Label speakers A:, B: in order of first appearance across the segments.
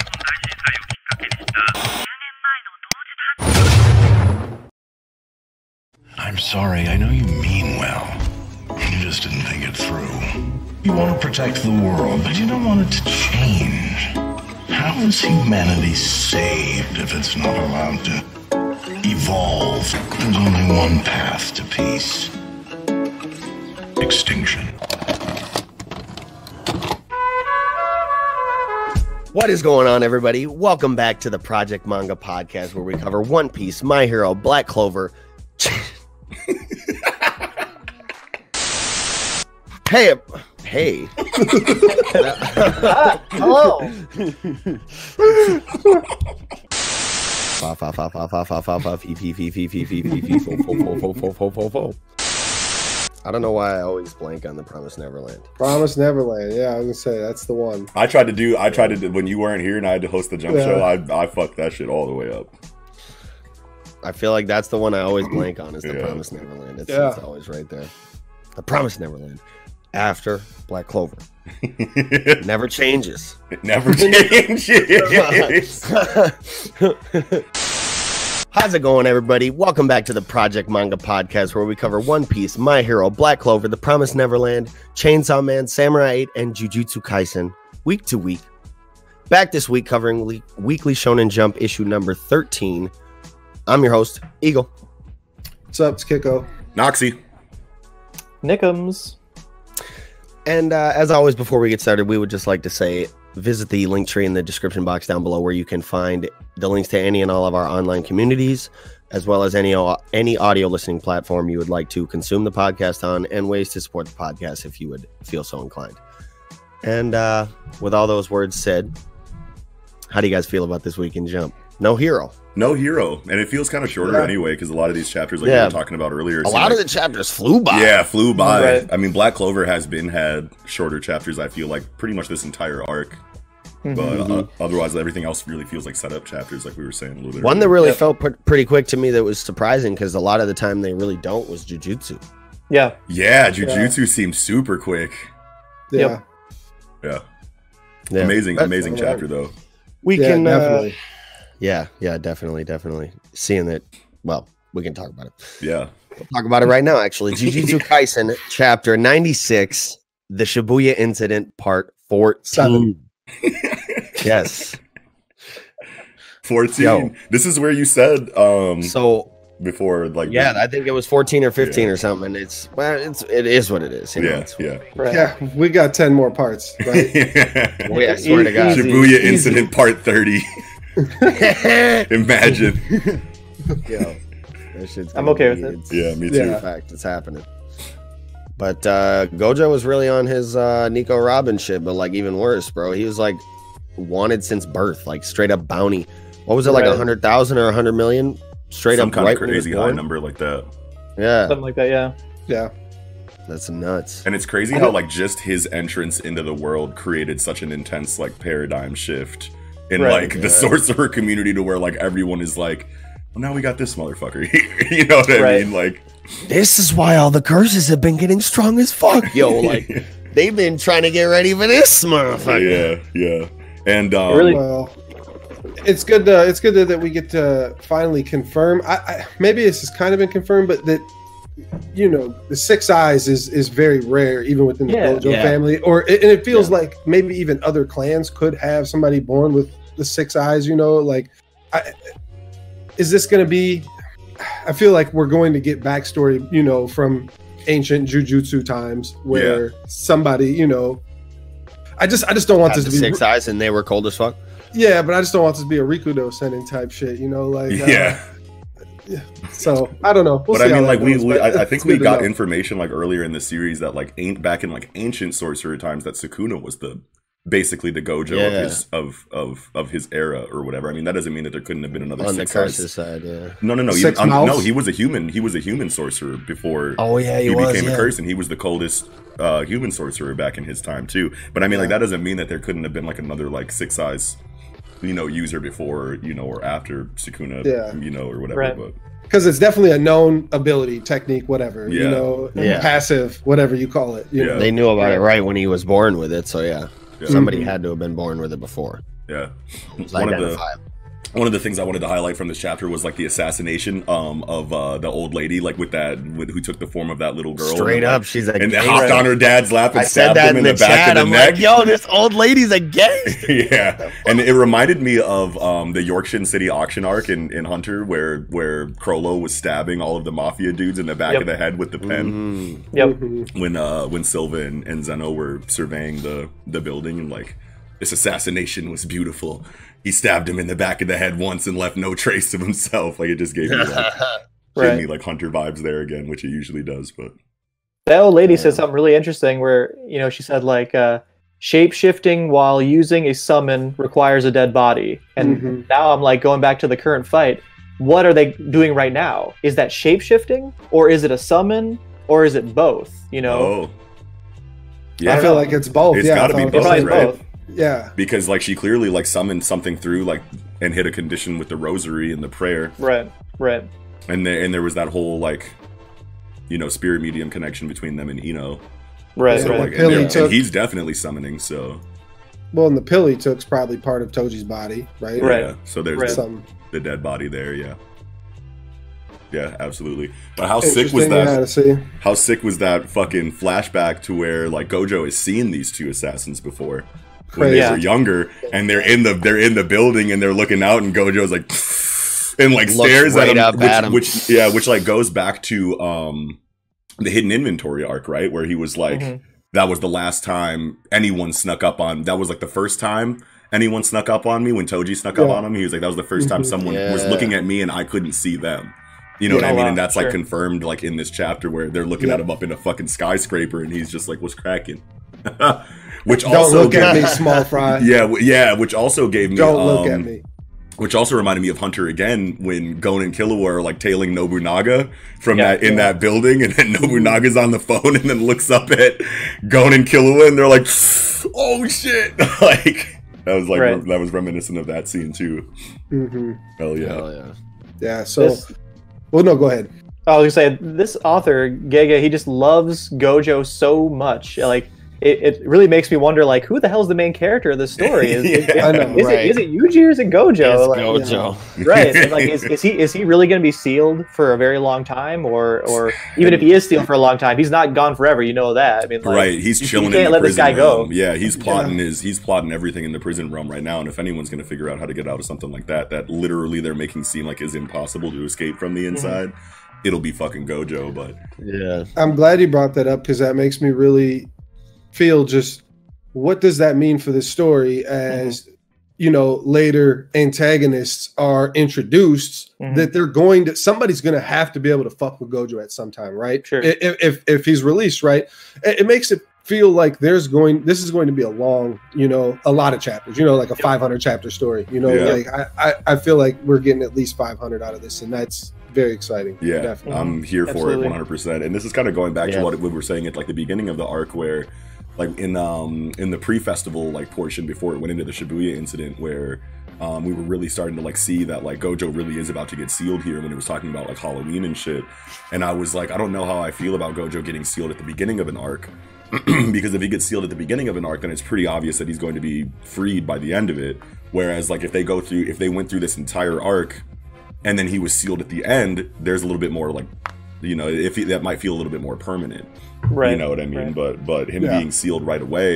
A: 会をきっかけにした10年前の同時多発
B: I'm sorry, I know you mean well. You just didn't think it through. You want to protect the world, but you don't want it to change. How is humanity saved if it's not allowed to evolve? There's only one path to peace extinction.
C: What is going on, everybody? Welcome back to the Project Manga Podcast, where we cover One Piece, My Hero, Black Clover. hey, um, hey. Hello. Fuff, fuff, fuff, fuff, fuff, fuff, fuff, fuff, eep, eep, eep, eep, eep, eep, eep, eep, fo, fo, fo, fo, fo, fo, fo, fo. I don't know why I always blank on the Promise Neverland.
D: Promise Neverland. Yeah, I was gonna say that's the one.
E: I tried to do. I tried to do, when you weren't here and I had to host the jump
D: Yeah.
E: show. I I fucked that shit all the way up.
C: I feel like that's the one I always blank on is the
E: Yeah.
C: Promise Neverland. It's,
D: Yeah.
C: it's always right there. The Promise Neverland after Black Clover
E: it
C: never changes.
E: never changes.
C: How's it going, everybody? Welcome back to the Project Manga Podcast, where we cover One Piece, My Hero, Black Clover, The Promised Neverland, Chainsaw Man, Samurai 8, and Jujutsu Kaisen week to week. Back this week, covering le- Weekly Shonen Jump issue number 13. I'm your host, Eagle.
D: What's up, it's Kiko?
E: Noxy.
F: Nickums.
C: And uh, as always, before we get started, we would just like to say visit the link tree in the description box down below where you can find the links to any and all of our online communities, as well as any, au- any audio listening platform you would like to consume the podcast on and ways to support the podcast if you would feel so inclined. And uh, with all those words said, how do you guys feel about this week in Jump? No hero.
E: No hero, and it feels kind of shorter
D: Yeah.
E: anyway because a lot of these chapters, like we
C: Yeah.
E: were talking about earlier,
C: A
E: seem
C: lot of the
E: like-
C: chapters flew by.
E: yeah flew by.
F: Right.
E: I mean, Black Clover has been had shorter chapters. I feel like pretty much this entire arc,
C: Mm-hmm.
E: but uh, otherwise everything else really feels like setup chapters, like we were saying a little bit.
C: One that
E: earlier.
C: really
F: Yep.
C: felt pr- pretty quick to me that was surprising because a lot of the time they really don't was Jujutsu.
F: Yeah.
E: yeah, Jujutsu seems super quick.
D: Yeah,
F: Yep.
E: Yeah,
C: Yeah.
E: amazing,
C: That's-
E: amazing chapter though.
C: We
D: yeah,
C: can uh,
D: definitely.
C: Yeah, yeah, definitely, definitely. Seeing that, well, we can talk about it.
E: Yeah,
C: We'll talk about it right now, actually. Jujutsu Kaisen, chapter 96, the Shibuya incident, part 14.
D: Seven.
C: yes.
E: fourteen.
C: Yo.
E: This is where you said um
C: So,
E: before, like
C: yeah, I think it was 14 or 15
E: Yeah.
C: or something. and It's, well, it's, it is what it is. you know,
E: yeah,
C: it's-
E: yeah.
F: Right.
D: yeah, we got ten more parts. Right?
C: we- I swear to God.
F: Easy,
E: Shibuya
F: easy.
E: Incident Part 30. Imagine.
C: Yo, that shit's
F: I'm
C: gonna
F: okay
C: be-
F: with it.
C: it's-
E: Yeah, me too.
C: It's a
D: Yeah.
C: fact. It's happening. But uh, Gojo was really on his uh, Nico Robin shit, but like even worse, bro. He was like wanted since birth, like straight up bounty. What was it like,
F: Right.
C: a hundred thousand or a hundred million? Straight
E: Some
C: up,
E: kind
C: right
E: of
C: when he was
E: crazy high
C: born?
E: number like that.
C: Yeah,
F: Something like that. Yeah.
D: yeah,
C: that's nuts.
E: And it's crazy how like just his entrance into the world created such an intense like paradigm shift in
F: Right.
E: like
C: Yeah.
E: the sorcerer community to where like everyone is like, well now we got this motherfucker. here." you know what I
F: Right.
E: mean? Like
C: This is why all the curses have been getting strong as fuck, yo. Like they've been trying to get ready for this motherfucker.
E: Yeah, yeah. And um,
F: really-
D: well, it's good. To, it's good that- that we get to finally confirm. I, I maybe this has kind of been confirmed, but that you know the six eyes is is very rare, even within the
F: Yeah.
D: Gojo
C: Yeah.
D: family. Or and it feels
C: Yeah.
D: like maybe even other clans could have somebody born with the six eyes. You know, like I, is this going to be? I feel like we're going to get backstory. You know, from ancient jujutsu times where somebody you know. I just, I just don't want
C: Had
D: this
C: the
D: to be
C: six eyes, and they were cold as fuck.
D: yeah, but I just don't want this to be a Rikudo sending type shit, you know? Like, uh,
E: yeah.
D: So I don't know. We'll
E: but I
D: see how
E: mean,
D: that
E: like we,
D: goes,
E: we
D: but
E: I, I
D: it's
E: think
D: good
E: we
D: to
E: got
D: know.
E: information like earlier in the series that like ain't back in like ancient sorcerer times that Sukuna was the basically the Gojo
C: Yeah.
E: of his of of of his era or whatever. I mean, that doesn't mean that there couldn't have been another
C: On the
E: six eyes.
C: curses side, yeah.
E: No, no, no, even-
D: Six
E: um, no.
D: mouths?
E: He was a human. He was a human sorcerer before
C: Oh yeah,
E: he,
C: you
E: became a curse, and he was the coldest uh, human sorcerer back in his time too. But I mean, like that doesn't mean that there couldn't have been like another like six eyes, you know, user before you know or after Sukuna,
D: Yeah.
E: you know, or whatever.
F: Right.
E: But
D: because it's definitely a known ability, technique, whatever, you
E: Yeah.
D: know,
C: Yeah.
D: passive, whatever you call it. You
E: Yeah.
D: know?
C: They knew about it right when he was born with it, so yeah.
E: Yeah.
C: Somebody
D: Mhm.
C: had to have been born with it before.
E: Yeah.
C: It's
E: One of the
C: identifiable.
E: one of the things I wanted to highlight from this chapter was like the assassination um of uh the old lady like with that with, who took the form of that little girl
C: Straight
E: and,
C: up, she's like,
E: and then hopped on her dad's lap and
C: I said
E: stabbed
C: that
E: him
C: in
E: in
C: the,
E: the, back
C: chat.
E: of
C: I'm
E: the
C: like,
E: neck.
C: yo, this old lady's a gangster.
E: yeah, and it reminded me of um, the Yorkshire City auction arc in, in Hunter, where where Crollo was stabbing all of the mafia dudes in the back
F: Yep.
E: of the head with the pen
C: Mm.
F: Yep.
D: Mhm.
E: when uh, when Silva and, and Zeno were surveying the the building and like this assassination was beautiful. He stabbed him in the back of the head once and left no trace of himself. Like it just gave me like, gave me
F: Right.
E: like Hunter vibes there again, which it usually does. But
F: That old lady
C: Yeah.
F: said something really interesting where, you know, she said like uh shape shifting while using a summon requires a dead body. And
D: Mhm.
F: now I'm like going back to the current fight. What are they doing right now? Is that shape shifting or is it a summon or is it both? You know?
E: oh,
D: I
E: yeah,
D: feel like it's both.
E: It's
D: yeah, I
E: gotta be
D: thought it
F: It's
D: was
E: both,
F: probably
D: like-
E: right?
F: both.
D: Yeah,
E: because like she clearly like summoned something through like and hit a condition with the rosary and the prayer.
F: Right. Right.
E: and there and there was that whole like you know spirit medium connection between them and Eno.
F: Right.
E: So
D: Yeah.
E: like
F: right.
E: and, they're-
D: Billy
E: and
D: took-
E: he's definitely summoning. So
D: well, and the pill he took's probably part of Toji's body, right?
F: Right.
E: yeah. So there's
F: Right.
E: the,
D: Some
E: the dead body there. Yeah. Yeah, absolutely. But how sick was
D: interesting yeah,
E: that?
D: to see.
E: How sick was that fucking flashback to where like Gojo has seen these two assassins before when
D: Crazy.
E: they were younger, and they're in the they're in the building and they're looking out, and Gojo's like, and like
C: Looks
E: stares
C: right
E: at him,
C: up
E: which,
C: at him.
E: which yeah, which like goes back to um the hidden inventory arc, right, where he was like,
C: Mm-hmm.
F: Mhm.
E: that was the last time anyone snuck up on. That was like the first time anyone snuck up on me when Toji snuck up
D: Yeah.
E: on him. He was like, that was the first time
D: Mhm.
E: someone was
C: Mm-hmm. Yeah.
E: looking at me and I couldn't see them. You know
F: Yeah.
E: what I mean?
F: Wow,
E: And that's like
F: sure.
E: confirmed like in this chapter where they're looking
D: Yeah.
E: at him up in a fucking skyscraper and he's just like, what's cracking? Which
D: Don't
E: also
D: look at
E: gave-
D: me, small fry.
E: yeah, w- yeah, which also gave me.
D: Don't look
E: um,
D: at me.
E: Which also reminded me of Hunter again when Gon and Killua are like tailing Nobunaga from
F: Yeah.
E: that in that building, and then Nobunaga's on the phone and then looks up at Gon and Killua, and they're like, "Oh shit!" like that was like
F: Right.
E: that was reminiscent of that scene too.
D: hmm
E: Hell yeah.
C: Hell yeah.
D: Yeah. So,
F: This-
D: well, no, go ahead.
F: I was gonna say this author Gege, he just loves Gojo so much. Like it, it really makes me wonder, like who the hell's the main character of this story? Is, is,
E: Yeah.
D: I know.
F: is
C: Right.
F: it is it Yuji or is it Gojo?
C: It's
F: Like,
C: Gojo.
F: Right? and, like is, is he is he really gonna be sealed for a very long time, or or even if he is sealed for a long time, he's not gone forever. You know that. I mean, like,
E: right, he's
F: you- you
E: chilling in
F: can't
E: the
F: let this
E: prison
F: guy go.
E: realm. Yeah, he's plotting his he's plotting everything in the prison realm right now. And if anyone's going to figure out how to get out of something like that, that literally they're making seem like is impossible to escape from
F: Mm-hmm.
E: the inside, it'll be fucking Gojo. But
C: Yeah.
D: I'm glad you brought that up because that makes me really feel just what does that mean for the story as you know later antagonists are introduced
F: Mhm.
D: that they're going to somebody's going to have to be able to fuck with Gojo at some time, right?
F: Sure.
D: I- If if, if he's released, right? It, it makes it feel like there's going this is going to be a long you know a lot of chapters you know like a 500 chapter story you know
E: Yeah.
D: like I, I i feel like we're getting at least 500 out of this and that's very exciting
E: yeah,
D: definitely
E: I'm here for it
F: Absolutely.
E: 100. percent And this is kind of going back
C: Yeah.
E: to what we were saying at like the beginning of the arc, where like in um in the pre-festival like portion before it went into the Shibuya incident, where um, we were really starting to like see that like Gojo really is about to get sealed here when it was talking about like Halloween and shit. And I was like, I don't know how I feel about Gojo getting sealed at the beginning of an arc. because if he gets sealed at the beginning of an arc, then it's pretty obvious that he's going to be freed by the end of it. Whereas like if they go through if they went through this entire arc and then he was sealed at the end, there's a little bit more like you know, if he, that might feel a little bit more permanent.
F: right.
E: You know what I mean?
F: right.
E: But but him
D: Yeah.
E: being sealed right away,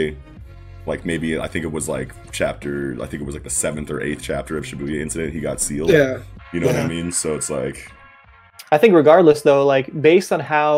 E: like maybe I think it was like chapter I think it was like the seventh or eighth chapter of Shibuya incident, he got sealed.
D: yeah
E: You know what I
D: Yeah.
E: mean? So it's like
F: I think regardless though, like based on how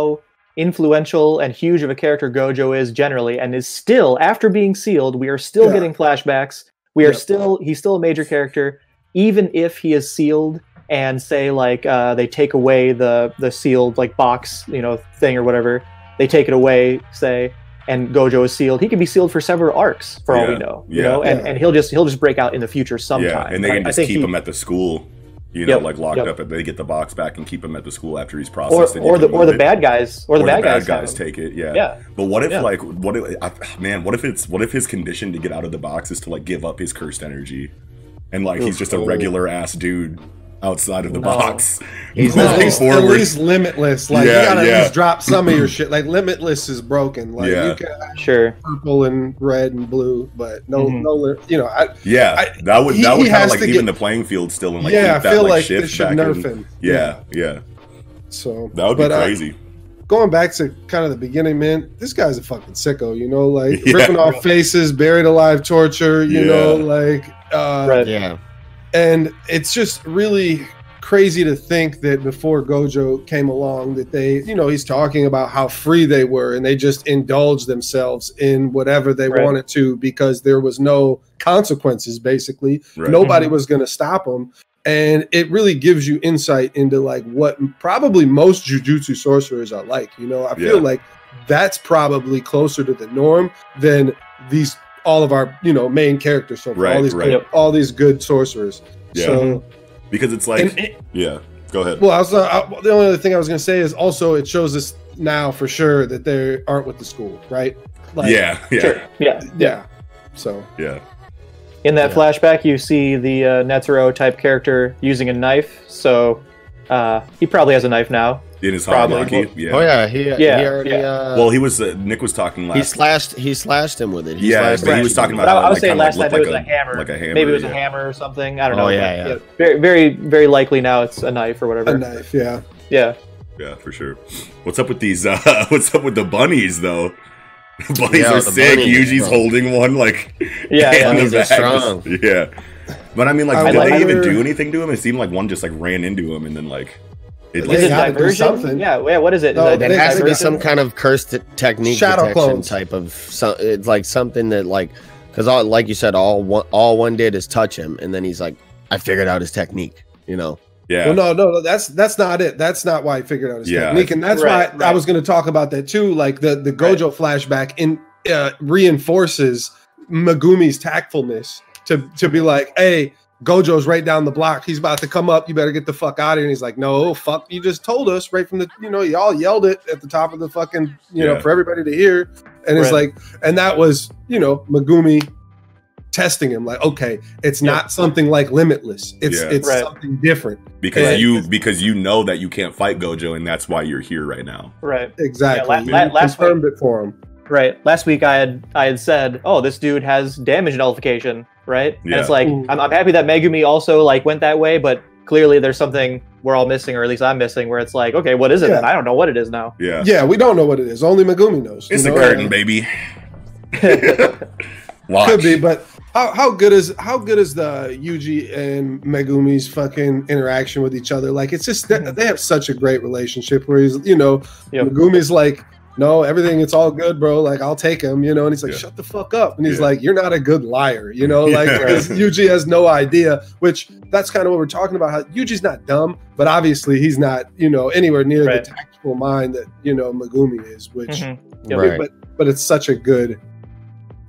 F: influential and huge of a character Gojo is generally and is still after being sealed, we are still
D: Yeah.
F: getting flashbacks. We are
D: Yep.
F: still he's still a major character even if he is sealed and say like uh, they take away the the sealed like box, you know, thing or whatever. They take it away, say and Gojo is sealed. He could be sealed for several arcs, for all
E: Yeah.
F: we know. You
E: Yeah.
F: know, and,
D: Yeah.
F: and he'll just he'll just break out in the future sometime.
E: yeah, and they
F: I-
E: can
F: I
E: just
F: think
E: keep
F: he-
E: him at the school. You know,
F: Yep,
E: like locked
F: yep.
E: up, and they get the box back and keep him at the school after he's
F: or,
E: processed. and you
F: or
E: can
F: the or
E: move
F: the
E: it.
F: bad guys or the bad guys, have him.
E: take it. Yeah.
F: Yeah.
E: But what if
F: Yeah.
E: like what if I, man? What if it's what if his condition to get out of the box is to like give up his cursed energy, and like he's just a regular ass dude, outside of the
F: No.
E: box.
C: He's
E: Moving
D: at least, at
E: forward.
D: least limitless. Like
E: Yeah,
D: you gotta
E: yeah.
D: at least drop some of your shit. Like limitless is broken. Like
E: Yeah.
D: you can have
F: Sure.
D: purple and red and blue, but no,
F: Mhm.
D: no, li- you know. I,
E: Yeah,
D: I-
E: that would
D: he-
E: that would
D: he
E: kind
D: has
E: of like
D: to
E: even
D: get-
E: the playing field still and like
D: yeah, I
E: keep that
D: feel
E: like,
D: like
E: shift
D: this should
E: back
D: nerf
E: in.
D: him.
E: Yeah, yeah,
D: So
E: that would be
D: but, uh,
E: crazy.
D: going back to kind of the beginning, man, this guy's a fucking sicko. You know, like
E: Yeah.
D: ripping off faces, buried alive torture. You
E: Yeah.
D: know, like uh,
F: Right.
C: Yeah.
D: and it's just really crazy to think that before gojo came along that they you know he's talking about how free they were and they just indulged themselves in whatever they
F: Right.
D: wanted to because there was no consequences basically
E: right. Mm-hmm.
D: nobody was going to stop him and it really gives you insight into like what probably most jujutsu sorcerers are like you know i feel
E: Yeah.
D: like that's probably closer to the norm than these all of our you know main characters so far, all
E: Right,
D: these
E: right.
F: Yep.
D: all these good sorcerers
E: Yeah.
D: so
E: because it's
D: and
E: like
D: it-
E: yeah. Go ahead.
D: well I was, uh, I- the only other thing i was going to say is also it shows us now for sure that they aren't with the school right
E: yeah, yeah,
F: Sure. Yeah.
D: yeah so
E: yeah.
F: In that
C: Yeah.
F: flashback, you see the uh, Netero type character using a knife. So uh, he probably has a knife now.
E: In his
F: Probably.
E: hobby, yeah.
C: Oh yeah. He,
F: Yeah,
C: he already.
F: yeah.
C: Uh,
E: Well, he was uh, Nick was talking
C: he
E: last.
C: slashed. He slashed him with it. He
E: yeah,
C: slashed
E: but he
C: him.
E: was talking about
F: But I,
E: how
F: I was
E: like,
F: saying
E: kinda,
F: last
E: like,
F: night it was
E: looked
F: a hammer.
E: like a hammer.
F: Maybe it was
E: yeah.
F: a hammer or something. I don't
C: Oh,
F: know.
C: yeah,
F: but,
C: yeah.
F: Very, very, very likely now it's a knife or
D: a
F: whatever.
D: knife yeah
F: Yeah.
E: Yeah, for sure. What's up with these? uh What's up with the bunnies though? bunnies
C: Yeah,
E: are
C: the
E: sick.
C: bunnies,
E: Yuji's
C: bro.
E: holding one like
F: Yeah.
E: in
F: yeah.
E: the
C: Bunnies are
E: back.
C: strong.
E: Yeah, but I mean, like,
D: I
E: did they even
D: wonder-
E: do anything to him? It seemed like one just like ran into him and then like it
D: They
F: Is
E: like
F: it
D: gotta do
F: diversion?
D: something.
F: Yeah. Yeah. What is it?
D: No,
F: Is it
D: they
C: There has to be
F: diversion?
C: some kind of cursed technique
D: Shadow
C: detection
D: clones.
C: type of so, it's like something that like because all like you said all one all one did is touch him and then he's like I figured out his technique you know
E: yeah.
D: Well, no, no, no, that's that's not it. That's not why he figured out his
E: Yeah.
D: technique, and that's
F: Right,
D: why I
F: right.
D: was going to talk about that too. Like the the Gojo flashback in uh, reinforces Megumi's tactfulness to to be like, hey. Gojo's right down the block. He's about to come up. You better get the fuck out of here. And he's like, no, fuck. You just told us right from the, you know, y'all yelled it at the top of the fucking, you know,
E: Yeah.
D: for everybody to hear. And it's
F: Right.
D: like, and that was, you know, Megumi testing him. Like, okay, it's
F: Yep.
D: not something like Limitless. It's
E: Yeah.
D: it's
F: Right.
D: something different.
E: because
D: Right.
E: you because you know that you can't fight Gojo and that's why you're here right now.
F: Right.
D: Exactly.
F: Yeah, la- la-
D: You
F: last
D: confirmed it for him.
F: Right. Last week I had I had said, "Oh, this dude has damage nullification." Right. And it's
E: Yeah.
F: like
D: Ooh.
F: I'm, I'm happy that Megumi also like went that way, but clearly there's something we're all missing, or at least I'm missing, where it's like, okay, what is it?
D: Yeah.
F: Then I don't know what it is now.
E: Yeah,
D: Yeah, we don't know what it is. Only Megumi knows. you
E: it's a
D: know?
E: curtain, baby. Watch.
D: Could be, but how, how good is how good is the Yuji and Megumi's fucking interaction with each other? Like it's just they, they have such a great relationship where he's you know
F: Yep.
D: Megumi's like. No, everything it's all good, bro. Like I'll take him, you know. And he's like,
E: Yeah.
D: "Shut the fuck up!" And he's
E: Yeah.
D: like, "You're not a good liar," you know. Like
E: Yeah.
D: because Yuji has no idea, which that's kind of what we're talking about. How Yuji's not dumb, but obviously he's not, you know, anywhere near
F: Right.
D: the tactical mind that you know Megumi is, which
F: Mhm. Yep.
C: right
D: but but it's such a good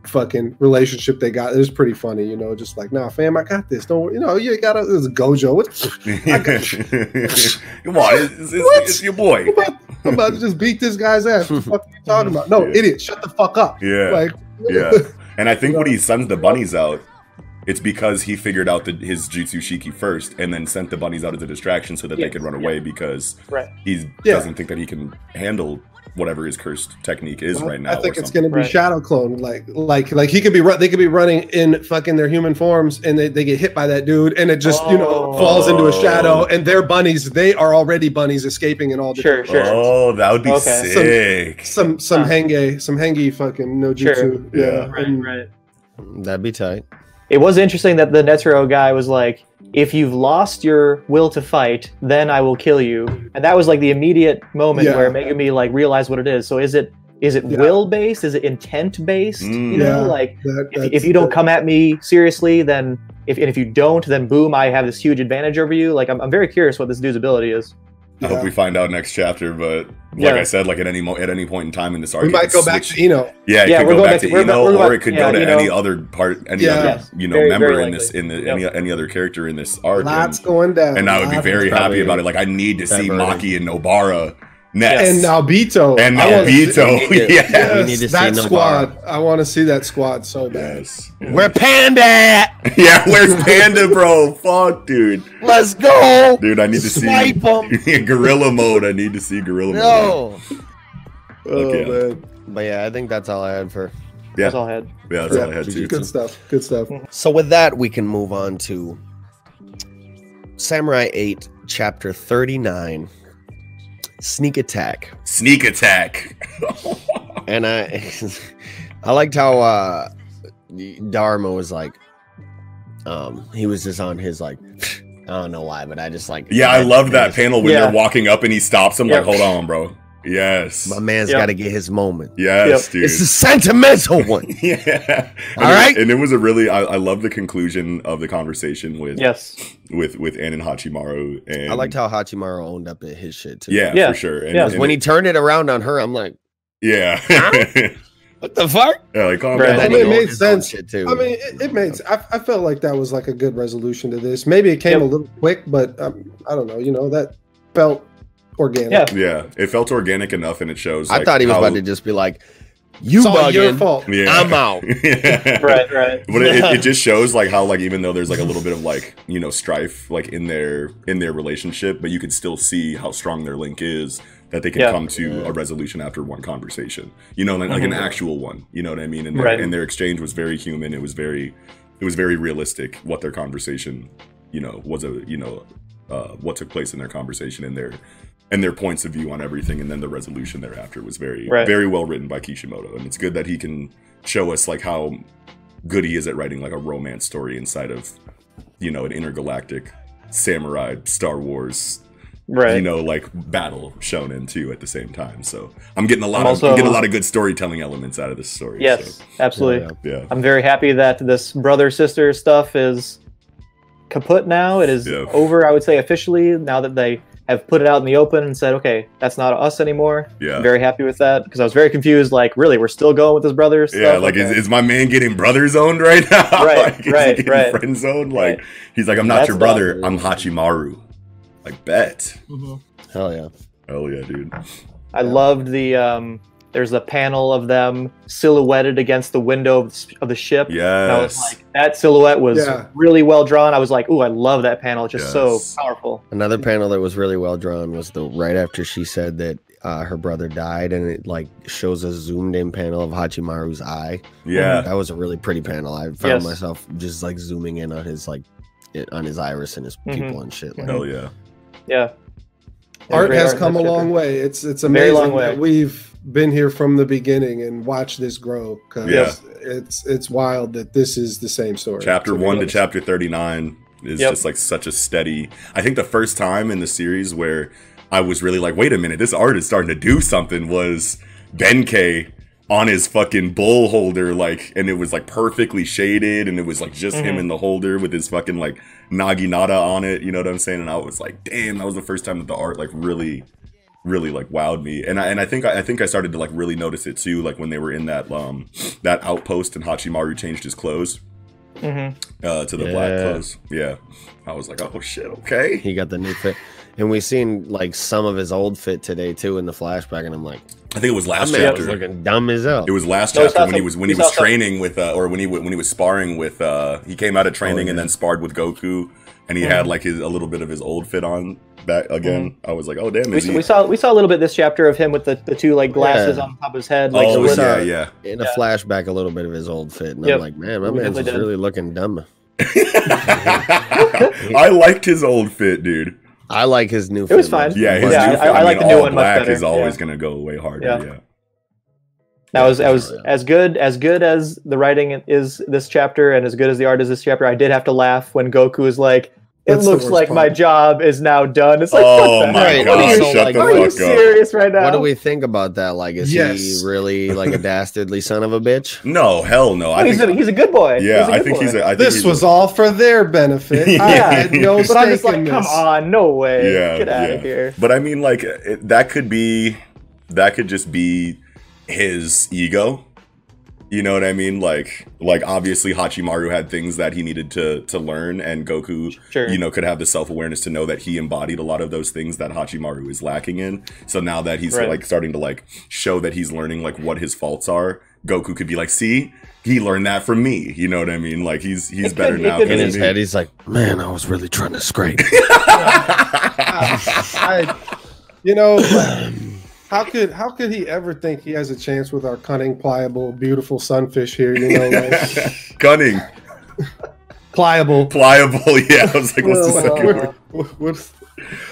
D: fucking relationship they got. It was pretty funny, you know, just like, nah, fam, I got this. Don't worry. You know, you got a this is Gojo. What
E: Come on, it's, it's,
D: What?
E: it's your boy.
D: I'm about, I'm about to just beat this guy's ass. What the fuck are you talking about? No,
E: Yeah.
D: idiot, shut the fuck up.
E: Yeah.
D: Like
E: Yeah. And I think when he sends the bunnies out, it's because he figured out the, his Jutsu Shiki first and then sent the bunnies out as a distraction so that they
F: Yes,
E: could run
F: yeah.
E: away because
F: Right.
E: he
D: Yeah.
E: doesn't think that he can handle whatever his cursed technique is right now.
D: I think
E: or
D: it's
E: something.
D: gonna be
F: Right.
D: Shadow Clone. Like like like he could be run they could be running in fucking their human forms and they, they get hit by that dude and it just, you know,
F: Oh.
D: falls into a shadow
E: Oh.
D: and they're bunnies, they are already bunnies escaping in all different
F: Sure. Sure.
E: Oh, that would be
F: Okay.
E: sick.
D: some some
F: Huh.
D: henge, some henge fucking no jutsu.
F: Sure.
D: Yeah.
E: Yeah.
F: Right.
D: And-
F: Right.
C: that'd be tight
F: It was interesting that the Netero guy was like, "If you've lost your will to fight, then I will kill you," and that was like the immediate moment
D: Yeah.
F: where Megumi like realized what it is. So is it is it
D: Yeah.
F: will based? Is it intent based?
E: Mm.
F: You know,
D: Yeah.
F: like
D: That,
F: if,
D: that's-
F: if you don't
D: that-
F: come at me seriously, then if and if you don't, then boom, I have this huge advantage over you. Like I'm, I'm very curious what this dude's ability is.
E: I hope
D: yeah.
E: we find out next chapter, but like
F: Yeah.
E: I said, like at any mo- at any point in time in this arc,
D: we
E: it
D: might go
E: could
D: back
E: switch-
D: to Eno.
E: Yeah, it
F: Yeah,
E: could
F: we're
E: go
F: going
E: back to
F: we're
E: Eno,
F: go- we're
E: or
F: go-
E: it could
F: yeah,
E: go to
F: you
E: any
F: know.
E: other part, any
D: Yeah.
E: other
F: Yes,
E: you know
F: very,
E: member
F: very
E: in this
F: likely.
E: in the,
F: Yep.
E: any any other character in this arc.
D: Lots
E: and-
D: going down.
E: and I would be
D: Lots-
E: very
C: probably
E: happy about it. Like I need to see
C: diverting.
E: Maki and Nobara Next.
D: and Nalbito.
E: And
D: I wanna see-
C: we need
E: Nalbito.
C: to-
E: Yes.
C: yeah,
D: Yes,
C: we need to
D: that
C: see
D: squad. I want to see that squad so bad.
E: Yes.
C: We're panda. at?
E: Yeah, where's Panda, bro? Fuck, dude.
C: Let's go.
E: Dude, I need to
C: Swipe 'em.
E: see gorilla mode. I need to see gorilla mode.
C: No.
E: Okay.
D: Oh man,
C: But yeah, I think that's all I had for.
E: Yeah.
F: That's all I had.
E: Yeah, that's all I had
C: Yeah.
E: too.
D: good stuff. Good stuff.
C: So with that, we can move on to Samurai 8, Chapter 39, Sneak Attack.
E: Sneak attack.
C: And I, I liked how uh Dharma was like, um, he was just on his like, I don't know why, but I just like,
E: Yeah, I love that panel when
F: Yeah.
E: you're walking up and he stops him. Like,
F: Yeah.
E: hold on, bro. Yes.
C: My man's
F: Yep.
C: got to get his moment.
E: Yes, dude.
C: It's a sentimental one.
E: yeah.
C: All right.
E: And it was a really. I, I love the conclusion of the conversation with
F: Yes.
E: with with Ann and Hachimaru. And
C: I liked how Hachimaru owned up to his shit too.
E: Yeah,
F: Yeah.
E: for sure. And,
F: Yeah.
C: 'Cause when he turned it around on her, I'm like,
E: yeah.
C: what the fuck?
E: yeah, like, oh, calm
F: Right.
C: And
E: down,
C: then
D: Well, it
C: he
E: bro.
D: made
C: owned his own
D: sense.
C: Shit too.
D: I mean, it, it made. I, I felt like that was like a good resolution to this. Maybe it came
F: Yep.
D: a little quick, but um, I don't know. You know, that felt organic.
F: Yeah.
E: Yeah, it felt organic enough, and it shows.
C: I
E: like,
C: thought he was
E: how-
C: about to just be like, you
D: It's all your
C: bugging,
D: fault.
E: Yeah.
C: I'm uh, out.
F: Right. Right.
E: But it, it, it just shows like how like even though there's like a little bit of like you know strife like in their in their relationship, but you can still see how strong their link is that they can
F: Yeah.
E: come to a resolution after one conversation. You know, like, like an actual one. You know what I mean? And their,
F: Mm-hmm. Right.
E: and their exchange was very human. It was very it was very realistic what their conversation you know was a you know uh, what took place in their conversation and their and their points of view on everything and then the resolution thereafter was very
F: Right.
E: very well written by Kishimoto and it's good that he can show us like how good he is at writing like a romance story inside of you know an intergalactic samurai Star Wars
F: Right.
E: you know like battle shonen too at the same time so I'm getting a lot
F: I'm
E: of
F: also-
E: I'm getting a lot of good storytelling elements out of this story
F: yes.
E: so,
F: Absolutely.
E: yeah
F: I'm very happy that this brother sister stuff is kaput now. It is
E: Yeah.
F: over, I would say, officially, now that they have put it out in the open and said, okay, that's not us anymore.
E: yeah
F: I'm very happy with that because I was very confused. Like, really, we're still going with this brother stuff?
E: Yeah, like is,
F: Okay.
E: is my man getting brother zoned right now?
F: Right,
E: like, is he
F: right,
E: getting
F: right.
E: Friend zoned? Like
F: Right.
E: he's like, I'm not
F: That's
E: your brother.
C: not-
E: I'm Hachimaru. Like bet.
C: Hell yeah.
E: Hell yeah, dude.
F: I loved the um. There's a panel of them silhouetted against the window of the, s- of the ship. And I was
E: Yes.
F: like, that silhouette was
D: Yeah.
F: really well drawn. I was like, ooh, I love that panel. It's just
E: Yes.
F: so powerful.
C: Another panel that was really well drawn was the right after she said that uh, her brother died, and it like shows a zoomed in panel of Hachimaru's eye.
E: Yeah.
C: That was a really pretty panel. I found
F: Yes.
C: myself just like zooming in on his like it, on his iris and his
F: Mhm.
C: people and shit. Like,
E: Hell yeah.
F: Yeah.
D: Art
F: Great
D: has
F: in
D: come
F: that
D: a
F: ship.
D: long way. It's it's
F: Very
D: amazing
F: long way.
D: that we've been here from the beginning and watched this grow. 'cause
E: Yeah.
D: it's it's wild that this is the same story.
E: Chapter one to
D: honest.
E: chapter thirty nine is
F: Yep.
E: just like such a steady I think the first time in the series where I was really like, wait a minute, this art is starting to do something was Benkei on his fucking bull holder, like, and it was like perfectly shaded, and it was like just him
F: Mhm.
E: in the holder with his fucking like naginata on it. You know what I'm saying? And I was like, damn, that was the first time that the art like really, really like wowed me. And I and I think I, I think I started to like really notice it too, like when they were in that um that outpost and Hachimaru changed his clothes
F: Mhm.
E: uh to the black
C: Yeah.
E: clothes. Yeah, I was like, oh shit, okay.
C: He got the new fit, and we seen like some of his old fit today too in the flashback, and I'm like,
E: I think it was
C: that
E: last
C: man was
E: chapter.
C: looking dumb as hell.
E: It was last
F: No, it's
E: chapter
F: not
E: when he
F: some-
E: was when he
F: it's
E: was
F: not some-
E: training with uh, or when he wa- when he was sparring with uh he came
F: Oh,
E: out of training and then sparred with Goku and he had like his a little bit of his old fit on back again. I was like, oh damn,
F: Mm-hmm. We,
E: is
F: s-
E: he?
F: we saw we saw a little bit this chapter of him with the, the two like glasses
C: Yeah.
F: on top of his head. Like, uh,
E: oh
C: we
F: split-
C: saw-
E: yeah, yeah.
C: in a
F: Yeah.
C: flashback a little bit of his old fit, and
F: Yep.
C: I'm like, man, my
F: We
C: man's
F: definitely
C: just
F: did.
C: really looking dumb.
E: I liked his old fit, dude.
C: I like his new.
F: It was
C: fit,
F: fine.
C: man.
E: Yeah, his
F: Yeah,
E: new
F: I-
E: fit,
F: I like
E: mean,
F: the new
E: all
F: one much
E: black
F: better.
E: is always
F: Yeah.
E: gonna go way harder.
F: Yeah.
E: Yeah,
F: Now, as, as
C: Yeah.
F: as good as good as the writing is this chapter, and as good as the art is this chapter, I did have to laugh when Goku is like, "It
D: That's the
F: looks
D: worst
F: like my
D: part.
F: job is now done." It's like,
E: Oh
F: what the
E: my
F: heck?
C: God,
F: are you,
C: shut the
F: are you
E: fuck up.
F: serious right now?
C: What do we think about that? Like, is
D: Yes.
C: he really like a dastardly son of a bitch?
E: No, hell no.
F: Oh,
E: I
F: he's,
E: think.
F: a, he's a good boy.
E: Yeah,
F: a
E: I
F: good
E: think
F: boy.
E: he's. A, I think
D: This
E: he's
D: was
E: A,
D: all for their benefit. I had no
E: Yeah.
F: But I'm just
D: stake in
F: like, come
D: this.
F: on, no way,
E: Yeah,
F: get out
E: yeah.
F: of here.
E: But I mean, like it, that could be, that could just be his ego. You know what I mean? Like like obviously Hachimaru had things that he needed to to learn and Goku
F: Sure.
E: you know could have the self-awareness to know that he embodied a lot of those things that Hachimaru is lacking in. So now that he's
F: Right.
E: like starting to like show that he's learning like what his faults are, Goku could be like, "See? He learned that from me." You know what I mean? Like he's he's
F: It
E: better
F: could- it
E: now
F: could
C: In
E: because
C: his
E: of
C: head,
E: me.
C: he's like, "Man, I was really trying to scrape."
D: I, you know, like, how could how could he ever think he has a chance with our cunning, pliable, beautiful sunfish here? You know, like,
E: Cunning,
D: pliable.
E: pliable. Yeah, I was like, what's the second word?
D: What- what-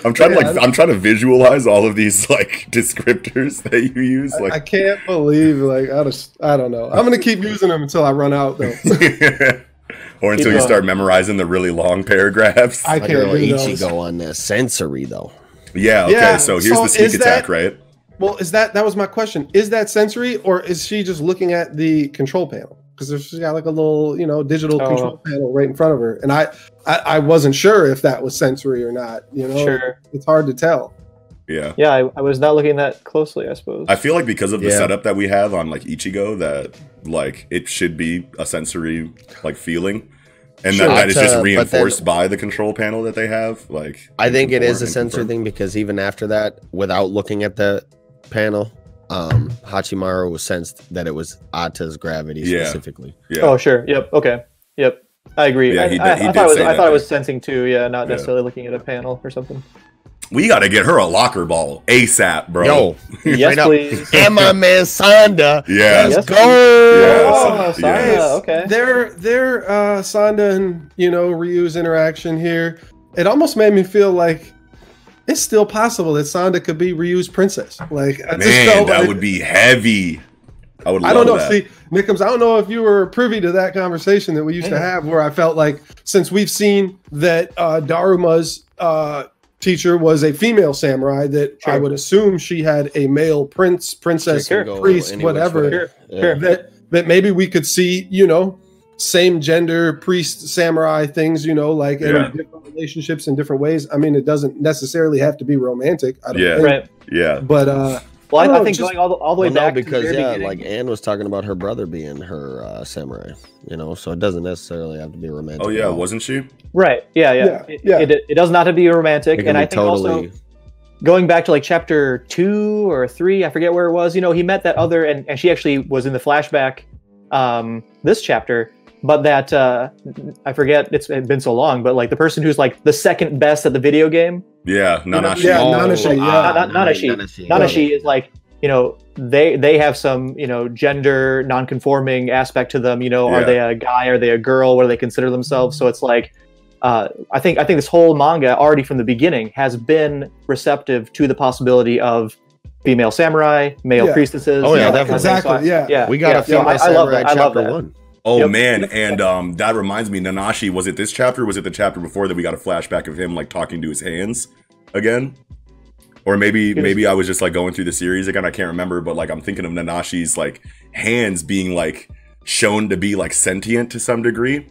E: I'm trying to like
D: Yeah.
E: I'm trying to visualize all of these like descriptors that you use.
D: I
E: Like
D: can't believe, like, I just, I don't know. I'm gonna keep using them until I run out, though.
E: or until
F: Keep
E: you
F: going.
E: start memorizing the really long paragraphs.
D: I
C: Like a
D: can't
C: little
D: do those.
C: Ichigo on the sensory though.
E: yeah, okay.
D: Yeah,
E: so here's
D: so
E: the sneak
D: is
E: attack,
D: that-
E: right?
D: Well, is that that was my question? Is that sensory, or is she just looking at the control panel? Because she's got like a little, you know, digital
F: Oh.
D: control panel right in front of her, and I, I, I wasn't sure if that was sensory or not. You know,
F: Sure.
D: it's hard to tell.
E: Yeah.
F: Yeah, I, I was not looking that closely, I suppose.
E: I feel like because of the
C: Yeah.
E: setup that we have on like Ichigo that like it should be a sensory like feeling. And
C: Sure.
E: that, that is
C: But, uh,
E: just
C: but then-
E: reinforced by the control panel that they have. Like
C: I think it is a sensory
E: sensory
C: thing because even after that, without looking at the panel, um, Hachimaru was sensed that it was Atta's gravity
E: Yeah.
C: specifically.
E: Yeah.
F: Oh, sure. Yep. Okay. Yep. I agree.
E: Yeah,
F: I,
E: he did-
F: I,
E: he
F: I
E: did
F: thought, it was,
E: say
F: I
E: that,
F: thought it
E: yeah.
F: was sensing too. Yeah, not
E: Yeah.
F: necessarily looking at a panel or something.
E: We gotta get her a locker ball. ASAP, bro.
F: yes,
C: Straight up.
F: please.
C: Emma Mansanda.
E: Yeah.
F: Yes,
E: Yeah.
F: Oh,
E: Yeah.
F: sorry.
E: Yes.
F: Okay.
D: Their their uh, Sonda and you know Ryu's interaction here, it almost made me feel like it's still possible that Sonda could be Ryu's princess. Like I just
E: Man,
D: felt
E: that
D: like-
E: would be heavy. I would. Love
D: I don't know.
E: That.
D: See, Nickums, I don't know if you were privy to that conversation that we used to have, where I felt like since we've seen that uh, Daruma's uh, teacher was a female samurai, that I
F: Sure.
D: would assume she had a male prince, princess,
F: Sure.
D: priest, whatever.
F: Sure.
D: That that maybe we could see, you know, same gender priest samurai things, you know, like in
E: Yeah.
D: different relationships in different ways. I mean, it doesn't necessarily have to be romantic. I don't
E: Yeah.
D: think,
F: Right.
E: yeah.
D: but uh,
F: Well, I,
D: I don't
F: I
D: know,
F: think
D: just-
F: going all the, all the way
C: Oh, Well, no,
F: back to the
C: because
F: very
C: yeah,
F: beginning-
C: like Anne was talking about her brother being her uh, samurai, you know, so it doesn't necessarily have to be romantic.
E: Oh yeah,
C: at all.
E: wasn't she?
F: right. Yeah, yeah.
D: Yeah,
F: It,
D: yeah.
F: It, it does not have to be romantic,
C: It can
F: and
C: be
F: I think also going back to like chapter two or three, I forget where it was. You know, he met that other, and, and she actually was in the flashback um, this chapter. But that uh, I forget. It's been so long, but like the person who's like the second best at the video game,
E: Yeah, Nanashi.
D: Yeah, Nanashi, yeah.
F: Not- not Nanashi. Nanashi is like you know they they have some you know gender non-conforming aspect to them. You know, are
E: Yeah.
F: they a guy? Are they a girl? What do they consider themselves? So it's like. Uh, I think I think this whole manga already from the beginning has been receptive to the possibility of female samurai, male
D: Yeah.
F: priestesses.
C: Oh, yeah,
F: that kind of thing. So
D: exactly,
F: I-
D: yeah.
F: yeah,
C: we got
F: yeah,
C: a female
F: I, I love
C: samurai
F: that. I love
C: chapter
F: that.
C: one.
E: Oh
F: Yep.
E: man, and um, that reminds me, Nanashi. Was it this chapter? or Was it the chapter before that we got a flashback of him like talking to his hands again? Or maybe
F: was-
E: maybe I was just like going through the series again. I can't remember, but like I'm thinking of Nanashi's like hands being like shown to be like sentient to some degree.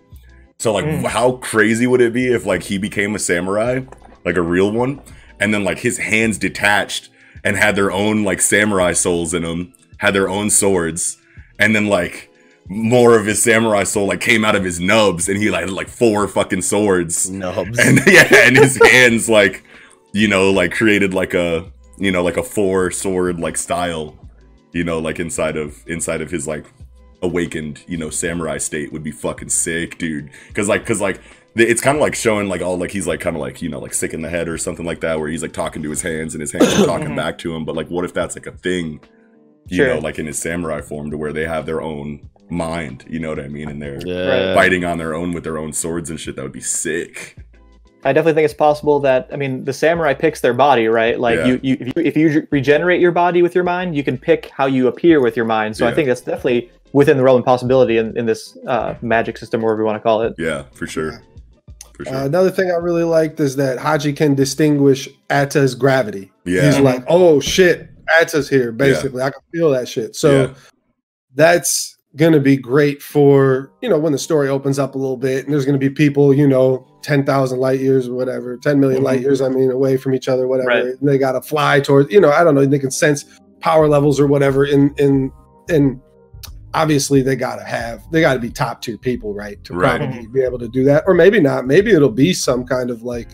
E: So like,
F: Mm.
E: how crazy would it be if like he became a samurai, like a real one, and then like his hands detached and had their own like samurai souls in them, had their own swords, and then like more of his samurai soul like came out of his nubs and he like had like four fucking swords
C: Nubs.
E: and yeah and his hands like you know like created like a you know like a four sword like style you know like inside of inside of his like awakened you know samurai state would be fucking sick dude because like because like the- it's kind of like showing like all like he's like kind of like you know like sick in the head or something like that where he's like talking to his hands and his hands are talking back to him but like what if that's like a thing you
F: Sure.
E: know like in his samurai form to where they have their own mind you know what i mean and they're
C: yeah.
E: fighting on their own with their own swords and shit that would be sick
F: I definitely think it's possible that I mean the samurai picks their body, right? Like
E: Yeah.
F: you, you, if you, if you regenerate your body with your mind, you can pick how you appear with your mind. So I
E: Yeah.
F: think that's definitely within the realm of possibility in, in this uh, magic system, whatever you want to call it.
E: yeah for sure for sure
D: Uh, another thing I really liked is that Haji can distinguish Atta's gravity.
E: yeah
D: He's like, oh shit, Atta's here, basically. I can feel that shit. So
E: Yeah.
D: that's going to be great for, you know, when the story opens up a little bit and there's going to be people, you know, 10,000 light years or whatever, 10 million light years, I mean, away from each other, whatever.
F: Right.
D: And they got to fly towards, you know, I don't know, they can sense power levels or whatever in, in, in, obviously they gotta have they gotta be top tier people, right? To
E: Right.
D: probably be able to do that. Or maybe not. Maybe it'll be some kind of like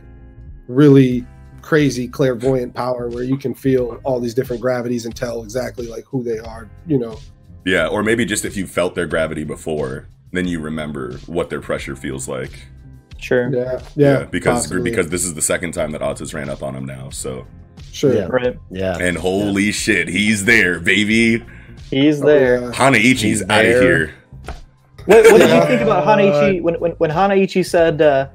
D: really crazy clairvoyant power where you can feel all these different gravities and tell exactly like who they are, you know.
E: Yeah, or maybe just if you felt their gravity before, then you remember what their pressure feels like.
F: Sure.
D: Yeah. Yeah.
E: because
D: possibly.
E: because this is the second time that Otis ran up on him now. So
D: sure.
C: Yeah.
F: Right.
C: Yeah.
E: and holy shit, he's there, baby.
F: He's
D: Oh,
F: there.
D: yeah.
E: Hanaichi's
C: He's
E: out of
C: there.
E: here.
F: What, what did you
D: Yeah.
F: think about Hanaichi when when, when Hanaichi said, uh,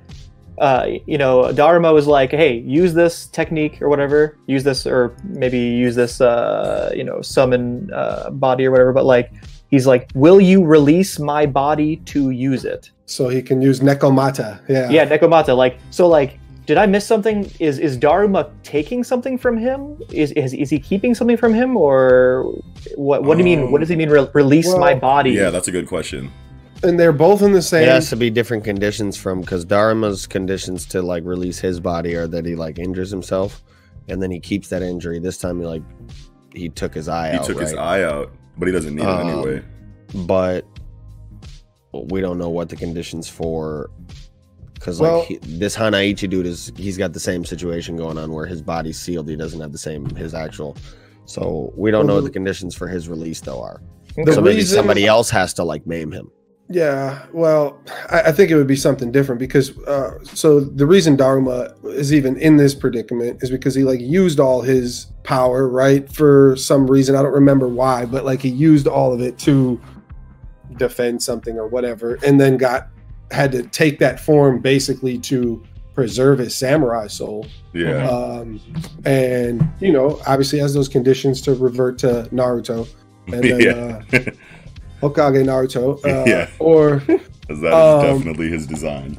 F: uh, you know, Daruma was like, "Hey, use this technique or whatever, use this or maybe use this, uh, you know, summon uh, body or whatever." But like, he's like, "Will you release my body to use it?"
D: So he can use Nekomata. Yeah.
F: Yeah, Nekomata. Like, so like. Did I miss something? Is is Daruma taking something from him? Is is, is he keeping something from him, or what? What do you mean? What does he mean? Re- release my
D: Well,
F: body?
E: Yeah, that's a good question.
D: And they're both in the same
C: It has to be different conditions from because Dharma's conditions to like release his body are that he like injures himself, and then he keeps that injury. This time he like he took his eye
E: He
C: out,
E: took his
C: right?
E: eye out, but he doesn't need
C: Um,
E: it anyway.
C: But we don't know what the conditions for because
D: Well-
C: like he, this Hanaichi dude is he's got the same situation going on where his body's sealed. He doesn't have the same his actual. So we don't know what the conditions for his release though are.
D: Mm-hmm. The
C: so maybe
D: reason-
C: somebody else has to like maim him.
D: Yeah, well, I, I think it would be something different because uh, so the reason Daruma is even in this predicament is because he like used all his power, right? For some reason, I don't remember why, but like he used all of it to defend something or whatever, and then got had to take that form basically to preserve his samurai soul.
E: Yeah.
D: Um, and you know, obviously has those conditions to revert to Naruto and then uh,
E: Yeah.
D: Hokage Naruto, uh,
E: Yeah.
D: or
E: 'Cause that is
D: um,
E: definitely his design.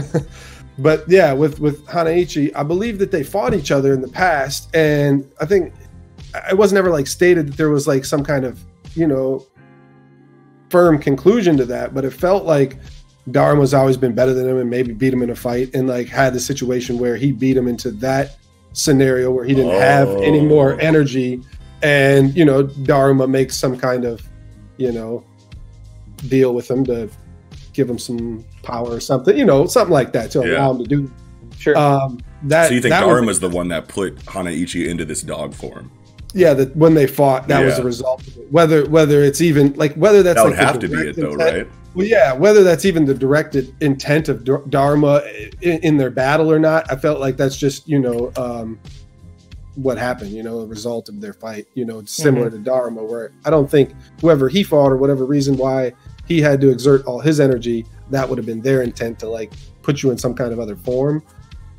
D: but yeah, with with Hanaichi, I believe that they fought each other in the past, and I think it was never like stated that there was like some kind of you know firm conclusion to that, but it felt like Darma's always been better than him and maybe beat him in a fight, and like had the situation where he beat him into that scenario where he didn't have any more
E: Oh.
D: energy, and you know Dharma makes some kind of you know deal with him to give him some power or something, you know, something like that to
E: Yeah.
D: allow him to do.
F: Sure.
D: Um, that
E: so you think
D: that was-
E: Darum is the one that put Hanaichi into this dog form?
D: yeah, that when they fought, that was
E: Yeah.
D: the result. Of it. Whether whether it's even like whether that's
E: that would
D: like the
E: have to be it
D: direct
E: though,
D: intent-
E: right?
D: Well, yeah, whether that's even the directed intent of Dar- Dharma in, in their battle or not, I felt like that's just you know um, what happened. You know, a result of their fight. You know, it's similar to Dharma, where I don't think whoever he fought or whatever reason why he had to exert all his energy, that would have been their intent to like put you in some kind of other form.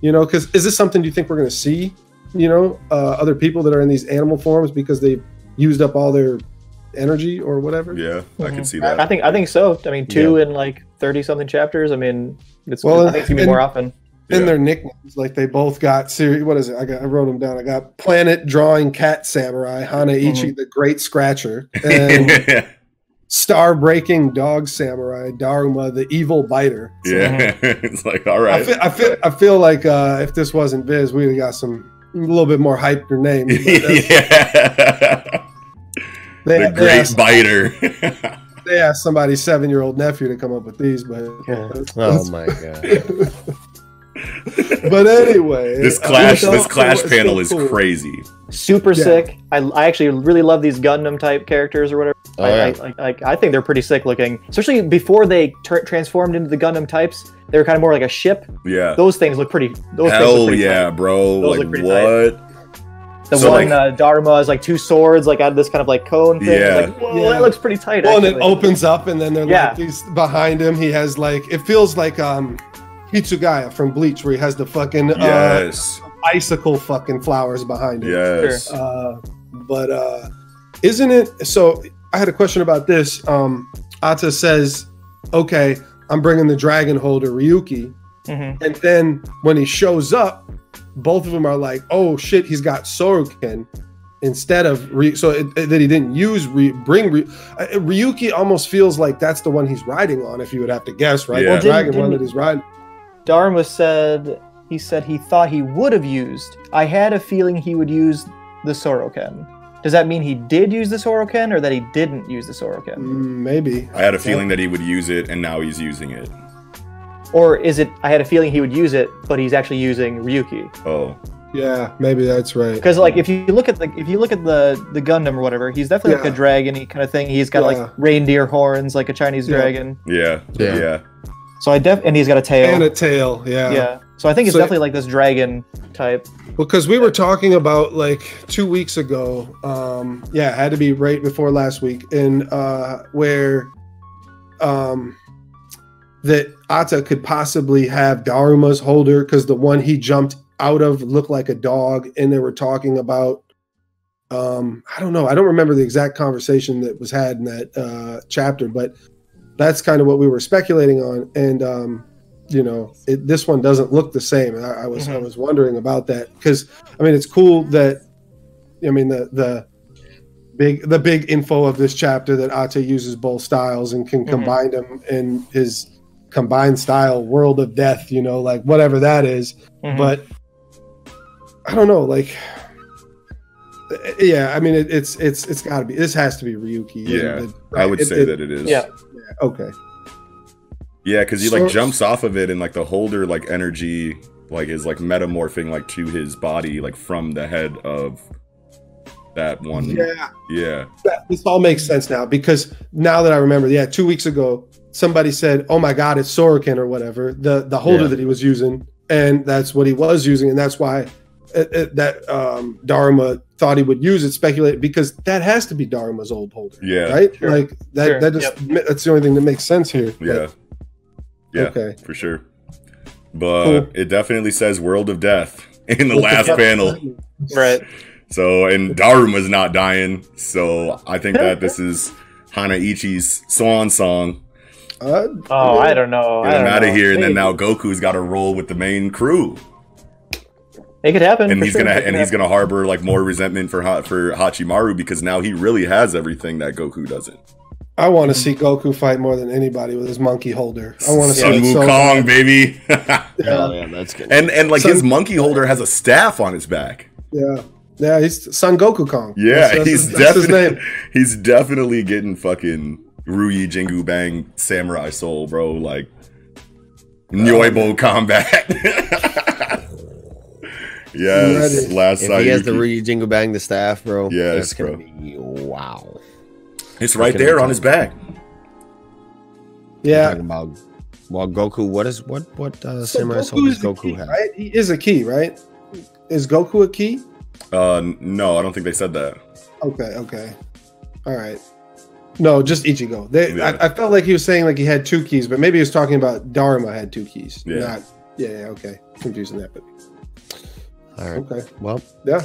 D: You know, because is this something you think we're going to see? You know, uh, other people that are in these animal forms because they've used up all their energy or whatever.
E: Yeah, I
D: Mm-hmm.
C: Mm-hmm.
E: can see
F: I
E: that.
F: think I think so. I mean, two in like thirty something chapters. I mean, it's
D: Well,
F: I think it's gonna be
D: and-
F: more often.
D: in
E: Yeah.
D: their nicknames. Like they both got serious. What is it? I got. I wrote them down. I got Planet Drawing Cat Samurai, Hanaichi
E: Mm-hmm.
D: the Great Scratcher, and
E: yeah.
D: Star Breaking Dog Samurai, Daruma the Evil Biter.
E: it's like, all
D: I
E: right.
D: feel. I feel. I feel like uh, if this wasn't Viz, we'd have got some a little bit more hyped their name.
E: yeah.
D: They,
E: the
D: they,
E: great
D: asked,
E: biter.
D: they asked somebody's seven-year-old nephew to come up with these, but
C: Oh my god.
D: but anyway,
E: this
D: uh,
E: clash,
D: so-
E: this clash
D: so it's
E: panel
D: still
E: is
D: cool.
E: crazy.
F: Super
D: Yeah.
F: sick. I, I actually really love these Gundam type characters or whatever.
C: Oh,
F: I,
C: yeah.
F: I, like, like I think they're pretty sick looking, especially before they tur transformed into the Gundam types. They were kind of more like a ship.
E: Yeah.
F: Those things look pretty. Those things look
E: Hell
F: pretty
E: yeah, bro!
F: Those
E: like
F: look pretty
E: what?
F: tight. The
E: So,
F: one
E: like-
F: uh, Dharma is like two swords, like out of this kind of like cone thing.
E: Yeah.
F: Like, whoa,
D: Yeah.
F: that looks pretty tight.
D: Well, and it
F: actually.
D: opens up, and then they're
F: Yeah.
D: like he's behind him. He has like it feels like um Hitsugaya from Bleach, where he has the fucking uh,
E: Yes,
D: icicle fucking flowers behind him.
E: yes.
D: Uh, but uh, isn't it? So I had a question about this. Um, Ata says, "Okay, I'm bringing the dragon holder Ryuki,"
F: Mhm.
D: and then when he shows up, both of them are like, "Oh shit, he's got Sorokin." Instead of Ry- so it, it- that he didn't use Ry- bring Ry- uh, Ryuki almost feels like that's the one he's riding on if you would have to guess right
E: Yeah.
D: Or
E: Well,
F: didn't-
D: dragon one
F: didn't-
D: that he's riding
F: Dharma said he said he thought he would have used. I had a feeling he would use the Soroken. Does that mean he did use the Sorokin or that he didn't use the Sorokin?
D: Mm, maybe.
E: I had a feeling that he would use it, and now he's using it.
F: Or is it, I had a feeling he would use it, but he's actually using Ryuki?
E: Oh,
D: Yeah, maybe that's right.
F: Because like if you look at the if you look at the the Gundam or whatever, he's definitely like
D: Yeah.
F: a dragony kind of thing. He's got
D: Yeah.
F: like reindeer horns, like a Chinese
D: Yeah.
F: dragon.
E: yeah, yeah.
G: Yeah.
F: So I def and he's got a tail.
D: And a tail, yeah.
F: yeah. So I think it's
D: So-
F: definitely like this dragon type.
D: Because we were talking about like two weeks ago, um, yeah, it had to be right before last week, and uh, where um, that Ata could possibly have Daruma's holder because the one he jumped out of looked like a dog, and they were talking about. Um, I don't know. I don't remember the exact conversation that was had in that uh, chapter, but that's kind of what we were speculating on. And um, you know, it, this one doesn't look the same. And I, I was I
F: Mhm.
D: was wondering about that because I mean, it's cool that I mean the the big the big info of this chapter that Ata uses both styles and can
F: Mhm.
D: combine them in his combined style world of death. You know, like whatever that is
F: Mhm.
D: but I don't know, like, yeah, I mean, it, it's it's it's got to be. This has to be Ryuki.
E: Yeah,
D: It-
E: I would
D: it-
E: say
D: it-
E: that it is.
F: Yeah.
D: Okay,
E: Yeah, because he
D: So-
E: like jumps off of it, and like the holder like energy like is like metamorphing like to his body like from the head of that one.
D: yeah,
E: Yeah.
D: that- this all makes sense now because now that I remember, yeah, two weeks ago somebody said, "Oh my God, it's Sorokin or whatever the the holder
G: Yeah.
D: that he was using," and that's what he was using, and that's why it, it, that um, Dharma thought he would use it, speculate because that has to be Dharma's old holder,
E: Yeah.
D: right?
F: Sure.
D: Like that
F: Sure.
D: that just that's the only thing that makes sense here.
E: Yeah.
D: Like,
E: yeah.
D: Okay.
E: For sure. But
D: Cool.
E: it definitely says World of Death in
D: What
E: the
D: the
E: last
D: fuck?
E: panel.
F: right.
E: So and Daruma's not dying. So I think that this is Hanaichi's swan song.
D: Uh,
F: Oh, I don't know.
E: Get
F: I
E: him
F: don't
E: out
F: know.
E: of here, and then
F: Maybe.
E: now Goku's got to roll with the main crew.
F: it could happen.
E: and
F: for
E: he's
F: sure.
E: gonna
F: It could
E: and he's
F: happen.
E: gonna harbor like more resentment for ha- for Hachimaru because now he really has everything that Goku doesn't.
D: I want to see Goku fight more than anybody with his monkey holder. I want to see
E: Sun
D: it so
E: Wukong, baby.
D: bad.
G: yeah, that's good.
E: and and like
D: Sun-
E: his monkey holder has a staff on his back.
D: Yeah, yeah, yeah. He's Son Goku Kong.
E: Yeah,
D: That's- that's
E: he's
D: his- that's his
E: definitely
D: name.
E: he's definitely getting fucking Ruyi Jingu Bang Samurai Soul, bro. Like Nyoibo combat. yes,
D: Ready.
E: last
C: If he has the
E: Sayuki.
C: Rudy Jingle Bang the staff, bro.
E: Yes,
C: that's gonna
E: bro.
C: be wow.
E: it's right
C: Freaking
E: there on his back.
D: Yeah.
C: Talking about well, Goku. What is what what uh,
D: So
C: samurai soul does
D: is a
C: Goku
D: key,
C: have?
D: Right? He is a key, right? Is Goku a key?
E: Uh, n- no, I don't think they said that.
D: Okay, okay, all right. No, just Ichigo. They,
E: Yeah.
D: I, I felt like he was saying like he had two keys, but maybe he was talking about Dharma had two keys.
E: Yeah.
D: Not, yeah, yeah, okay. Confusing that, but
C: All right.
D: okay.
C: Well,
D: Yeah.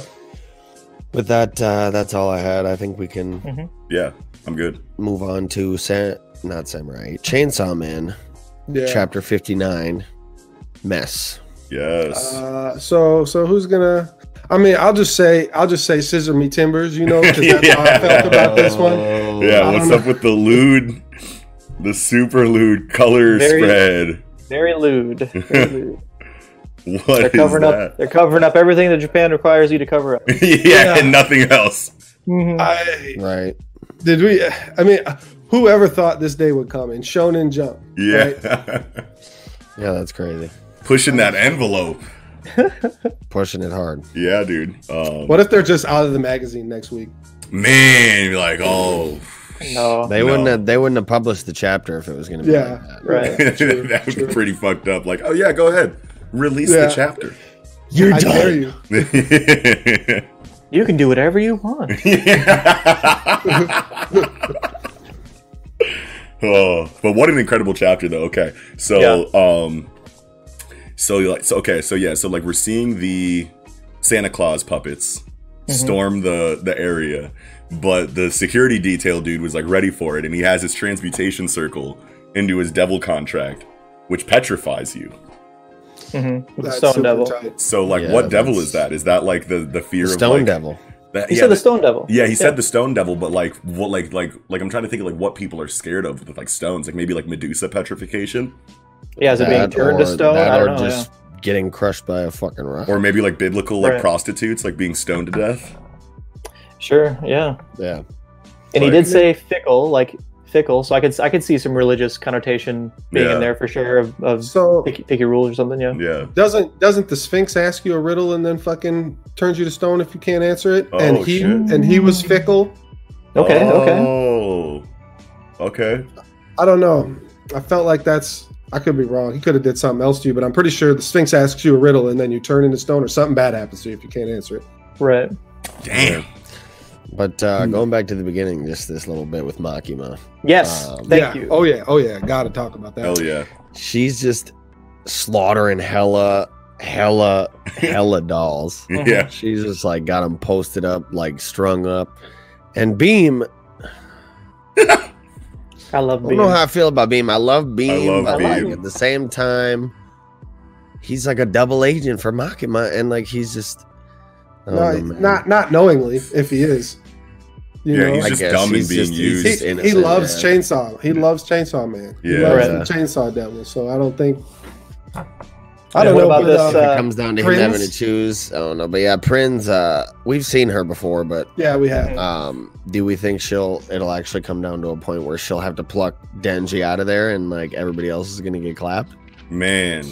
C: with that, uh, that's all I had. I think we can
E: Yeah, I'm good.
C: move on to Sa- not samurai Chainsaw Man,
D: Yeah.
C: chapter fifty nine. Mess.
E: Yes.
D: Uh, so so who's gonna? I mean, I'll just say I'll just say scissor me timbers. You know, 'cause that's how I felt about this one.
E: Yeah,
D: Um,
E: what's up with the lewd, the super lewd color
F: Very-
E: spread?
F: Very lewd. Very lewd.
E: What
F: They're
E: is
F: covering
E: that?
F: up. They're covering up everything that Japan requires you to cover up.
E: yeah,
D: Yeah.
E: and nothing else.
F: Mhm.
D: I
C: Right.
D: did we? I mean, whoever thought this day would come in Shonen Jump? right?
E: Yeah,
C: Yeah, that's crazy.
E: pushing that envelope.
C: Pushing it hard.
E: Yeah, dude. Um,
D: What if they're just out of the magazine next week?
E: man? you're Like, oh,
F: no.
C: They
E: No.
C: wouldn't have. They wouldn't have published the chapter if it was gonna be
D: Yeah.
C: like that.
F: Right.
E: that would be pretty fucked up. Like, oh yeah, go ahead, release
D: Yeah.
E: the chapter.
C: You're
D: I dare you.
F: You can do whatever you want.
E: oh, but what an incredible chapter, though. Okay, so um, so like, so okay, so yeah, so like we're seeing the Santa Claus puppets storm the the area, but the security detail dude was like ready for it, and he has his transmutation circle into his devil contract, which petrifies you.
F: Mhm. With the
D: That's
F: Stone
D: super
F: Devil.
D: tight.
E: So like,
C: Yeah,
E: what devil
C: that's-
E: is that? Is that like the the fear
C: The
E: of
C: Stone
E: like,
C: Devil.
E: That,
F: He
E: yeah,
F: said the
E: that-
F: Stone Devil.
E: yeah, he
F: Yeah.
E: said the stone devil, but like what like like like I'm trying to think of like what people are scared of with like stones, like maybe like Medusa petrification
F: Yeah, is it being
C: That
F: turned to
C: or-
F: stone?
C: that
F: I
C: or
F: don't know. yeah.
C: just getting crushed by a fucking rock.
E: or maybe like biblical like
F: Right.
E: prostitutes like being stoned to death.
F: Sure. Yeah.
C: Yeah.
F: And he
E: Right.
F: did say fickle, like fickle. So I could I could see some religious connotation being
E: Yeah.
F: in there for sure of, of
D: So
F: picky, picky rules or something. Yeah.
E: Yeah.
D: doesn't doesn't the Sphinx ask you a riddle and then fucking turns you to stone if you can't answer it?
E: Oh,
D: and he
E: shit.
D: and he was fickle.
F: Okay. Okay.
E: Oh. Okay.
D: I don't know. I felt like that's I could be wrong. He could have did something else to you, but I'm pretty sure the Sphinx asks you a riddle and then you turn into stone or something bad happens to you if you can't answer it.
F: Right.
E: Damn.
C: But uh,
F: Hmm.
C: going back to the beginning, just this little bit with Makima,
F: Yes.
C: Um,
F: thank
D: yeah.
F: you.
D: Oh yeah. Oh yeah. Gotta talk about that.
E: Hell yeah.
C: she's just slaughtering hella, hella, hella dolls.
E: Yeah.
C: She's just like got them posted up, like strung up. And Beam,
F: I
D: oh,
F: love
C: I
F: being.
C: don't know how I feel about Beam. I love Beam,
E: love
C: but like
E: Beam.
C: at the same time, he's like a double agent for Makima, and like he's just I don't
D: No,
C: know, Oh, man.
D: not not knowingly if he is. You
E: Yeah,
D: know,
E: he's
C: I
E: just
C: guess
E: dumb and being
C: he's
E: used.
D: he,
C: just
D: he
C: innocent,
D: loves
C: yeah.
D: chainsaw. He loves chainsaw man. He
E: Yeah.
D: loves
C: Yeah.
D: the chainsaw devil. So I don't think.
F: Yeah,
D: I don't
F: what
D: know
F: about
D: but,
F: this,
D: uh,
C: If
F: uh,
C: it comes down to him having
D: Prinz?
C: to choose. I don't know, but yeah, Prinz. Uh, we've seen her before, but
D: yeah, we have.
C: um, do we think she'll? It'll actually come down to a point where she'll have to pluck Denji out of there, and like everybody else is gonna get clapped.
E: Man.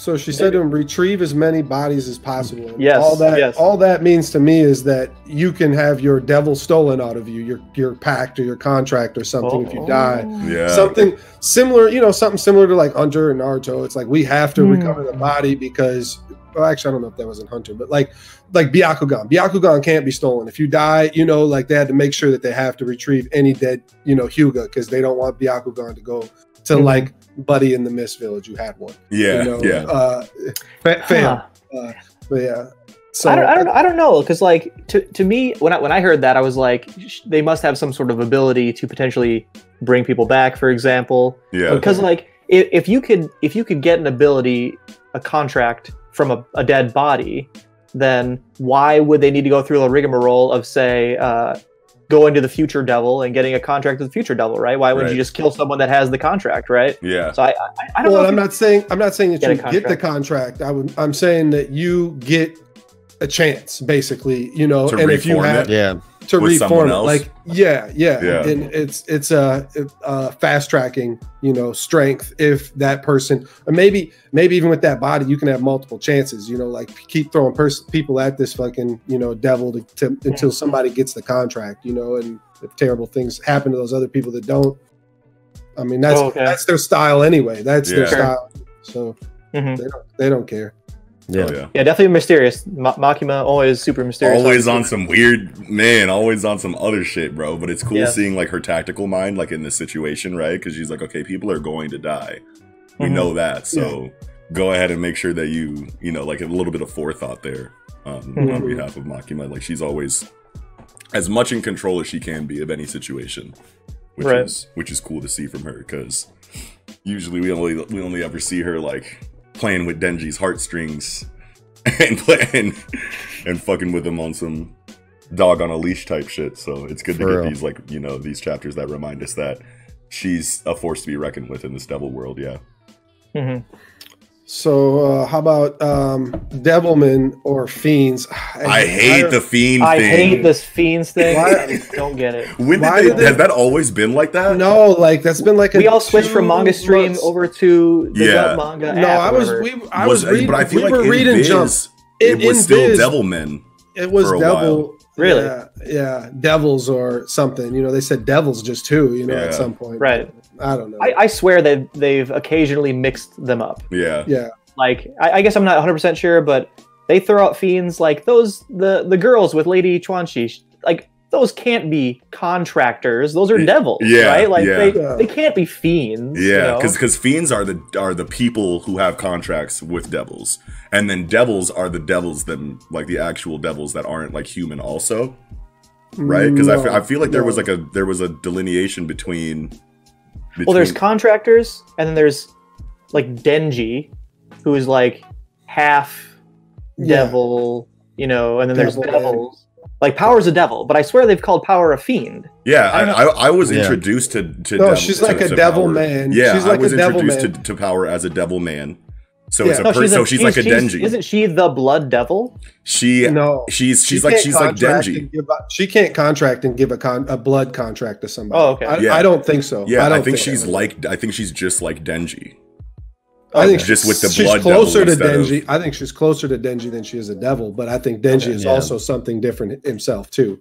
D: So she said to him, "Retrieve as many bodies as possible." And
F: Yes,
D: all that
F: yes.
D: all that means to me is that you can have your devil stolen out of you, your your pact or your contract or something if you die.
E: Yeah.
D: Something similar, you know, something similar to like Hunter and Naruto. It's like we have to
F: Hmm.
D: recover the body because, well, actually, I don't know if that was in Hunter, but like like Byakugan, Byakugan can't be stolen. If you die, you know, like they had to make sure that they have to retrieve any dead, you know, Hyuga because they don't want Byakugan to go to
F: Mhm.
D: like Buddy in the Mist Village who had one
E: yeah.
D: you know,
E: yeah.
D: uh, fa- fail.
F: Huh.
D: But yeah, so
F: I don't, I don't, I don't know, because like to, to me, when I when I heard that, I was like, sh- they must have some sort of ability to potentially bring people back, for example,
E: Yeah.
F: because like if, if you could if you could get an ability, a contract from a, a dead body, then why would they need to go through the rigmarole of say, uh, going to the future devil and getting a contract with the future devil, right? Why wouldn't
E: Right.
F: you just kill someone that has the contract, right?
E: Yeah.
F: So I, I, I don't
D: well,
F: know.
D: I'm not saying I'm not saying that
F: Get a
D: you get the contract. I would. I'm saying that you get a chance, basically. You know,
E: To
D: and if you
E: reform
D: have
C: Yeah,
D: to
E: With someone
D: reform it,
E: else?
D: like yeah, yeah,
E: Yeah.
D: and it's it's uh, uh fast tracking, you know, strength. If that person, or maybe maybe even with that body, you can have multiple chances. You know, like keep throwing pers- people at this fucking you know devil to, to, until somebody gets the contract. You know, and if terrible things happen to those other people that don't, I mean that's
F: Oh, okay.
D: that's their style anyway. That's their
E: Yeah. Sure.
D: style. So
F: Mhm.
D: they don't they don't care.
C: yeah.
E: Oh, yeah.
F: Yeah, definitely mysterious. Ma- Makima always super mysterious. Mm-hmm.
E: Always on some weird man, always on some other shit, bro. But it's cool
F: Yeah.
E: seeing like her tactical mind, like in this situation, right? Because she's like, okay, people are going to die. We
C: Mm-hmm.
F: Mhm.
E: know that. So go ahead and make sure that you, you know, like a little bit of forethought there um, on
C: Mm-hmm.
D: Mhm.
E: behalf of Makima. Like she's always as much in control as she can be of any situation, which
F: Right.
E: is which is cool to see from her because usually we only we only ever see her like playing with Denji's heartstrings and playing and fucking with him on some dog on a leash type shit. So it's good
C: For
E: to
C: real.
E: get these like you know these chapters that remind us that she's a force to be reckoned with in this devil world. Yeah.
F: hmm
D: So uh, how about um, devilmen or fiends?
E: I hate
D: the.
E: the fiend
F: I
E: thing.
F: hate this fiends thing.
D: Why-
F: I just don't get it.
E: When did
D: Why
E: they,
D: did they-
E: has that always been like that?
D: No, like that's been like a
F: Uh, We all switched from
D: two
F: manga stream
D: months.
F: over to the
E: Yeah.
F: Jump manga.
D: No,
F: app
D: I
F: or
D: was
F: whatever.
D: we I was, reading,
E: but I feel
D: we
E: like
D: were
E: in
D: reading
E: Viz,
D: Jump.
E: It,
D: In-
E: was
D: in
E: still
D: Viz,
E: Devil Men.
D: It was
E: for a
D: devil.
F: Really?
D: Yeah, yeah, devils or something. You know, they said devils just too. You know,
E: Yeah.
D: at some point,
F: Right.
D: I don't know.
F: I, I swear that they've occasionally mixed them up.
E: Yeah.
D: yeah,
F: Like, I, I guess I'm not 100 percent sure, but they throw out fiends like those the the girls with Lady Chuanxi. sh- Like those can't be contractors. Those are
E: Y-
F: devils,
E: yeah,
F: right? Like
E: yeah.
F: they
D: Yeah.
F: they can't be fiends. you
E: Yeah,
F: know?
E: because fiends are the are the people who have contracts with devils, and then devils are the devils them like the actual devils that aren't like human also, right? Because I
D: No,
E: fe- I feel like there
D: no.
E: was like a there was a delineation between. between
F: well, there's contractors, and then there's like Denji, who is like half
D: Yeah.
F: devil, you know, and then there's
D: Devil, yeah.
F: devils. Like Power's a devil, but I swear they've called Power a fiend.
E: yeah, I, I, I was
C: Yeah.
E: introduced to to
D: No,
E: devil-
D: Oh, she's
E: to-
D: like a
E: to
D: devil
E: power.
D: man.
E: Yeah,
D: She's
E: I
D: like
E: was
D: a devil
E: introduced
D: man.
E: to, to power as a devil man, So it's
D: Yeah.
E: a
F: No,
E: person. so she's like a
F: Oh, she's-
E: Denji.
F: Isn't she the blood devil?
E: she
D: No,
E: she's
D: She
E: she's like
D: can't
E: she's like
D: contract
E: Denji.
D: and give up- she can't contract and give a con a blood contract to somebody.
F: Oh, okay.
D: I,
E: Yeah.
D: I don't think so.
E: Yeah, I,
D: don't
E: think she's
D: that-
E: like I think she's just like Denji.
D: I think
E: just with the
D: she's
E: blood devil
D: closer to
E: instead of-
D: Denji. I think she's closer to Denji than she is a devil, but I think Denji is
C: Yeah.
D: also something different himself too.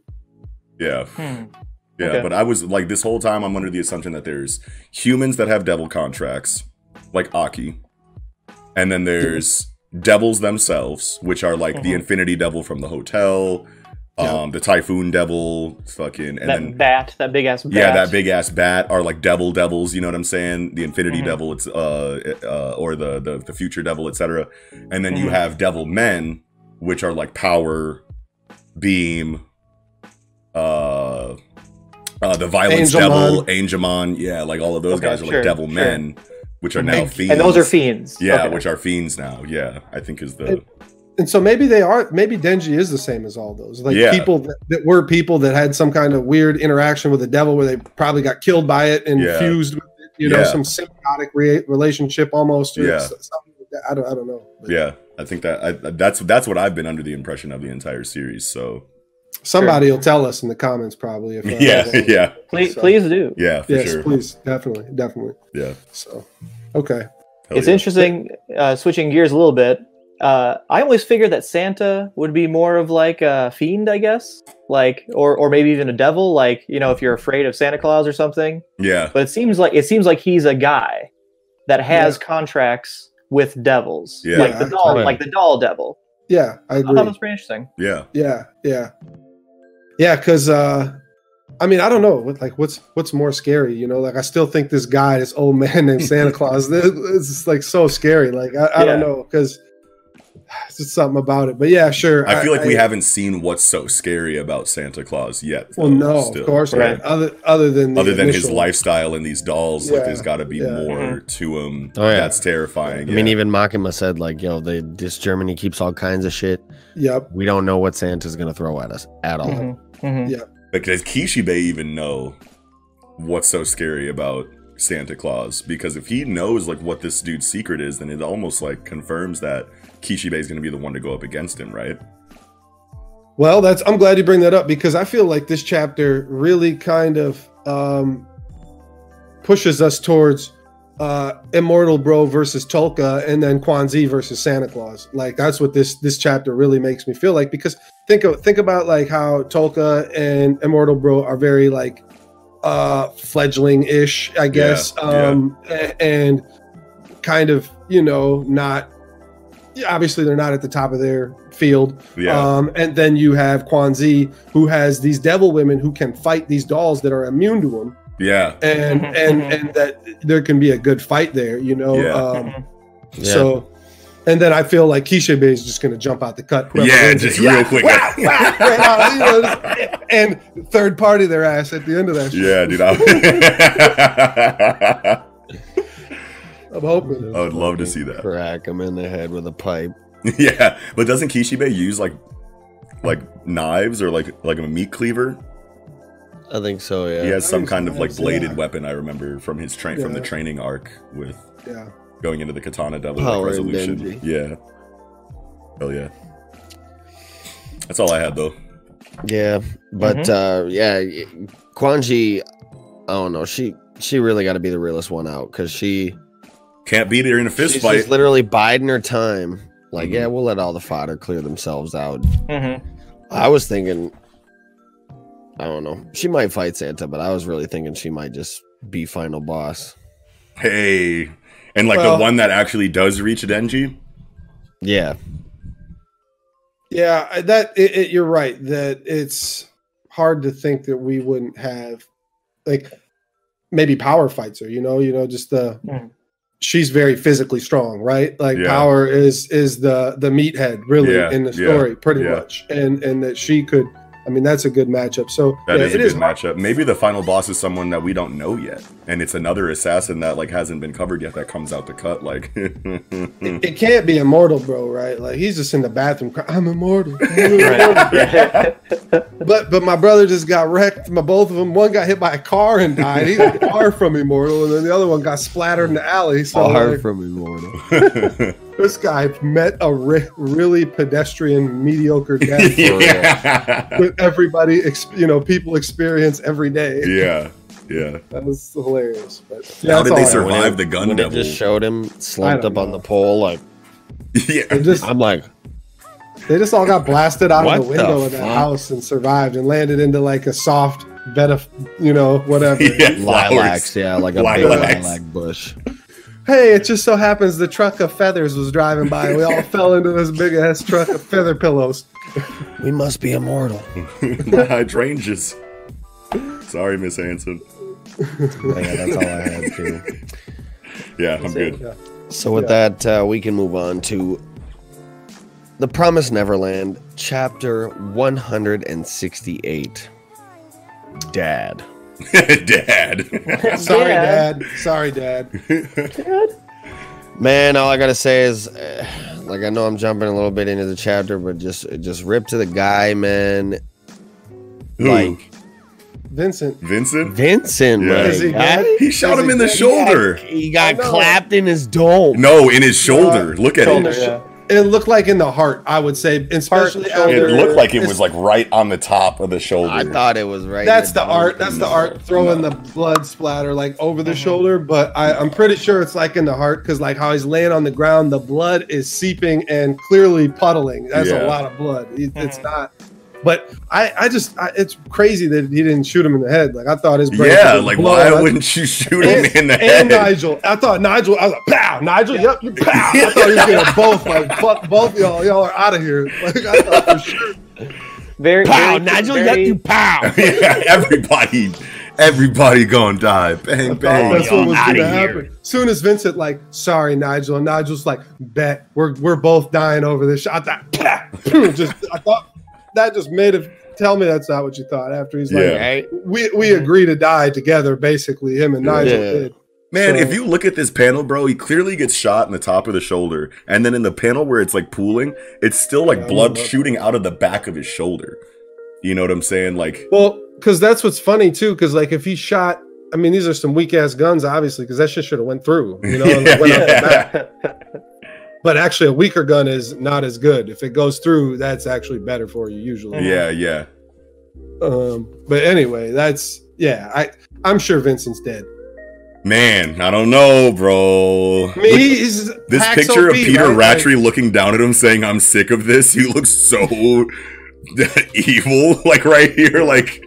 E: Yeah.
F: Hmm.
E: Yeah,
F: Okay.
E: but I was like this whole time I'm under the assumption that there's humans that have devil contracts, like Aki, and then there's devils themselves, which are like the
D: Mm-hmm.
F: Mhm.
E: Infinity Devil from the hotel, um, the Typhoon Devil, fucking, and
F: that
E: then
F: bat, that big ass bat.
E: yeah, that big ass bat are like devil devils. You know what I'm saying? The Infinity
F: Mhm.
E: Devil, it's uh, uh or the the, the Future Devil, etc. And then you
F: Mhm.
E: have Devil Men, which are like power, beam, uh, uh the Violence
D: Angelmon.
E: Devil, Angelmon. Yeah, like all of those
F: Okay,
E: guys are
F: sure,
E: like Devil
F: sure.
E: Men, which are now
D: And- and
E: fiends.
F: And those are fiends.
E: Yeah,
F: Okay.
E: which are fiends now. Yeah, I think is the
D: It- And so maybe they are maybe Denji is the same as all those. Like
E: Yeah.
D: people that, that were people that had some kind of weird interaction with the devil where they probably got killed by it and
E: Yeah.
D: fused with it, you know,
E: Yeah.
D: some symbiotic re- relationship almost or
E: Yeah.
D: yeah. something like that. I don't I don't know. But
E: yeah. I think that I, that's that's what I've been under the impression of the entire series. So
D: Somebody will tell us in the comments probably if I
E: yeah,
D: was wrong.
E: yeah,
F: please,
D: so-
F: please do.
E: yeah, for
D: Yes,
E: sure.
D: please, definitely, definitely.
E: Yeah.
D: So, okay.
E: Hell
F: it's
E: Oh, yeah.
F: interesting uh, switching gears a little bit uh, i always figured that santa would be more of like a fiend i guess like or, or maybe even a devil like you know if you're afraid of santa claus or something
E: Yeah,
F: but it seems like it seems like he's a guy that has contracts with devils
E: Yeah.
F: like the
D: Yeah,
F: doll
C: right.
F: like the doll devil
D: Yeah, I
F: i thought that
D: agree.
F: was pretty interesting
E: yeah,
D: Yeah, yeah, yeah. Because uh, I mean, I don't know. What, like, what's what's more scary? You know, like I still think this guy, this old man named Santa Claus, this is like so scary. Like I, I don't
F: Yeah.
D: know because it's just something about it. But yeah, sure.
E: I feel like we haven't seen what's so scary about Santa Claus yet.
D: Well,
E: though,
D: no,
E: still.
D: of course
F: right.
D: not. Other other than the
E: Other than his
D: initial-
E: lifestyle and these dolls, like
D: Yeah,
E: there's got to be
D: yeah.
E: more to him.
C: Oh, yeah.
E: That's terrifying.
C: I mean,
E: yeah.
C: even Makima said like, "Yo, they, this Germany keeps all kinds of shit.
D: Yep.
C: We don't know what Santa's gonna throw at us at all."
F: Mhm, mhm.
E: But does Kishibe even know what's so scary about Santa Claus? Because if he knows like what this dude's secret is, then it almost like confirms that Kishibe is going to be the one to go up against him, right?
D: Well, that's I'm glad you bring that up because I feel like this chapter really kind of um, pushes us towards uh, Immortal Bro versus Tolka and then Kwanzi versus Santa Claus. Like that's what this this chapter really makes me feel like because think of think about like how Tolka and Immortal Bro are very like uh fledgling ish, I guess.
E: yeah.
D: um a- and kind of, you know, not yeah, obviously they're not at the top of their field
E: Yeah.
D: um, and then you have Kwanzi, who has these devil women who can fight these dolls that are immune to them,
E: yeah.
D: and
F: Mhm,
D: and
F: mhm.
D: and that there can be a good fight there, you know.
E: Yeah.
D: Um,
F: Mhm.
C: Yeah.
D: So, and then I feel like Kishibe is just going to jump out the cut, whoever
E: Yeah,
D: wins
E: just
D: it.
E: real quick.
D: wow, wow, right out, you know, just- and third party their ass at the end of that. shit.
E: Yeah, dude. I-
D: I'm hoping.
E: I would love to see that.
C: Crack him in the head with a pipe.
E: Yeah, but doesn't Kishibe use like like knives or like like a meat cleaver?
C: I think so. Yeah.
E: He has some
D: Knives,
E: kind of like
D: knives,
E: bladed
D: yeah.
E: weapon. I remember from his train from the
D: Yeah.
E: training arc with
D: Yeah,
E: going into the Katana Devil like,
C: Power
E: Resolution.
C: Denji.
E: Yeah. Hell yeah. That's all I had though.
C: Yeah, but uh yeah, Kwanji, I don't know. She she really got to be the realest one out because she
E: Can't beat her in a
C: she's
E: fist
C: just
E: fight.
C: literally biding her time. Like,
E: Mhm.
C: yeah, we'll let all the fodder clear themselves out.
F: Mhm.
C: I was thinking, I don't know. She might fight Santa, but I was really thinking she might just be final boss.
E: hey. And like
D: Well-
E: the one that actually does reach Denji.
C: Yeah,
D: yeah. I- That it, it, you're right. That it's hard to think that we wouldn't have like maybe power fights or you know you know just the
F: Mhm.
D: she's very physically strong right like
E: Yeah.
D: power is is the the meathead really
E: Yeah,
D: in the
E: yeah,
D: story pretty
E: yeah.
D: much and and that she could i mean that's a good matchup so
E: That
D: yeah,
E: is
D: it
E: a
D: is
E: good matchup. Maybe the final boss is someone that we don't know yet, and it's another assassin that like hasn't been covered yet that comes out to cut. Like,
D: it, it can't be immortal bro right like he's just in the bathroom crying, i'm immortal, I'm
F: Mm-hmm.
D: immortal."
F: Right.
D: but but my brother just got wrecked my both of them one got hit by a car and died he's far from immortal and then the other one got splattered in the alley so
C: far
D: like,
C: from immortal.
E: yeah,
D: this guy met a re- really pedestrian, mediocre death
E: yeah.
D: that everybody, ex- you know, people experience every day.
E: yeah. Yeah.
D: That was hilarious. But yeah,
E: How
D: that's
E: did
D: all I
E: they
D: have.
E: survive the gun
C: When it
E: devil?
C: just showed him slumped
D: don't
C: up on
D: know.
C: the pole, like
E: yeah.
D: They just,
C: I'm like,
D: they just all got blasted out of the
C: What the
D: window of that
C: fuck?
D: house and survived and landed into like a soft bed of, you know, whatever.
E: yeah.
C: lilacs, yeah, like a big
E: Lilacs.
C: lilac bush.
D: Hey, it just so happens the truck of feathers was driving by. We all fell into this big ass truck of feather pillows.
C: We must be immortal.
E: My hydrangeas. Sorry, Miss Hanson.
C: yeah, that's all I had too.
E: Yeah, I'm good.
D: Yeah.
C: So with that, uh, we can move on to the Promised Neverland, Chapter 168. Dad.
E: Dad.
D: Sorry,
F: Dad.
D: Dad. Sorry, Dad.
C: Man, all I gotta say is, eh, like, I know I'm jumping a little bit into the chapter, but just just rip to the guy, man.
E: Who?
C: Like
D: Vincent.
E: Vincent?
C: Vincent,
E: Yeah.
C: my
E: Is
D: he
C: guy.
D: dead?
E: He shot
D: Is
E: him
D: he
E: in the
D: dead?
E: shoulder.
C: He
D: I
C: got
D: know.
C: clapped in his dome.
E: No, in his shoulder. Look at
F: Shoulder,
E: it.
F: yeah.
D: It looked like in the heart, I would say, especially
F: Heart,
E: It
F: shoulder.
D: after-
E: looked like it was like right on the top of the shoulder.
C: I thought it was right. in
D: That's the
C: dome.
D: art. That's the art. Throwing the blood splatter like over
E: Uh-huh.
D: the shoulder, but I, I'm pretty sure it's like in the heart because like how he's laying on the ground, the blood is seeping and clearly puddling. That's a
E: Yeah.
D: lot of blood. It- It's not. But I, I just, I, it's crazy that he didn't shoot him in the head. Like I thought his brain.
E: yeah,
D: was
E: like
D: blown.
E: why wouldn't you shoot him
D: and,
E: in the
D: and
E: head?
D: Nigel. I thought Nigel. I was like, pow, Nigel. Yep, you pow. I thought you was gonna both like fuck both y'all. Y'all are out of here. Like I thought for sure.
F: Very,
C: Pow,
F: very-
C: Nigel,
F: very-
C: yep, you pow.
E: yeah, everybody, everybody gonna die. Bang
D: thought
E: bang.
D: that's what was
C: outta
D: gonna
C: here.
D: happen. Soon as Vincent like, sorry, Nigel, and Nigel's like, bet we're we're both dying over this shot. I thought, "Pah!" just I thought that just made it. Tell me that's not what you thought. After he's
E: Yeah.
D: like,
C: Right?
D: we we agree to die together, basically him and Nigel
C: Yeah.
D: did.
E: Man,
D: So-
E: if you look at this panel, bro, he clearly gets shot in the top of the shoulder, and then in the panel where it's like pooling, it's still like
D: Yeah, I
E: blood
D: love that.
E: shooting out of the back of his shoulder. You know what I'm saying? Like,
D: Well, because that's what's funny too. Because like if he shot, I mean, these are some weak ass guns, obviously, because that shit should have went through, you know. and, like, went up the back.
E: yeah,
D: But actually, a weaker gun is not as good. If it goes through, that's actually better for you usually.
E: yeah, yeah.
D: Um, but anyway, that's yeah. I I'm sure Vincent's dead.
E: Man, I don't know, bro.
D: I mean, he's
E: This
D: Hacksaw
E: picture of
D: B,
E: Peter
D: right?
E: Rattray looking down at him saying, I'm sick of this, he looks so evil, like right here, like
D: Like,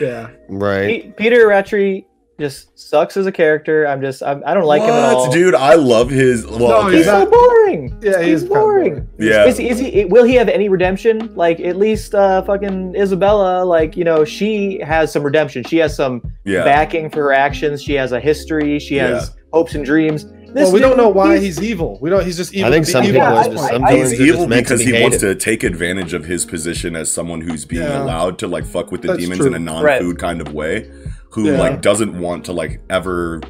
D: yeah,
C: Right.
F: Pe- Peter Rattray just sucks as a character. I'm just, I'm, I don't like him at
E: "What?
F: all.
E: Dude, I love his well,
D: No,
E: okay.
F: He's
D: he's
F: so
D: not-
F: boring.
D: yeah. He is
F: He's
D: kinda boring.
F: boring.
E: Yeah.
F: Is, is he? Will he have any redemption? Like at least uh, fucking Isabella, like you know, she has some redemption. She has some
E: yeah.
F: backing for her actions. She has a history. She has hopes and dreams. This
D: well, we don't
F: dude,
D: know why he's, evil. We don't. He's just evil.
C: I think
D: to
C: some
D: be evil
C: people
D: at
C: are
D: this
C: just
D: point.
C: some
F: I-
C: villains
E: He's
C: are
E: evil
C: just meant to
E: because
C: be
E: he wants
C: hated.
E: to take advantage of his position as someone who's being
D: Yeah.
E: allowed to like fuck with the
D: That's
E: demons
D: true.
E: in a non-food kind of way, who
D: Yeah.
E: like doesn't want to like ever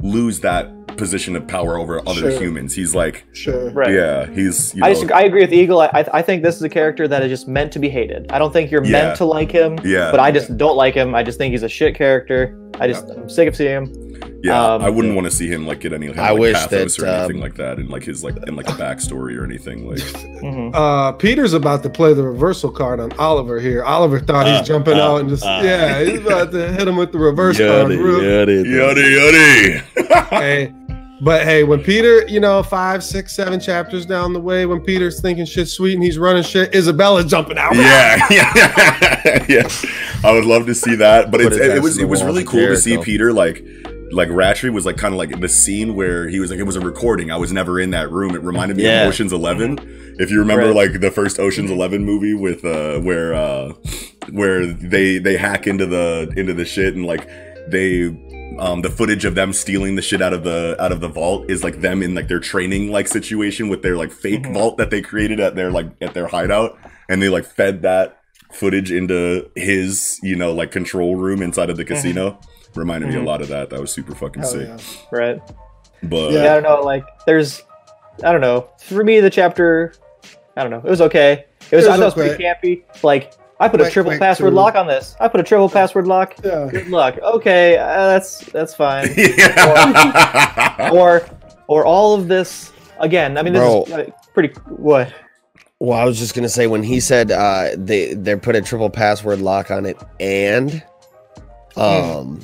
E: lose that position of power over other
D: Sure.
E: humans. He's like,
D: Sure.
F: Right.
E: yeah, he's you know,
F: I just, I agree with Eagle. I, I I think this is a character that is just meant to be hated. I don't think you're
E: Yeah.
F: meant to like him,
E: yeah,
F: but I just don't like him. I just think he's a shit character. I just I'm sick of seeing him.
E: yeah.
F: um,
E: I wouldn't want to see him like get any kind of
C: I
E: like,
C: wish
E: pathos
C: that,
E: or anything
C: um,
E: like that, in like his like in like a backstory or anything like.
F: Mhm.
D: Uh, Peter's about to play the reversal card on Oliver here. Oliver thought he's
C: Uh,
D: jumping
C: uh,
D: out and just
C: uh.
D: yeah, he's about to hit him with the reverse card. real-
E: Yuddy yuddy.
D: hey, but hey, when Peter, you know, five, six, seven chapters down the way, when Peter's thinking shit sweet and he's running shit, Isabella's jumping out.
E: yeah, yeah, yeah. I would love to see that, but
C: Put
E: it's,
C: his
E: it,
C: ass
E: was
C: in the
E: it was
C: wall
E: really
C: with
E: cool to see
C: Jericho.
E: Peter like like Rattray was like kind of like the scene where he was like it was a recording. I was never in that room. It reminded me
C: Yeah. Mm-hmm.
E: of Ocean's Eleven. If you remember
F: Right.
E: like the first Ocean's Eleven movie with uh where uh where they they hack into the into the shit and like they um the footage of them stealing the shit out of the out of the vault is like them in like their training like situation with their like fake
D: Mm-hmm.
F: Mhm.
E: vault that they created at their like at their hideout and they like fed that footage into his you know like control room inside of the casino reminded me
F: Mhm.
E: a lot of that that was super fucking
D: Mm-hmm. Hell
E: sick
D: Oh, yeah.
F: Right.
E: but
F: yeah, I don't know. Like, there's, I don't know. For me, the chapter, I don't know. It was okay. It was.
D: It
F: I
D: was
F: thought it was pretty campy. Like, I put a
D: Quick,
F: triple
D: quick
F: password
D: to-
F: lock on this. I put a triple password lock.
D: Yeah.
F: Good luck. Okay, uh, that's that's fine.
E: yeah,
F: or, or all of this Again, I mean, this is
C: Bro.
F: uh, pretty. What?
C: Well, I was just gonna say when he said uh, they they put a triple password lock on it, and
D: Hmm.
C: um,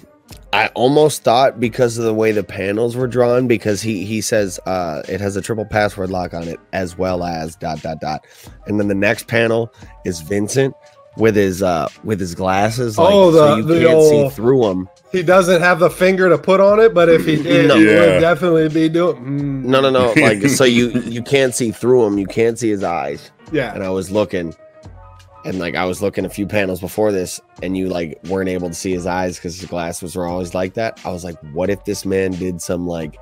C: I almost thought because of the way the panels were drawn, because he he says uh, it has a triple password lock on it as well as dot dot dot, and then the next panel is Vincent with his uh with his glasses, like,
D: Oh,
C: so
D: the-
C: you
D: the
C: can't see
D: old-
C: through them.
D: He doesn't have the finger to put on it, but if he did,
C: No.
D: he
E: Yeah.
D: would definitely be doing. Mm,
C: No, no, no, like so you you can't see through him, you can't see his eyes.
D: Yeah.
C: and I was looking, and like I was looking a few panels before this, and you like weren't able to see his eyes because his glasses were always like that. I was like, what if this man did some like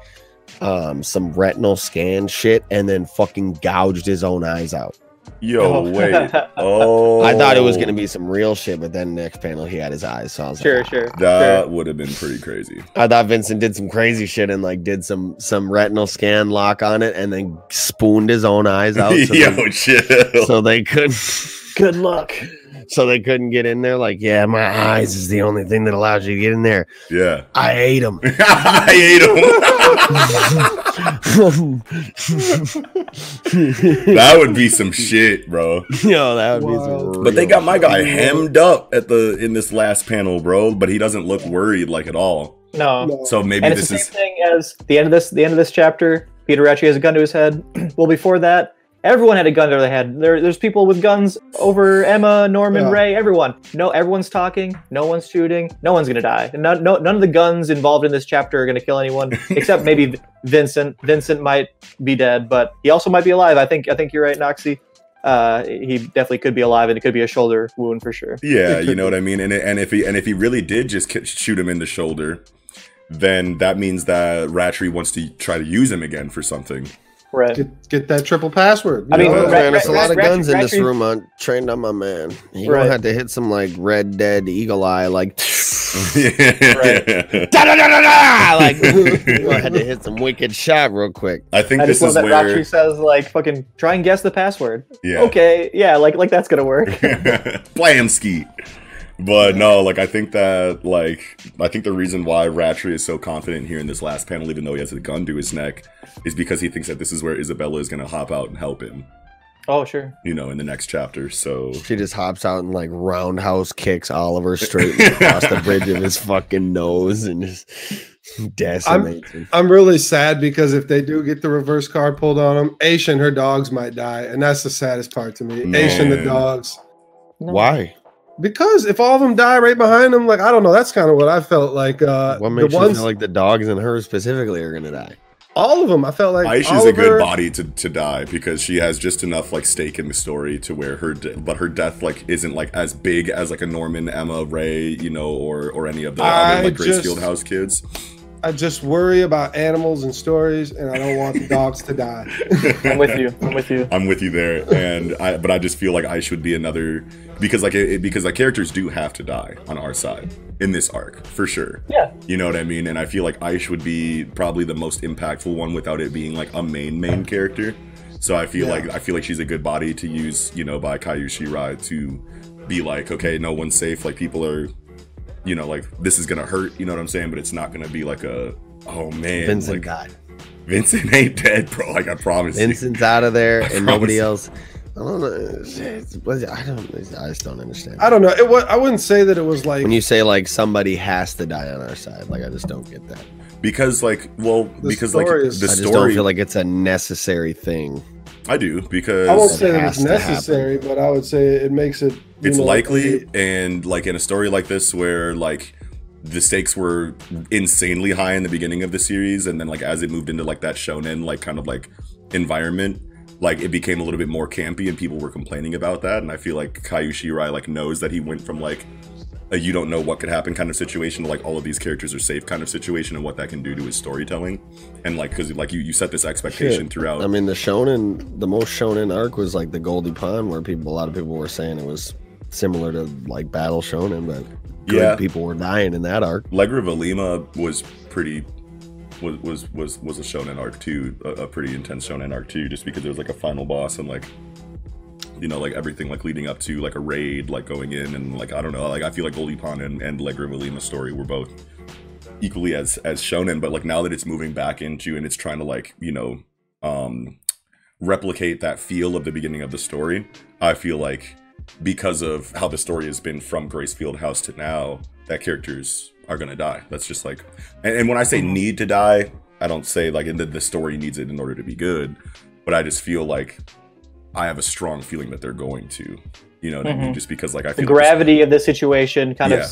C: um some retinal scan shit and then fucking gouged his own eyes out?
E: Yo, wait. Oh,
C: I thought it was gonna be some real shit, but then next panel he had his eyes, so I was
F: Sure,
C: like, "Ah."
F: sure.
E: That
F: sure.
E: would have been pretty crazy.
C: I thought Vincent did some crazy shit and like did some some retinal scan lock on it and then spooned his own eyes out. So,
E: Yo,
C: they,
E: chill.
C: so they couldn't.
F: Good luck.
C: so they couldn't get in there. Like, yeah, my eyes is the only thing that allows you to get in there.
E: Yeah.
C: I ate them.
E: I ate him. that would be some shit, bro.
C: Yo, that would be
D: Wild.
C: some
E: But they
C: real
E: got my
C: shit.
E: guy hemmed up at the in this last panel, bro. But he doesn't look worried like at all.
F: No.
D: No.
E: So maybe
F: and it's
E: this
F: the
E: is
F: same thing as the end of this. The end of this chapter. Peter actually has a gun to his head. well, before that, everyone had a gun to their head. There, there's people with guns over Emma, Norman,
D: Yeah.
F: Ray. Everyone. No, everyone's talking. No one's shooting. No one's gonna die. And no, no, none of the guns involved in this chapter are gonna kill anyone except maybe V- Vincent. Vincent might be dead, but he also might be alive. I think. I think you're right, Noxie. Uh, he definitely could be alive, and it could be a shoulder wound for sure.
E: Yeah, you know what I mean. And and if he and if he really did just ki- shoot him in the shoulder, then that means that Rattray wants to try to use him again for something.
F: Right.
D: Get, get that triple password.
F: I mean,
E: Yeah.
C: Well,
F: Rat-
C: Oh, man, there's a
F: Rat-
C: lot of
F: Rat-
C: guns in
F: Rat-
C: this
F: Rat-
C: room. I trained on my man. You
F: Right.
C: don't have to hit some like Red Dead Eagle Eye, like
E: right.
C: da da da da da. Like you gonna have to hit some wicked shot real quick.
E: I think
F: I
E: this
F: just love
E: is
F: that
E: where.
F: Rachi says like fucking try and guess the password.
E: yeah.
F: Okay, yeah, like like that's gonna work.
E: Blamski. But no, like I think that like I think the reason why Rattray is so confident here in this last panel, even though he has a gun to his neck, is because he thinks that this is where Isabella is gonna hop out and help him,
F: Oh sure.
E: you know, in the next chapter. So
C: She just hops out and like roundhouse kicks Oliver straight across the bridge of his fucking nose and just decimates him.
D: I'm really sad because if they do get the reverse card pulled on them, Aish and her dogs might die, and that's the saddest part to me. Aish and the
E: Man.
D: dogs,
C: Why?
D: because if all of them die right behind them, like I don't know, that's kind of what I felt like. Uh,
C: what
D: the
C: makes you
D: ones,
C: feel like the dogs and her specifically are gonna die?
D: all of them, I felt like
E: Aisha's a good
D: Oliver-
E: body to, to die because she has just enough like stake in the story to where her de- but her death like isn't like as big as like a Norman, Emma, Ray, you know, or or any of the
D: I
E: other like Grace
D: just-
E: Fieldhouse kids.
D: I just worry about animals and stories, and I don't want the dogs to die.
F: I'm with you. I'm with you.
E: I'm with you there, and I but I just feel like I should be another because like it, because like characters do have to die on our side in this arc for sure.
F: Yeah.
E: You know what I mean? And I feel like Aish would be probably the most impactful one without it being like a main main character. So I feel
D: Yeah.
E: like I feel like she's a good body to use, you know, by Caillou Shirai to be like, okay, no one's safe. Like people are, you know, like this is gonna hurt. You know what I'm saying? But it's not gonna be like a, oh man,
C: Vincent
E: like,
C: died.
E: Vincent ain't dead, bro. Like I promise. you.
C: Vincent's out of there, and nobody
E: promise.
C: else. I don't know. It's- it's- I don't. I just don't understand.
D: I don't know. It was, I wouldn't say that it was like
C: when you say like somebody has to die on our side, like I just don't get that.
E: because like well
D: The
E: because
D: story
E: like
D: is-
E: the
C: I just
E: story
C: don't feel like it's a necessary thing.
E: I do because
D: I won't
C: it
D: say that it's
C: has to happen.
D: necessary, but I would say it makes it. you
E: it's
D: know,
E: likely
D: it-
E: and like in a story like this where like the stakes were insanely high in the beginning of the series and then like as it moved into like that shonen like kind of like environment like it became a little bit more campy and people were complaining about that and I feel like Caillou Shirai like knows that he went from like a you don't know what could happen kind of situation to like all of these characters are safe kind of situation and what that can do to his storytelling and like because like you, you set this expectation throughout
C: I mean, the shonen, the most shonen arc was like the Goldie Pond, where people, a lot of people were saying it was similar to like Battle Shonen, but good
E: Yeah.
C: people were dying in that arc.
E: Legra Valima was pretty was was was was a shonen arc too, a, a pretty intense shonen arc too, just because there was like a final boss and like you know like everything like leading up to like a raid, like going in and like I don't know, like I feel like Goldie Pond and, and Legra Valima's story were both equally as as shonen, but like now that it's moving back into and it's trying to like you know um, replicate that feel of the beginning of the story. I feel like because of how the story has been from Gracefield House to now, that characters are gonna die. That's just like, and, and when I say
F: Mm-hmm.
E: need to die, I don't say like the, the story needs it in order to be good, but I just feel like I have a strong feeling that they're going to, you know, what I mean?
F: Mhm.
E: just because like I
F: the
E: feel like this-
F: gravity of the situation kind
E: Yeah.
F: of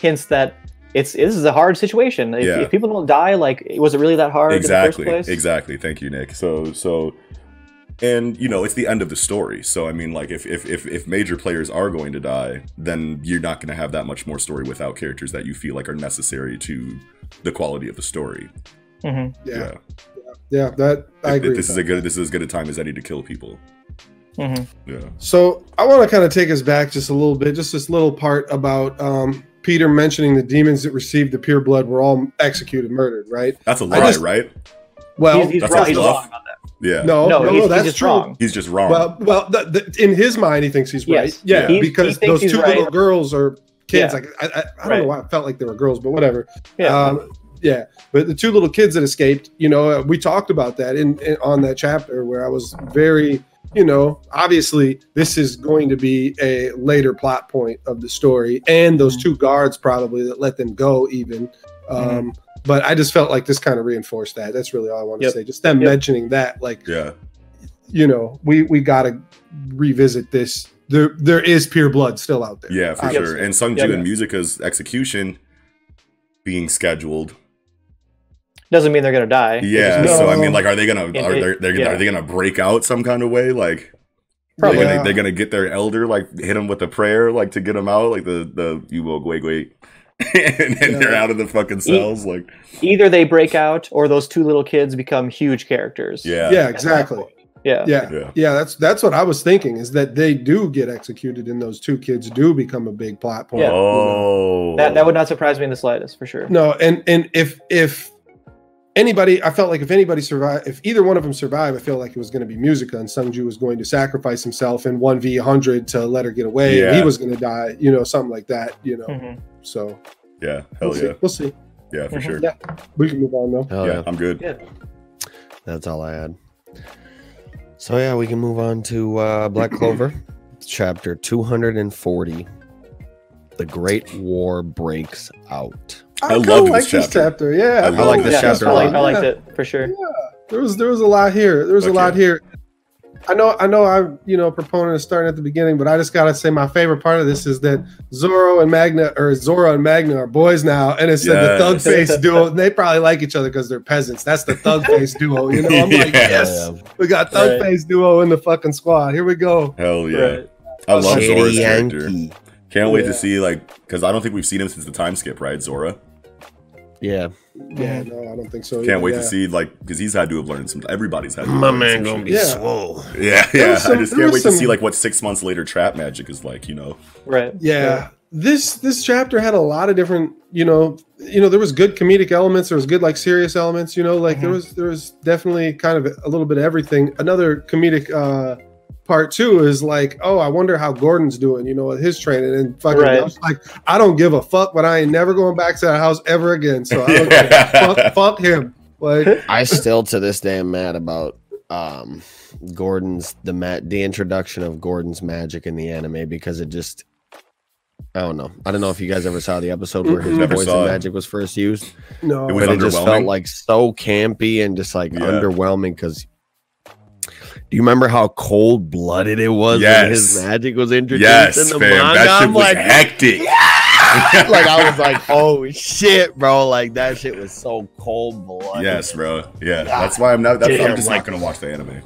F: hints that it's this is a hard situation. If,
E: Yeah.
F: if people don't die, like was it really that hard
E: exactly
F: in the first place?
E: exactly thank you nick so so and you know it's the end of the story so i mean like if if if, if major players are going to die then you're not going to have that much more story without characters that you feel like are necessary to the quality of the story
F: Mhm.
D: Yeah, yeah, that I
E: If- if
D: agree.
E: this
D: with
E: is
D: that.
E: a good this is as good a time as any to kill people
D: mm-hmm.
F: Mhm.
E: yeah
D: So I want to kind of take us back just a little bit, just this little part about um, Peter mentioning the demons that received the pure blood were all executed, murdered, right?
E: that's a
D: I
E: lie
D: just-
E: right
D: Well,
F: he's, he's
E: that's
F: wrong.
E: not
F: He's
E: enough.
F: wrong on that.
E: yeah
D: no,
F: no,
D: Oh, no, no,
F: he's, he's
D: that's
F: just
D: true.
F: wrong.
E: he's just wrong
D: Well, well, the, the, in his mind, he thinks he's
F: Yes.
D: right. Yeah,
E: He-
F: he
D: because
F: thinks
D: those
F: he's
D: two
F: right.
D: little girls are kids.
F: Yeah.
D: Like I, I, I don't
F: Right.
D: know why I felt like they were girls, but whatever.
F: Yeah.
D: um, yeah. But the two little kids that escaped, you know, uh, we talked about that in, in on that chapter where I was very, you know, obviously this is going to be a later plot point of the story, and those
F: Mm-hmm.
D: two guards probably that let them go even. Um, But I just felt like this kind of reinforced that. That's really all I want to
F: Yep.
D: say. Just them
F: Yep.
D: mentioning that, like
E: yeah
D: you know, we we got to revisit this. There there is pure blood still out there.
E: yeah for
D: Yep.
E: sure and sung
F: Yeah,
E: Ju
F: yeah.
E: and musica's execution being scheduled
F: Doesn't mean they're gonna die. It just
E: yeah
F: means-
E: so i
D: No.
E: mean like are they gonna are
F: it-
E: they they're,
F: yeah.
E: are they gonna break out some kind of way like
F: Probably.
E: They're gonna,
D: Yeah.
E: they're gonna get their elder, like hit him with a prayer, like to get him out, like the the you will wait wait, and then
D: Yeah.
E: they're out of the fucking cells, like
F: Either they break out, or those two little kids become huge characters.
E: yeah,
D: yeah, exactly.
F: Yeah.
D: Yeah.
E: yeah,
D: Yeah, that's that's what I was thinking is that they do get executed and those two kids do become a big plot point.
F: Yeah.
E: Oh,
F: That that would not surprise me in the slightest, for sure.
D: No, and and if if anybody, I felt like if anybody survived, if either one of them survived, I feel like it was going to be Musica and Sungju was going to sacrifice himself in one v hundred to let her get away. and
E: Yeah.
D: he was going to die, you know, something like that, you know.
F: Mhm.
D: So
E: yeah, hell
D: we'll
E: yeah,
D: see. We'll see.
E: yeah, for
F: Mhm.
E: sure,
D: Yeah. We can move on though.
C: Oh,
E: yeah, I'm good.
C: That's all I had. So yeah, we can move on to uh, Black Clover, chapter 240. The Great War breaks out.
E: I
D: kinda
E: loved this
D: like this
E: chapter.
D: chapter. Yeah,
E: I
D: kinda
E: like this
F: Yeah,
C: chapter
F: I,
C: a
F: like,
C: lot.
F: I liked it for sure.
D: there was there was a lot here. There was
E: Fuck
D: a lot
E: yeah.
D: here. I know I know I'm you know a proponent of starting at the beginning, but I just gotta say my favorite part of this is that Zoro and Magna or Zoro and Magna are boys now, and it's the thug
E: Yes.
D: face duo. And they probably like each other because they're peasants. That's the thug face duo. You know, I'm like,
E: Yeah.
D: yes, we got thug
F: Right.
D: face duo in the fucking squad. Here we go.
E: Hell yeah,
F: Right.
E: I love
C: Shady
E: Zora's character.
C: Yankee.
E: Can't wait
D: Yeah.
E: to see like because I don't think we've seen him since the time skip, right, Zora?
C: Yeah.
D: Yeah, no, I don't think so. either,
E: Can't wait
D: Oh, yeah.
E: to see like because he's had to have learned some. Everybody's had to have learned some shit.
D: be Yeah.
C: swole.
E: Yeah,
D: There
E: yeah.
D: was some-
E: I just
D: there was
E: can't wait to
D: some-
E: see like what six months later trap magic is like. You know,
F: Right.
D: yeah this this chapter had a lot of different you know you know there was good comedic elements there was good like serious elements you know like there
F: Mhm.
D: was there was definitely kind of a little bit of everything another comedic uh part two is like oh i wonder how gordon's doing you know with his training and fucking
F: Right.
D: I was like i don't give a fuck but i ain't never going back to that house ever again so I don't give a fuck, fuck him like
C: I still to this day am mad about um Gordon's the ma- the introduction of Gordon's magic in the anime because it just I don't know. I don't know if you guys ever saw the episode where his
D: Mm-mm.
E: Never
C: voice
E: saw
C: and
E: it.
C: magic was first used.
D: no
E: It was
C: but it just felt
E: underwhelming.
C: like so campy and just like
E: Yeah.
C: underwhelming because do you remember how cold blooded it was when his
E: Yes.
C: magic was introduced
E: yes,
C: in the
E: fam,
C: manga?
E: that shit
C: I'm
E: was
C: like,
E: hectic.
C: like I was like, oh shit, bro! Like that shit was so cold blooded.
E: Yes, bro. Yeah, that's why I'm not. That's, I'm
C: Damn,
E: just
C: like-
E: not gonna watch the anime.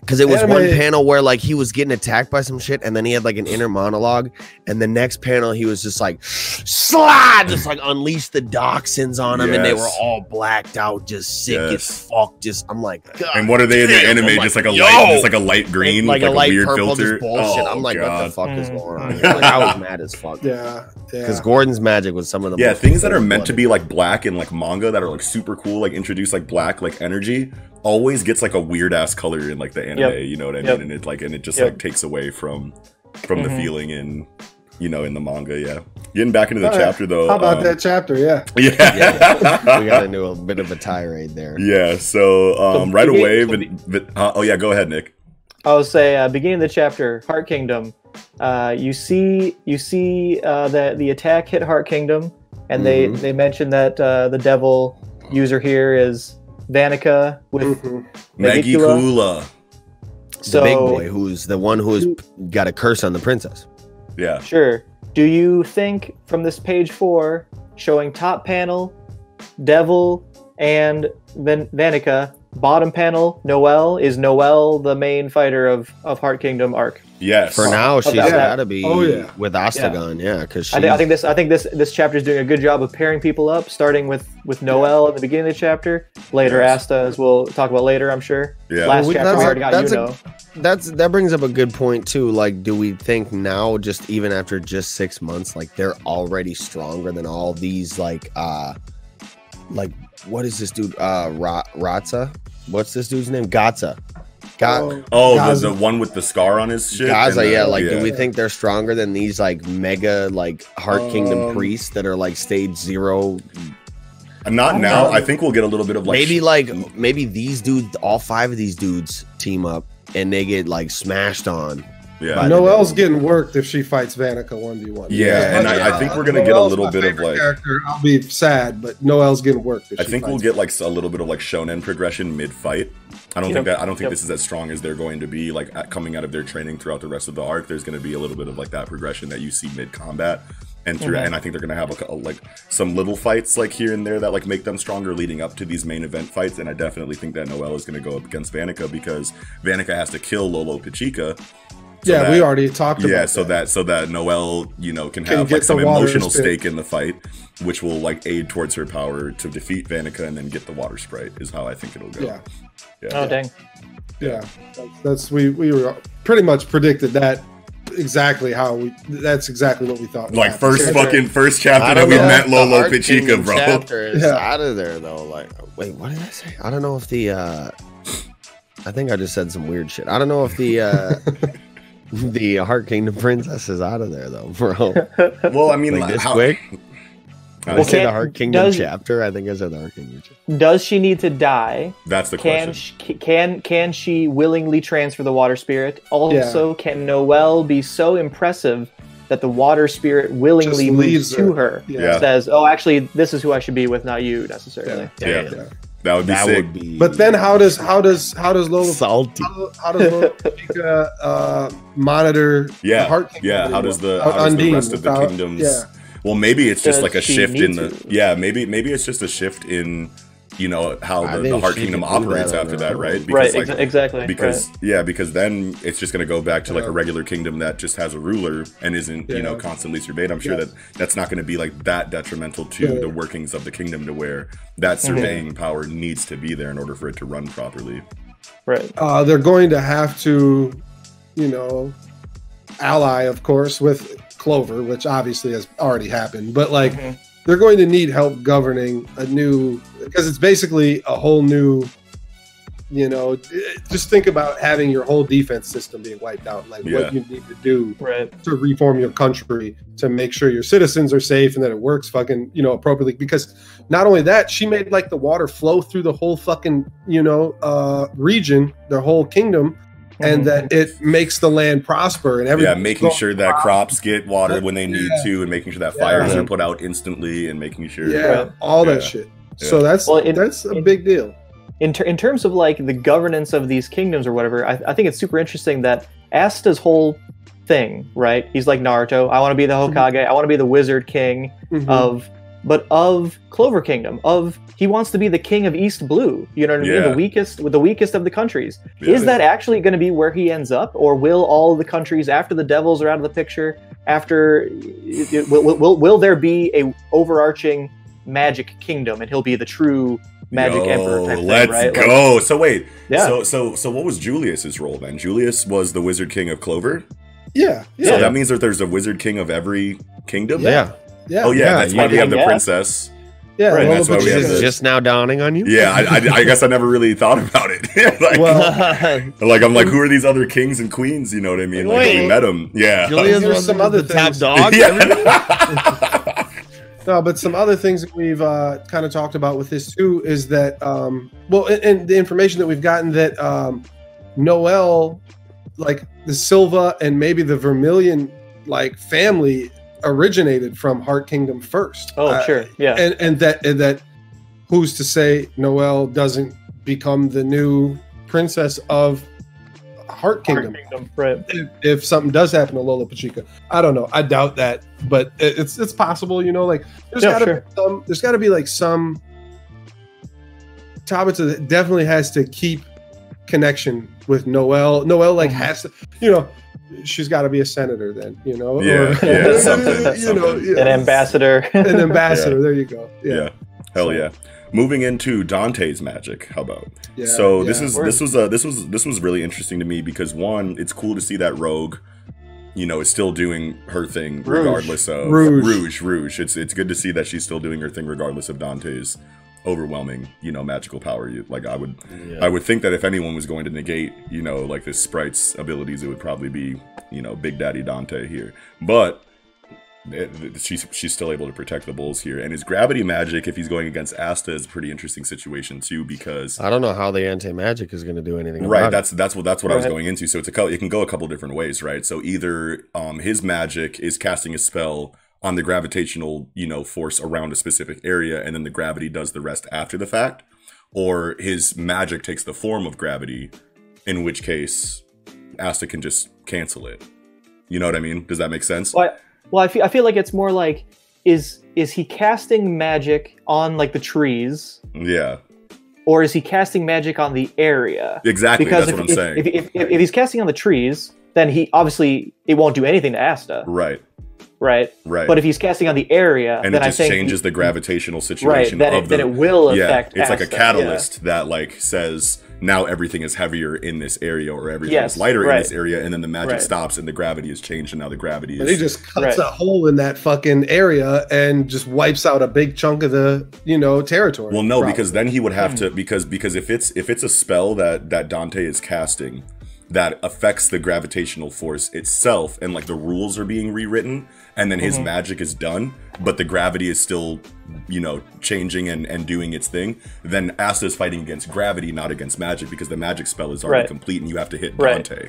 C: Because it was
D: Anime-
C: one panel where like he was getting attacked by some shit, and then he had like an inner monologue, and the next panel he was just like, slide, just like unleash the dachshunds on him, and they were
E: Yes.
C: all blacked out, just sick
E: Yes.
C: as fuck. Just I'm like, God.
E: And what are they in the
C: Damn,
E: anime?
C: I'm like,
E: just like a
C: yo!
E: light, just like a light green,
C: like,
E: with,
C: a light
E: weird
C: purple
E: filter.
C: just bullshit.
E: Oh,
C: I'm like, what the
E: God.
C: fuck is
F: Mm.
C: going on? here? Like, I was mad as fuck.
D: yeah yeah
C: Because Gordon's magic was some of the
E: Yeah,
C: most
E: things that are
C: cold-blooded.
E: meant to be like black in like manga that are like super cool, like introduce like black like energy, always gets like a weird ass color in like the anime.
F: Yep.
E: You know what I mean?
F: Yep.
E: And it like and it just
F: Yep.
D: Mm-hmm.
E: like takes away from from the
F: Mhm.
E: feeling in you know in the manga. Yeah, Getting back into the
D: All right.
E: chapter though.
D: How
F: uh,
D: about
E: um,
D: that chapter? Yeah.
E: Yeah.
C: we got into a bit of a tirade there.
E: yeah. So um,
F: So
E: right
F: beginning-
E: away,
F: so
E: but,
F: be-
E: uh, oh yeah, go ahead, Nick.
F: I would say uh, beginning of the chapter, Heart Kingdom. Uh, you see, you see uh, that the attack hit Heart Kingdom, and they
C: Mhm.
F: they mention that uh, the devil user here is Vanica with
D: Mhm.
E: Maggie
F: Magicula.
E: Kula.
C: Mm-hmm. the
F: so
C: big boy, who's the one who has got a curse on the princess.
E: Yeah.
F: Sure. Do you think from this page four, showing top panel, Devil and Van- Vanica, bottom panel, Noel is Noel the main fighter of of Heart Kingdom arc.
E: Yes.
C: For now, she's
F: yeah.
C: got to be
D: Oh, yeah.
C: with Ostagon, yeah, because
F: I, thi- I think this I think this this chapter is doing a good job of pairing people up, starting with with Noel at the beginning of the chapter. Later,
E: Yes.
F: Asta, as we'll talk about later, I'm sure.
E: Yeah.
F: Last
C: Well, we-
F: chapter, we
C: that's a-
F: already got
C: that's
F: you
C: a-
F: know.
C: that's that brings up a good point too. Like, do we think now, just even after just six months, like they're already stronger than all these like uh like what is this dude? Uh Ra- Ratza? What's this dude's name? Gatza. Ga-
D: Oh,
E: Oh, the,
D: Gaza.
E: the one with the scar on his shit.
C: Gaza,
E: and the-
C: yeah. Like, do
E: yeah.
C: we think they're stronger than these like mega like Heart Kingdom
E: Um,
C: priests that are like stage zero?
E: Not now. I think we'll get a little bit of like
C: maybe like maybe these dudes, all five of these dudes team up and they get like smashed on.
E: yeah.
C: by the
D: Noelle's
C: devil.
D: getting worked if she fights Vanica one v one.
E: Yeah,
C: and
E: I- I think we're gonna get a little bit of, like-
D: Character. I'll be sad, but Noelle's getting worked. If
E: I
D: she
E: think we'll
D: fights
E: get like s- a little bit of like shonen progression mid fight. I don't think
F: Yep.
E: that I don't think
F: Yep.
E: this is as strong as they're going to be like at, coming out of their training throughout the rest of the arc. There's going to be a little bit of like that progression that you see mid combat, and through,
F: Mhm.
E: and I think they're going to have like, a, like some little fights like here and there that like make them stronger leading up to these main event fights. And I definitely think that Noel is going to go up against Vanica because Vanica has to kill Lolo Pachika. so
D: yeah,
E: that-
D: we already talked about.
E: yeah so that so that noel you know can
D: Can
E: have
D: get
E: like some
D: the water
E: emotional
D: sprite.
E: stake in the fight which will like aid towards her power to defeat vanica and then get the water sprite is how i think it'll go
D: Yeah,
F: Oh dang.
D: yeah. That's, that's we we were pretty much predicted that exactly how we. That's exactly what we thought. would
E: like
D: happen.
E: first
F: Sure,
E: fucking first chapter
C: I
E: that
C: don't
E: we
C: know
E: met
C: if the
E: lolo
C: Art
E: pichica
C: Kingdom
E: bro
C: Chapter is
D: Yeah.
C: out of there though. Like, wait, what did I say? I don't know if the. uh I think I just said some weird shit. I don't know if the uh the Heart Kingdom princess is out of there though, bro.
E: well i mean
C: Like
E: like,
C: this
E: how-
C: quick. I
F: Well,
E: I-
C: said the
F: can't-
C: Heart Kingdom
F: does-
C: chapter. I think I said the Heart Kingdom chapter.
F: Does she need to die?
E: that's the
F: Can
E: question
F: she, can can she willingly transfer the water spirit? Also, can Noel be so impressive that the water spirit willingly
D: Just
F: moves
D: leaves
F: to her?
D: Yeah.
E: Yeah.
F: Says, "Oh, actually, this is who I should be with, not you necessarily."
E: Yeah.
C: Damn.
E: that would be
C: That
E: sick
C: would be.
D: But then, how does how does how does Lola
C: salty?
D: how, how does Lola Pachika, uh, monitor?
E: yeah
D: the heart Kingdom
E: yeah how does the
D: without
E: how does the
D: Undine,
E: rest of the
D: without-
E: kingdoms
D: Yeah.
E: well maybe it's
F: Does
E: just like a
F: she
E: shift
F: need
E: in the
F: to?
E: yeah maybe maybe it's just a shift in you know how
C: I
E: the, the
C: think
E: heart
C: she
E: kingdom
C: could do that
E: operates
C: on
E: after
C: her
E: that
C: own.
E: right
F: right.
E: like,
F: exa- exactly.
E: because yeah because then it's just going to go back to like
D: Yeah.
E: a regular kingdom that just has a ruler and isn't you know
D: Yeah.
E: constantly surveyed i'm sure
D: Yes.
E: that that's not going to be like that detrimental to
D: Yeah. Mm-hmm.
E: the workings of the kingdom to where that surveying power needs to be there in order for it to run properly
F: right. right.
D: uh, they're going to have to, you know, ally, of course, with Clover, which obviously has already happened. But like,
F: Mhm.
D: they're going to need help governing a new, because it's basically a whole new. You know, just think about having your whole defense system being wiped out. Like
E: Yeah.
D: what you need to do
F: Right.
D: to reform your country to make sure your citizens are safe and that it works fucking you know appropriately because not only that she made like the water flow through the whole fucking you know uh region the whole kingdom and
F: Mhm.
D: that it makes the land prosper and everything
E: yeah making sure that crops get water when they need
D: Yeah.
E: to and making sure that
D: Yeah.
E: fires are
F: Mhm.
E: put out instantly and making sure
D: yeah all that
E: Yeah.
D: shit
E: Yeah.
D: so that's
F: Well, it-
D: that's a
F: it-
D: big deal
F: in, ter- in terms of like the governance of these kingdoms or whatever, I, I think it's super interesting that Asta's whole thing, right? He's like Naruto. I want to be the Hokage. I want to be the Wizard King
D: Mhm.
F: of, but of Clover Kingdom. Of he wants to be the King of East Blue. You know what I mean?
E: Yeah.
F: The weakest, with the weakest of the countries.
E: yeah.
F: Is that actually going to be where he ends up, or will all the countries after the Devils are out of the picture? After it- it- will, will- will will there be a overarching magic kingdom, and he'll be the true magic emperor?
E: Yo,
F: Type thing,
E: let's
F: right? Like-
E: go. so wait,
F: yeah.
E: so so so what was Julius's role then? Julius was the wizard king of Clover.
D: yeah yeah
E: So that means that there's a wizard king of every kingdom.
C: Yeah,
D: yeah
E: Oh yeah,
C: Yeah,
E: that's
C: yeah.
E: why we have the
F: Yeah.
E: princess.
D: yeah
E: Right,
D: Lola
E: that's why we have
D: Pachuca.
E: the-
C: just now dawning on you.
E: Yeah, I, I, I guess I never really thought about it. like,
C: Well, um,
E: like I'm like, who are these other kings and queens? You know what I mean? Like
C: Wait.
E: when we met them. Yeah.
C: Julia's
D: Here's
C: one
D: some
C: of
D: other
C: the top
D: things.
C: dog.
E: yeah.
D: No, but some other things that we've uh, kind of talked about with this too is that, um, well, and, and the information that we've gotten that um, Noel, like the Silva and maybe the Vermilion, like family originated from Heart Kingdom first.
F: Oh,
D: Uh,
F: sure. Yeah.
D: and and that and that who's to say Noelle doesn't become the new princess of Heart Kingdom
F: Kingdom, Right.
D: if, if something does happen to Lola Pachica? I don't know. I doubt that, but it, it's it's possible. You know, like there's
F: Yeah,
D: gotta
F: sure.
D: be some, there's gotta be like some. Tabitha definitely has to keep connection with Noelle. Noelle like
F: Mhm.
D: has to, you know, she's got to be a senator then, you know,
E: Yeah,
F: yeah,
E: something,
D: you know,
E: something.
D: yeah.
F: An ambassador.
D: an ambassador. There you go.
E: Yeah.
D: Yeah,
E: Hell yeah. Moving into Dante's magic. How about?
D: yeah.
E: so this
D: yeah.
E: is
F: Word.
E: this was a this was this was really interesting to me because one, it's cool to see that rogue, you know, is still doing her thing
F: Rouge.
E: regardless of
D: Rouge.
E: Rouge. Rouge. It's it's good to see that she's still doing her thing regardless of Dante's overwhelming, you know, magical power. You like I would I would think that if anyone was going to negate, you know, like this sprite's abilities, it would probably be, you know, Big Daddy Dante here. But it, she's she's still able to protect the bulls here, and his gravity magic, if he's going against Asta, is a pretty interesting situation too because.
C: I don't know how the anti magic is going to do anything.
E: Right,
C: about
E: that's that's what that's what I was
F: Right.
E: going into. So it's a cou- it can go a couple different ways, right? So either um his magic is casting a spell on the gravitational, you know, force around a specific area and then the gravity does the rest after the fact, or his magic takes the form of gravity, in which case Asta can just cancel it. You know what I mean? Does that make sense?
F: Well, Well, I feel, I feel like it's more like is is he casting magic on like the trees,
E: Yeah.
F: or is he casting magic on the area?
E: Exactly.
F: Because
E: that's
F: if,
E: what I'm
F: if-
E: saying.
F: If, if, if, if he's casting on the trees, then he obviously it won't do anything to Asta,
E: right.
F: right?
E: Right.
F: But if he's casting on the area,
E: and
F: then
E: it just
F: I think
E: changes the gravitational
F: right.
E: situation
F: Then
E: of
F: it,
E: the
F: then it will
E: yeah,
F: affect.
E: it's like a
F: Asta, yeah.
E: catalyst that like says now everything is heavier in this area or everything
F: Yes,
E: is lighter in
F: right.
E: this area, and then the magic
F: Right.
E: stops and the gravity is changed, and now the gravity
D: But he
E: is
D: just cuts
F: Right.
D: a hole in that fucking area and just wipes out a big chunk of the you know territory.
E: well no
D: Probably.
E: because then he would have
F: Hmm.
E: to because because if it's if it's a spell that that Dante is casting that affects the gravitational force itself and like the rules are being rewritten and then his
F: Mhm.
E: magic is done but the gravity is still you know changing and and doing its thing then Asta is fighting against gravity not against magic because the magic spell is already
F: Right.
E: complete and you have to hit
F: Right.
E: Dante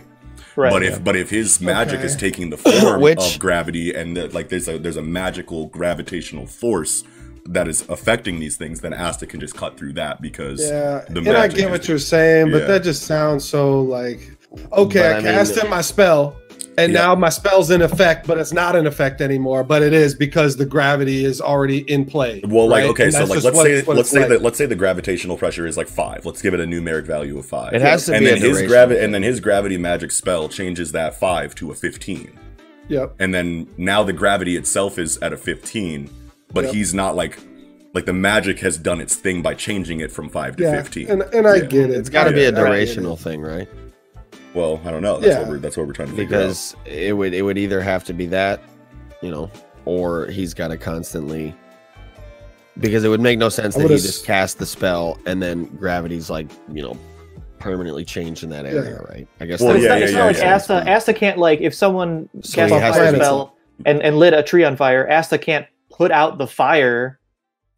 F: Right.
E: but if but if his magic
D: Okay.
E: is taking the form
C: Which-
E: of gravity and that like there's a there's a magical gravitational force that is affecting these things, then Asta can just cut through that because
D: yeah,
E: the
D: and I
E: magic
D: get
E: is-
D: what you're saying, but
E: yeah.
D: that just sounds so like okay.
C: But I
D: I,
C: mean-
D: cast in my spell, and
E: Yeah.
D: now my spell's in effect, but it's not in effect anymore. But it is because the gravity is already in play.
E: well, like
D: right?
E: okay,
D: And
E: so
D: that's
E: like
D: just
E: let's
D: what-
E: say
D: what
E: let's
D: it's
E: say
D: like.
E: that let's say the gravitational pressure is like five. Let's give it a numeric value of five.
C: It has to
E: Uh, and
C: be
E: then
C: a
E: his
C: duration.
E: gravity and then his gravity magic spell changes that five to a fifteen.
D: Yep.
E: and then now the gravity itself is at a 15 but
D: Yep.
E: he's not like like the magic has done its thing by changing it from 5 to
D: Yeah,
E: 15
D: and and I
E: Yeah.
D: get it.
C: It's got to be a
D: I- I get it.
C: durational thing, right?
E: well i don't know that's
D: Yeah.
E: what we're that's what we're trying to figure out
C: Because it would it would either have to be that, you know, or he's got to constantly. Because it would make no sense
D: I
C: that he
D: would've
C: just
D: s-
C: cast the spell and then gravity's like you know permanently changed in that area, right? I guess.
E: Well,
F: But it's
E: yeah,
F: not,
E: yeah,
F: it's
E: yeah,
F: not like
E: yeah.
F: Asta. Asta can't like if someone
C: So
F: cast
D: he
F: a
D: has
F: fire
D: to-
F: spell and, and lit a tree on fire, Asta can't put out the fire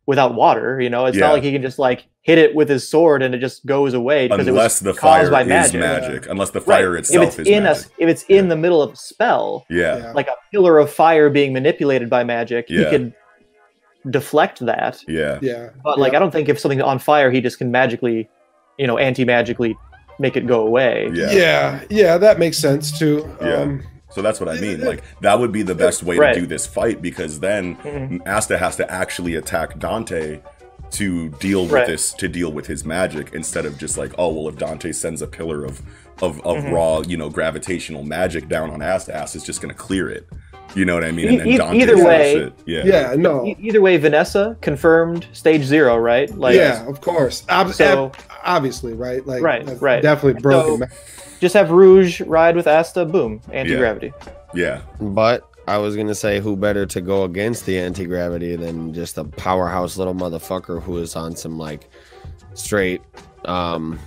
F: without water. You know, it's
E: Yeah.
F: not like he can just like hit it with his sword and it just goes away because
E: unless
F: it
E: the
F: was
E: fire
F: caused by
E: is
F: magic.
E: magic, unless the fire
F: Right.
E: itself
F: if it's
E: is
F: in
E: magic
F: a, if it's in the middle of a spell,
E: yeah.
D: Yeah.
F: like a pillar of fire being manipulated by magic,
E: Yeah.
F: he could deflect that.
E: yeah
D: Yeah.
F: But like,
D: yeah.
F: I don't think if something's on fire, he just can magically, you know, anti-magically make it go away.
E: yeah
D: yeah, yeah, that makes sense too.
E: Yeah.
D: Um,
E: so that's what i mean like that would be the best way
F: Right.
E: to do this fight because then
F: Mhm.
E: Asta has to actually attack Dante to deal with
F: Right.
E: this to deal with his magic instead of just like oh well if Dante sends a pillar of of, of
F: Mhm.
E: raw you know gravitational magic down on Asta Asta's just gonna clear it you know what I mean
F: E- e- either
E: will
F: way-
E: shit. yeah
D: yeah, no,
F: E- either way, Vanessa confirmed stage zero, right? Like,
D: yeah, of course. Ob-
F: So-
D: ob- obviously, right? Like,
F: Right,
D: that's
F: right.
D: Definitely broken.
F: So- just have Rouge ride with Asta, boom, anti gravity.
E: yeah
C: But I was gonna say, who better to go against the anti gravity than just a powerhouse little motherfucker who is on some like straight um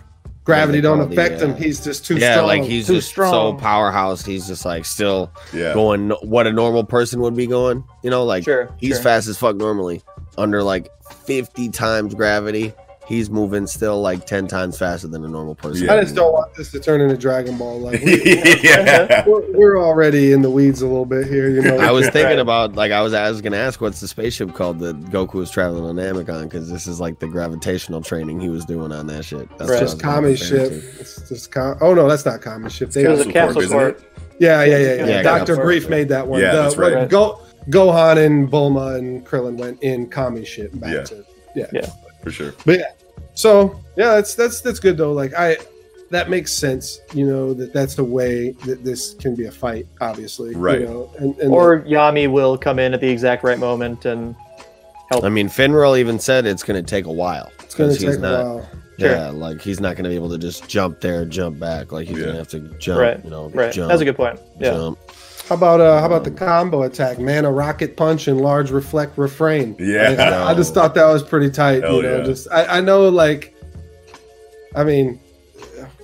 D: Gravity
C: they call
D: don't
C: the,
D: affect him.
C: uh,
D: He's just too
C: yeah,
D: strong.
C: like he's
F: too
C: just so
F: strong.
C: powerhouse. He's just like still
E: Yeah.
C: going what a normal person would be going. You know, like
F: sure.
C: he's
F: sure.
C: fast as fuck normally. Under like fifty times gravity, he's moving still like ten times faster than a normal person.
E: Yeah.
D: I just don't want this to turn into Dragon Ball. Like
F: Uh-huh.
D: we,
E: yeah.
D: we're, we're already in the weeds a little bit here. You know,
C: I was
F: Right.
C: thinking about like I was I was gonna ask what's the spaceship called that Goku was traveling on Amazon because this is like the gravitational training he was doing on that shit. That's
F: Right.
C: what I
D: It's
C: was
D: just common
C: referring
D: ship.
C: to.
D: It's just com- oh no, that's not common ship. They,
F: It was a
D: yeah,
E: Capsule
F: capsule
E: isn't
F: corp.
E: it?
D: yeah, yeah, yeah.
F: Yeah,
D: Doctor
C: yeah.
D: Brief made that one.
E: Yeah,
D: The-
E: that's right.
D: when Go Gohan and Bulma and Krillin went in common ship back
E: Yeah.
D: to
E: For sure.
D: So yeah, that's that's that's good though. Like I, that makes sense. You know that that's the way that this can be a fight. Obviously,
E: Right.
D: You know, and, and
F: Or Yami will come in at the exact right moment and
C: I mean, Finral even said it's gonna take a while.
D: it's going to
C: 'cause he's
D: take
C: not,
D: a while.
F: Sure.
C: Yeah, like he's not gonna be able to just jump there, jump back. Like he's
E: Yeah.
C: gonna have to jump.
F: Right,
C: You know,
F: right.
C: jump.
F: That's a good point. Yeah.
C: Jump.
D: How about uh, how about the combo attack, man? A rocket punch and large reflect refrain.
E: Yeah.
D: Like, I, I just thought that was pretty tight.
E: Hell
D: you know,
E: yeah.
D: just I, I know like, I mean,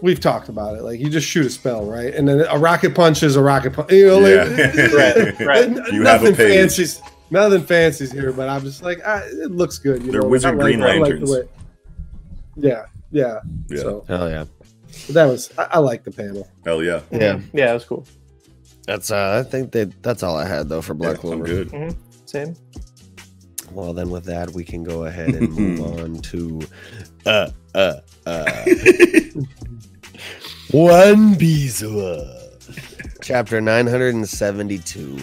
D: we've talked about it. Like you just shoot a spell, right? And then a rocket punch is a rocket punch. You know, like
E: Yeah.
F: Right, right.
D: N-
E: You have a
D: nothing
E: page.
D: fancies. Nothing fancies here, but I'm just like, I, it looks good. You
E: They're
D: know?
E: wizard
D: I like-
E: green
D: I like the
E: lanterns.
D: way- yeah, yeah.
E: Yeah.
D: So
C: Hell yeah.
D: but that was. I, I like the panel.
E: Hell yeah.
C: Yeah.
F: Yeah, it was cool.
C: That's uh, I think that that's all I had though for Black
E: yeah I'm
C: Clover.
E: good.
F: Same.
C: Well, then with that, we can go ahead and move on to uh uh uh One Piece Chapter 972.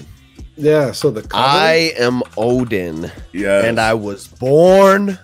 D: Yeah. So the cover,
C: I am Odin,
E: Yeah.
C: and I was born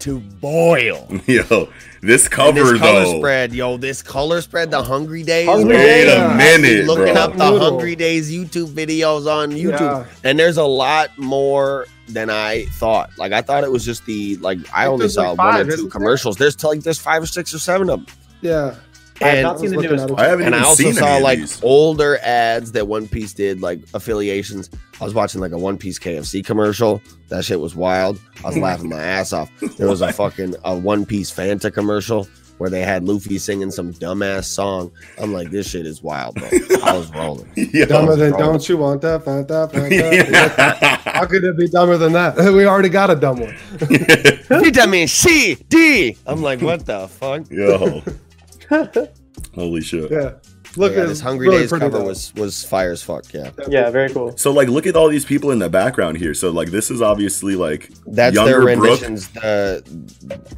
C: to boil.
E: Yo, this
C: And
E: cover
C: this color
E: though.
C: spread, yo, this color spread, the Hungry Days.
D: Hungry
C: bro.
E: Wait
D: Yeah.
E: a
D: I
C: Keep
E: minute,
C: looking
E: bro.
C: up the
D: Brutal.
C: Hungry Days YouTube videos on YouTube,
D: Yeah.
C: and there's a lot more than I thought. Like I thought it was just the like I
D: think
C: only
D: there's,
C: saw
D: like,
C: one
D: five,
C: or
D: isn't
C: two
D: there?
C: commercials. There's like there's five or six or seven of them,
D: Yeah.
F: I have
C: And-
F: not seen the
D: I was
F: newest
D: looking
F: one.
E: I haven't
C: and I
E: even
C: also
E: seen
C: saw
E: any
C: like
E: of these.
C: older ads that One Piece did, like affiliations. I was watching like a One Piece KFC commercial. That shit was wild. I was laughing my ass off. There was a fucking a One Piece Fanta commercial where they had Luffy singing some dumbass song. I'm like, this shit is wild, bro. I was rolling.
E: Yo.
D: Dumber than
C: bro.
D: don't you want that? that, that, that, that.
E: Yeah.
D: How could it be dumber than that? We already got a dumb one.
C: Vitamin C D. I'm like, what the fuck?
E: Yo. Holy shit.
D: Yeah.
C: Look
D: Look
C: yeah,
D: at
C: this Hungry Days cover was was fire as fuck. Yeah,
F: Yeah, very cool.
E: So like look at all these people in the background here. So like this is obviously like
C: that's their
E: Younger Brooke.
C: renditions. Uh,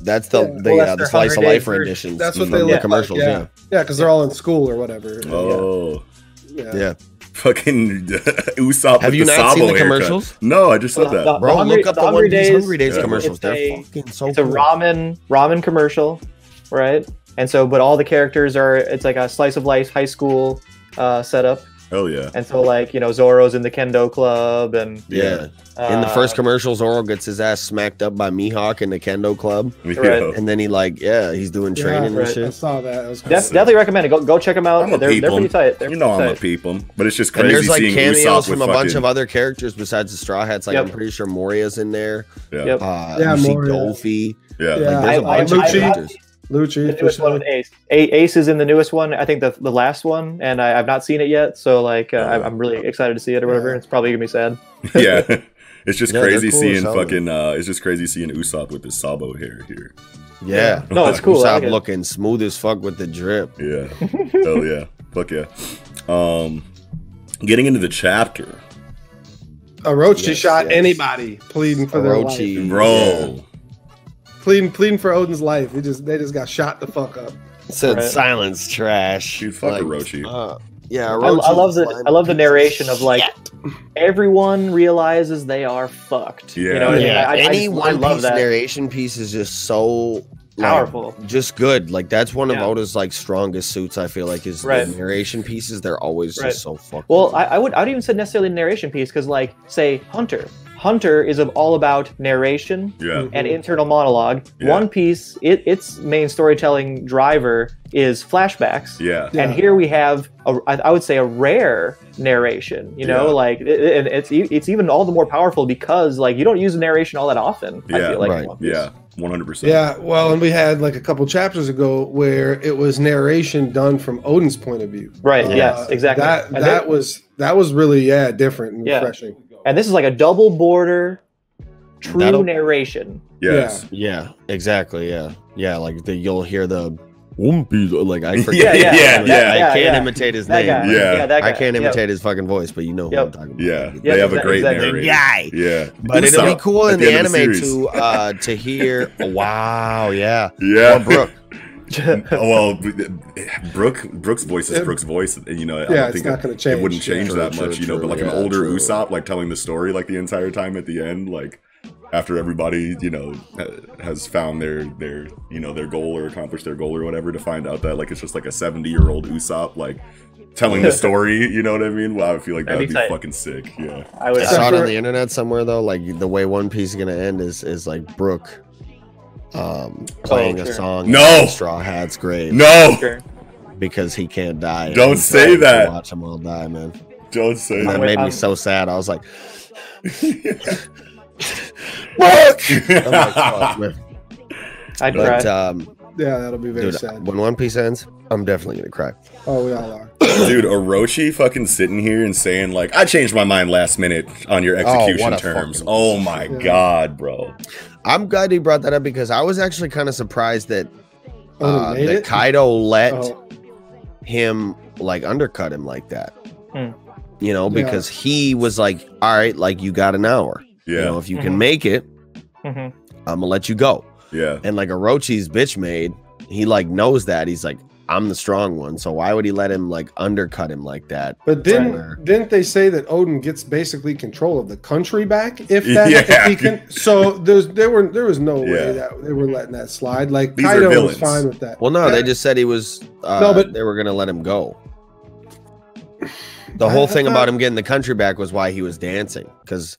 C: that's the
D: Yeah,
C: the,
D: well,
C: uh,
D: that's
C: the slice
D: their
C: of
D: Hungry Days
C: life
D: version.
C: renditions.
D: That's what
C: from
D: they
C: Mm-hmm. the
D: look like,
C: commercials.
D: yeah. Yeah, because they're all in school or whatever.
E: oh
D: Yeah.
C: yeah. yeah.
E: fucking Usopp.
C: Have
E: with
C: you
E: the
C: not seen
E: Sabo
C: the
E: haircut.
C: commercials?
E: Uh, No, I just saw
F: The-
E: that.
F: the-
C: Bro,
F: Hungry-
C: look up
F: the
C: the, One
F: Hungry
C: Piece
F: Days-
C: Hungry Days
E: Yeah.
C: commercials.
F: It's
C: They're
F: a-
C: fucking so
F: It's a
C: cool.
F: ramen ramen commercial, right? And so, but all the characters are. It's like a slice of life high school uh, setup.
E: Hell yeah.
F: And so, like you know, Zoro's in the kendo club, and
C: Yeah.
F: uh,
C: in the first commercial, Zoro gets his ass smacked up by Mihawk in the Kendo Club,
E: Yo.
C: and then he like, yeah, he's doing
D: Yeah,
C: training
D: right.
C: and
D: I
C: shit.
D: saw that. That was cool.
F: Def- definitely recommend it. Go, go check them out.
E: I'm a
F: Oh, They're, they're
E: people.
F: pretty tight. They're
E: You know I'm
F: pretty
E: a
F: tight.
E: peep 'em, but it's just
C: And
E: crazy
C: there's like
E: seeing
C: cameos
E: Usopp
C: from
E: with
C: a bunch
E: fucking-
C: of other characters besides the Straw Hats. Like
F: Yep.
C: I'm pretty sure Moria's in there.
E: Yeah.
F: Yep.
C: Uh,
D: Yeah,
C: you see
D: Moria.
C: Dolphy.
D: Yeah.
E: yeah.
C: Like, there's a
F: I- I-
C: bunch
D: Lucci.
C: of characters.
F: The
D: Lucci. for
F: newest one
D: sure.
F: with Ace. A- Ace is in the newest one. I think the the last one, and I, I've not seen it yet. So like, uh, I- I'm really excited to see it or whatever. It's probably gonna be sad.
E: yeah. It's just
C: Yeah, they're
E: crazy
C: cool as
E: seeing
C: hell.
E: fucking. Uh, it's just crazy seeing Usopp with his Sabo hair here.
C: Yeah.
F: No, it's cool. I
C: Usopp
F: like it.
C: looking smooth as fuck with the drip.
E: Yeah. Hell yeah. Fuck yeah. Um, getting into the chapter,
D: Orochi
C: Yes,
D: shot
C: yes.
D: anybody pleading for their life.
C: Orochi, yeah.
E: bro.
D: Pleading, pleading for Odin's life. He just, they just got shot the fuck up.
C: said
F: Right.
C: silence trash.
E: Dude, fuck Orochi.
C: Uh, yeah,
F: I, I
C: Orochi's
F: love the
C: blind
F: I love the
C: piece
F: narration of like
C: shit.
F: everyone realizes they are fucked.
E: Yeah.
F: you know, what I mean?
C: yeah.
F: I, I,
C: Any
F: I,
C: one
F: I love
C: piece
F: that.
C: narration piece is just so like,
F: Powerful.
C: just good. Like that's one of
F: Yeah.
C: Oda's like strongest suits. I feel like is
F: Right.
C: the narration pieces. They're always
F: Right.
C: just so fucking.
F: Well,
C: good.
F: I, I would I would even say necessarily narration piece because like say Hunter, Hunter is of all about narration
D: Mm-hmm.
E: Yeah.
F: and internal monologue.
E: Mm-hmm. Yeah.
F: One Piece, it, its main storytelling driver is flashbacks.
E: Yeah.
D: Yeah.
F: And here we have, a, I I would say, a rare narration. You know,
E: Yeah.
F: like, it- it- and it's e- it's even all the more powerful because, like, you don't use narration all that often. I
E: Yeah,
F: feel like, in
C: right,
F: One Piece.
E: Yeah. one hundred percent.
D: Yeah, well, and we had like a couple chapters ago where it was narration done from Odin's point of view.
F: Right.
D: Uh,
F: yes. Exactly.
D: That
F: And
D: that
F: thi-
D: was that was really yeah different and
F: Yeah.
D: refreshing.
F: and this is like a double border, true
C: That'll-
F: narration.
E: Yes.
C: Yeah, exactly. Yeah, yeah. Like the, you'll hear the whoompy. Like I
E: Yeah,
C: forget.
E: yeah, yeah,
C: I
F: yeah,
C: can't
F: yeah.
C: imitate his
F: That
C: name.
F: guy.
E: Yeah.
F: that guy.
C: I can't
F: Yep.
C: imitate his fucking voice, but you know who
F: Yep.
C: I'm talking about.
E: Yeah,
F: Yeah,
E: they have a
F: exac-
E: great
F: exactly.
E: narrator.
C: Guy.
E: Yeah,
C: But it'll
E: So,
C: be cool
E: at
C: in
E: the
C: the,
E: end of the
C: anime
E: series.
C: to uh, to hear. wow. Yeah. Or
E: Yeah,
C: Brooke.
E: well, Brooke, Brooke's voice is Brooke's voice. You know, I
D: Yeah,
E: don't
D: it's
E: think
D: not
E: it,
D: going to change.
E: it wouldn't
D: yeah.
E: change
C: True,
E: that
C: true,
E: much, you know.
C: true,
E: But like an
C: yeah,
E: older
C: true.
E: Usopp, like telling the story like the entire time at the end, like after everybody, you know, ha- has found their their you know their goal or accomplished their goal or whatever, to find out that like it's just like a seventy year old Usopp, like telling the story. You know what I mean? Well, I feel like
F: That'd
E: that'd,
F: be
E: be,
F: tight.
E: fucking sick. Yeah.
F: I would.
C: I saw it
D: Except
C: on
D: for-
C: the internet somewhere though. Like the way One Piece is gonna end is is like Brooke, um, playing
F: sure.
C: a song.
E: No!
C: at Straw Hat's grave.
E: No,
F: Sure.
C: because he can't die.
E: Don't
C: He's
E: say
C: dying to
E: that. Oh,
C: Watch them all die, man.
E: don't say
C: And that
E: that.
F: wait,
C: made me
F: I'm-
C: so sad. I was like, Brooke. I'm like, fuck, man.
F: I'd cry.
C: But um,
D: Yeah, that'll be very
C: dude,
D: sad.
C: when One Piece ends, I'm definitely gonna cry.
D: oh, we all are.
E: Dude, Orochi fucking sitting here and saying like, "I changed my mind last minute on your
C: Oh, what
E: execution
C: a
E: terms."
C: fucking-
E: Oh my
D: Yeah.
E: god, bro!
C: I'm glad you brought that up because I was actually kind of surprised that
D: Oh,
C: uh,
D: they made
C: that
D: it?
C: Kaido let
D: Oh,
C: him like undercut him like that.
F: Hmm.
C: You know,
D: Yeah.
C: because he was like, "All right, like you got an hour. You know,
E: Yeah,
C: if you
F: Mhm.
C: can make it,
F: Mhm.
C: I'm gonna let you go."
E: yeah,
C: And like Orochi's bitch made, he like knows that he's like, "I'm the strong one," so why would he let him like undercut him like that?
D: but didn't
C: Right.
D: didn't they say that Odin gets basically control of the country back if that if
E: Yeah.
D: he can? So there's there were there was no
E: Yeah.
D: way that they were letting that slide. Like
E: These are
D: Kaido was
E: villains.
D: fine with that.
C: Well, no,
D: That-
C: they just said he was. Uh,
D: No, but-
C: they were gonna let him go. The
D: I-
C: whole
D: I
C: thing
D: thought-
C: about him getting the country back was why he was dancing, because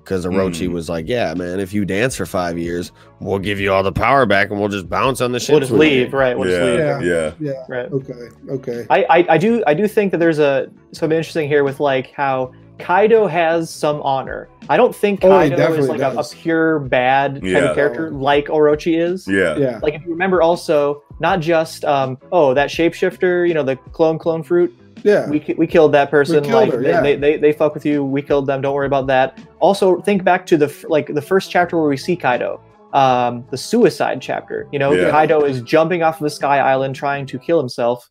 C: because Orochi
E: Mm.
C: was like, "Yeah, man, if you dance for five years, we'll give you all the power back, and we'll just bounce on the ship."
F: We'll just
C: with you."
F: leave. Right. We'll just leave.
E: yeah,
D: Yeah.
E: yeah.
F: Right.
D: okay. Okay.
F: I, I, I do I do think that there's a some interesting here with like how Kaido has some honor. I don't think
D: Oh, he
F: Kaido is
D: definitely
F: like a, a
D: does. Oh.
F: pure bad type
E: Yeah.
F: of character like Orochi is.
E: Yeah.
D: yeah.
F: Like if you remember also not just um, oh that shapeshifter you know the clone clone fruit
D: Yeah.
F: we, ki- we killed that person
D: killed
F: like
D: her,
F: they,
D: yeah.
F: they, they they fuck with you we killed them don't worry about that also think back to the f- like the first chapter where we see Kaido um, the suicide chapter you know
E: Yeah.
F: Kaido is jumping off of the sky island trying to kill himself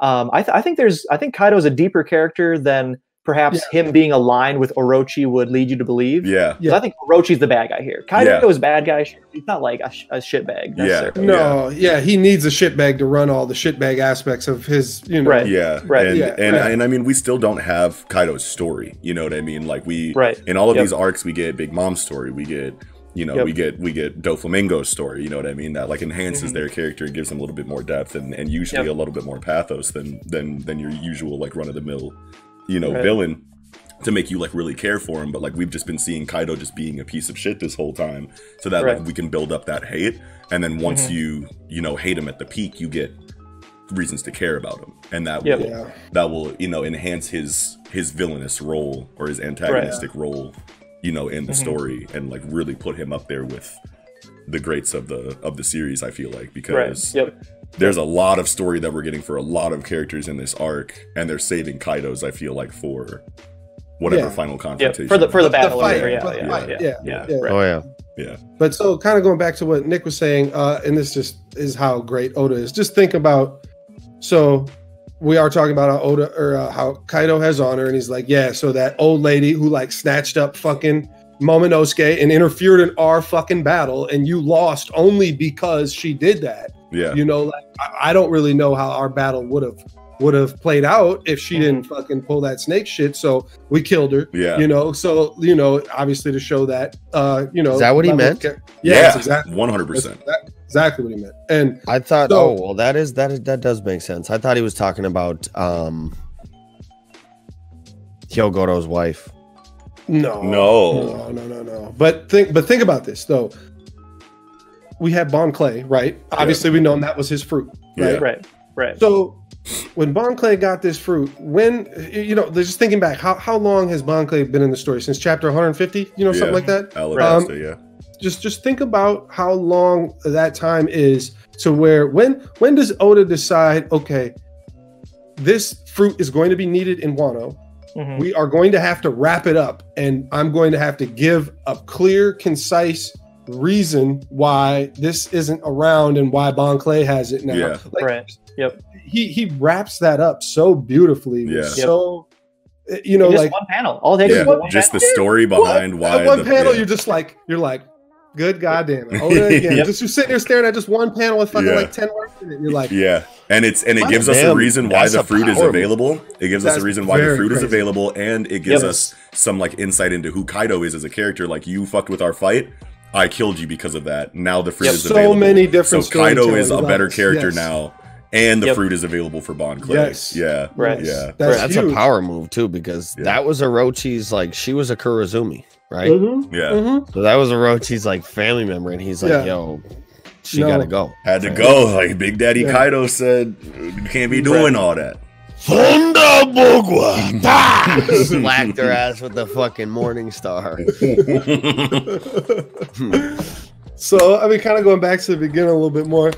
F: um, I, th- I think there's I think Kaido's a deeper character than perhaps him being aligned with Orochi would lead you to believe
E: yeah.
F: So I think Orochi's the bad guy here. Kaido
E: Yeah.
F: is bad guy. sure, He's not like a, sh- a shitbag.
E: Yeah.
F: necessarily.
D: No, yeah. he needs a shitbag to run all the shitbag aspects of his, you know.
F: Right.
E: Yeah,
F: Right.
E: and
D: Yeah,
E: and,
D: right.
E: and I mean, we still don't have Kaido's story. You know what I mean? Like we
F: Right.
E: in all of
F: Yep.
E: these arcs, we get Big Mom's story, we get you know,
F: Yep.
E: we get we get Doflamingo's story. You know what I mean? That like enhances
F: Mhm.
E: their character, and gives them a little bit more depth, and, and usually
F: Yep.
E: a little bit more pathos than than than your usual like run of the mill, you know,
F: Right.
E: villain to make you like really care for him. But like we've just been seeing Kaido just being a piece of shit this whole time, so that
F: Right.
E: like we can build up that hate, and then once
F: Mhm.
E: you you know hate him at the peak, you get reasons to care about him and that
F: Yep.
E: will
D: Yeah.
E: that will you know enhance his his villainous role or his antagonistic role you know in the
F: Mhm.
D: Mm-hmm.
E: story and like really put him up there with the greats of the of the series i feel like because
F: Right. Yep.
E: there's a lot of story that we're getting for a lot of characters in this arc and they're saving kaido's i feel like for whatever
D: Yeah.
E: final
F: Yep.
E: confrontation
F: For the for the battle. or
D: fight,
F: whatever,
D: the
F: Yeah.
D: fight,
F: Yeah.
D: yeah,
F: Yeah. Yeah.
D: yeah.
F: right.
C: Oh yeah,
D: But so kind of going back to what Nick was saying, uh, and this just is how great Oda is. Just think about so we are talking about how Oda or uh, how Kaido has honor, and he's like, yeah, so that old lady who like snatched up fucking Momonosuke and interfered in our fucking battle, and you lost only because she did that.
E: yeah
D: You know, like I, I don't really know how our battle would have would have played out if she didn't fucking pull that snake shit. So we killed her
E: yeah
D: you know so you know obviously to show that uh you know
C: Is that what he
D: level
C: meant?
D: of care- yeah,
E: yeah
D: that's exactly
E: 100%
D: that's exactly what he meant and
C: I thought.
D: So-
C: oh well, that is that is that does make sense. I thought he was talking about um, Hyogoro's wife.
D: no no
E: no
D: no no no but think but think about this though we had bon clay right obviously we know that was his fruit
E: yeah
D: Right.
F: Right. Right.
D: so when bon clay got this fruit when you know they're just thinking back how, how long has bon clay been in the story since chapter 150 you know
E: Yeah.
D: something like that
E: Alabasta, yeah
D: just just think about how long that time is to where when when does Oda decide okay this fruit is going to be needed in Wano
F: Mhm.
D: we are going to have to wrap it up and i'm going to have to give a clear concise reason why this isn't around and why bon clay has it now
E: Yeah.
D: Like,
F: Right. Yep.
D: he he wraps that up so beautifully with
E: Yeah.
F: Yep.
D: so eh, you know
F: In just
D: like
F: one panel. All they
E: Yeah,
F: yeah, one
E: just the
F: panel.
E: story behind
D: what?
E: why
D: At one
E: the,
D: panel
E: yeah.
D: you're just like you're like good goddamn it. Oda again.
E: Yep.
D: just you're sitting there staring at just one panel with fucking
E: Yeah.
D: like 10 words in it you're like
E: Yeah, and it's and it
C: Wow,
E: gives us a
C: man,
E: reason why
C: that's
E: the
C: a
E: fruit is
C: power move.
E: available. It gives us
D: That's
E: a reason why the
D: very
E: fruit is
D: crazy.
E: available, and it gives
F: Yep.
E: us some like insight into who Kaido is as a character. Like you fucked with our fight, I killed you because of that. Now the fruit
F: Yep.
E: is
D: so
E: available.
D: many different
E: so Kaido is a
D: storytelling
E: better
D: routes.
E: character
D: Yes.
E: now, and the
F: Yep.
E: fruit is available for Bon Clay.
D: Yes.
E: Yeah,
F: Right.
D: Yes.
E: Yeah.
D: that's,
C: That's
D: huge.
C: a power move too, because
E: Yeah.
C: that was Orochi's like she was a Kurozumi, right?
D: Mhm,
E: yeah.
D: mhm.
C: So that was Orochi's like family member, and he's like,
D: Yeah.
C: "Yo, she
D: No.
C: gotta go."
E: Had to go. Like Big Daddy
D: Yeah.
E: Kaido said, you can't be doing all that.
C: Thunder Bugwa, bah! slacked her ass with the fucking Morning Star.
D: uh, So I mean, kind of going back to the beginning a little bit more.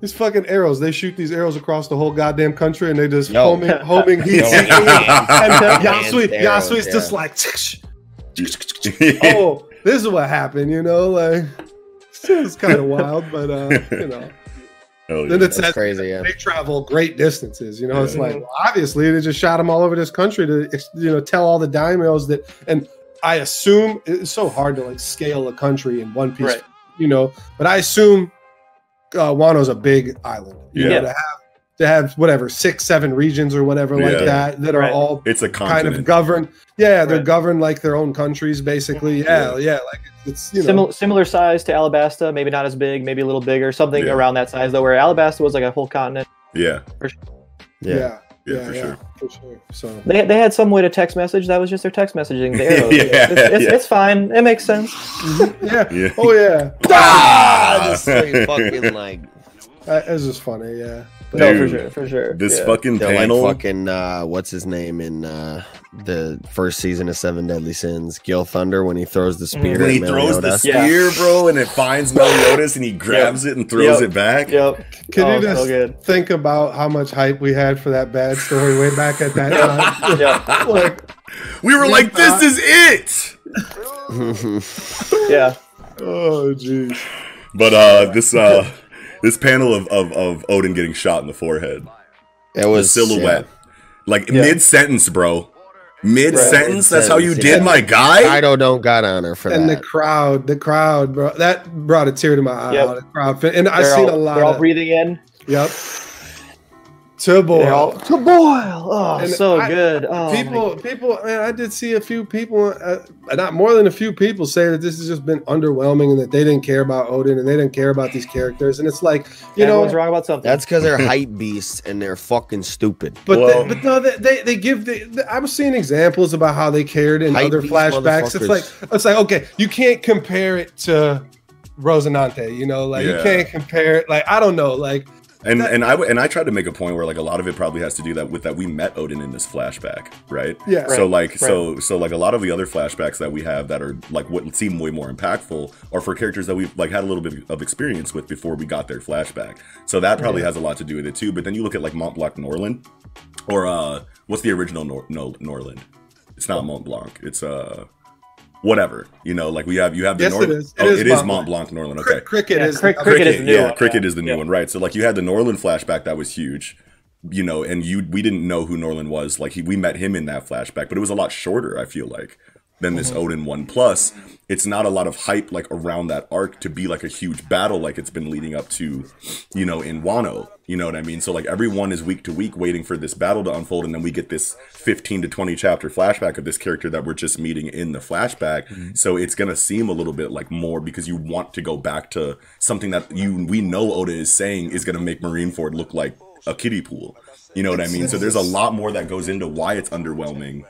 D: These fucking arrows, they shoot these arrows across the whole goddamn country, and they just
C: Yo.
D: homing, homing heat.
C: No,
D: and then Yasui,
C: Man's arrows,
D: Yasui's just
C: yeah.
D: like, oh, this is what happened, you know? Like, it's kind of wild, but uh, you know,
E: Hell
D: then
E: yeah.
D: it says
C: That's crazy. Yeah.
D: they travel great distances. You know, it's
E: Yeah.
D: like well, obviously they just shot them all over this country to ex- you know tell all the daimyos that. And I assume it's so hard to like scale a country in one piece,
F: Right.
D: you know. But I assume uh, Wano's a big island. You
E: Yeah.
D: know, to have to have whatever six, seven regions or whatever like
E: Yeah.
D: that that
F: Right.
D: are all
E: It's a
D: kind
E: continent.
D: of governed. Yeah, they're
F: Right.
D: governed like their own countries, basically. Yeah, yeah, like it's you know.
F: Similar, similar size to Alabasta, maybe not as big, maybe a little bigger, something
E: Yeah.
F: around that size though. Where Alabasta was like a whole continent.
E: yeah,
C: Yeah.
D: yeah,
E: yeah, for sure.
D: for sure. So
F: They, they had some way to text message. That was just their text messaging. The arrows.
E: Yeah,
F: it's, it's,
E: yeah.
F: it's fine. It makes sense.
D: yeah.
E: Yeah.
D: Oh yeah,
C: Ah, just straight fucking like
D: that is Uh, just funny. Yeah.
F: No, for
E: Dude,
F: sure, for sure.
E: This
F: yeah.
E: fucking
C: they're
E: panel.
C: like fucking uh, what's his name in uh, the first season of Seven Deadly Sins, Gil Thunder when he throws the spear.
E: Mm-hmm. when he
C: at
E: throws the
C: Meliodas.
F: Yeah.
E: spear, bro, and it finds Meliodas, and he grabs it and throws
F: Yep.
E: it back.
F: Yep.
D: Can
F: oh,
D: you just
F: so good.
D: think about how much hype we had for that bad story way back at that time?
F: Yeah,
D: like,
E: We were like, "This is it."
F: yeah.
D: oh jeez.
E: But uh, this uh, this panel of, of of Odin getting shot in the forehead,
C: it
E: the
C: was
E: silhouette, like
F: Yeah.
E: mid sentence, bro. Mid sentence. That's how you
C: Mid-sentence,
E: did
C: yeah.
E: my
C: Yeah.
E: guy.
C: Kaido don't got honor for
D: And the
C: that.
D: crowd, the crowd, bro, that brought a tear to my eye.
F: Yep.
D: The crowd, and I've
F: They're
D: seen a
F: all-
D: lot.
F: They're all
D: of-
F: breathing in.
D: yep. To boy.
F: They're all to boil. Oh,
D: And
F: so
D: I-
F: good. Oh, my
D: people, people, man, I did see a few people, uh, not more than a few people, say that this has just been underwhelming and that they didn't care about Odin and they didn't care about these characters. And it's like, you
F: Everyone's
D: know,
F: wrong about something.
C: That's because they're hype beasts and they're fucking stupid.
D: But
E: Well-
D: they, but no, they, they, they give the, the- I was seeing examples about how they cared in
C: Hype
D: other
C: these
D: flashbacks. It's like
C: motherfuckers.
D: it's like okay, you can't compare it to Rosinante, you know, like
E: Yeah.
D: you can't compare it. Like I don't know, like
E: And and I w- and I tried to make a point where like a lot of it probably has to do that with that we met Odin in this flashback, right?
D: yeah,
E: So like so so like a lot of the other flashbacks that we have that are like what seem way more impactful are for characters that we've like had a little bit of experience with before we got their flashback. So that probably has a lot to do with it too. But then you look at like Mont Blanc Norland, or uh, what's the original Nor- no, Norland? It's not Mont Blanc. It's uh, whatever. You know, like we have you have the
D: Yes, it
E: Norland.
D: is. It
E: oh,
D: is
E: it is
D: Mont
E: Mont Blanc Norland.
D: cri-
E: Okay,
D: cricket
F: Yeah,
D: is
F: cri-
D: the-
F: cricket is the new
E: yeah,
F: one,
E: cricket
F: yeah.
E: is the new
F: Yeah.
E: one, right? So like you had the Norland flashback that was huge, you know, and you we didn't know who Norland was. Like he, we met him in that flashback, but it was a lot shorter. I feel like than this Odin one plus. It's not a lot of hype like around that arc to be like a huge battle like it's been leading up to, you know, in Wano. You know what I mean? So like everyone is week to week waiting for this battle to unfold, and then we get this fifteen to twenty chapter flashback of this character that we're just meeting in the flashback. So it's gonna seem a little bit like more because you want to go back to something that you we know Oda is saying is gonna make Marineford look like a kiddie pool. You know what I mean? So there's a lot more that goes into why it's underwhelming.
D: It's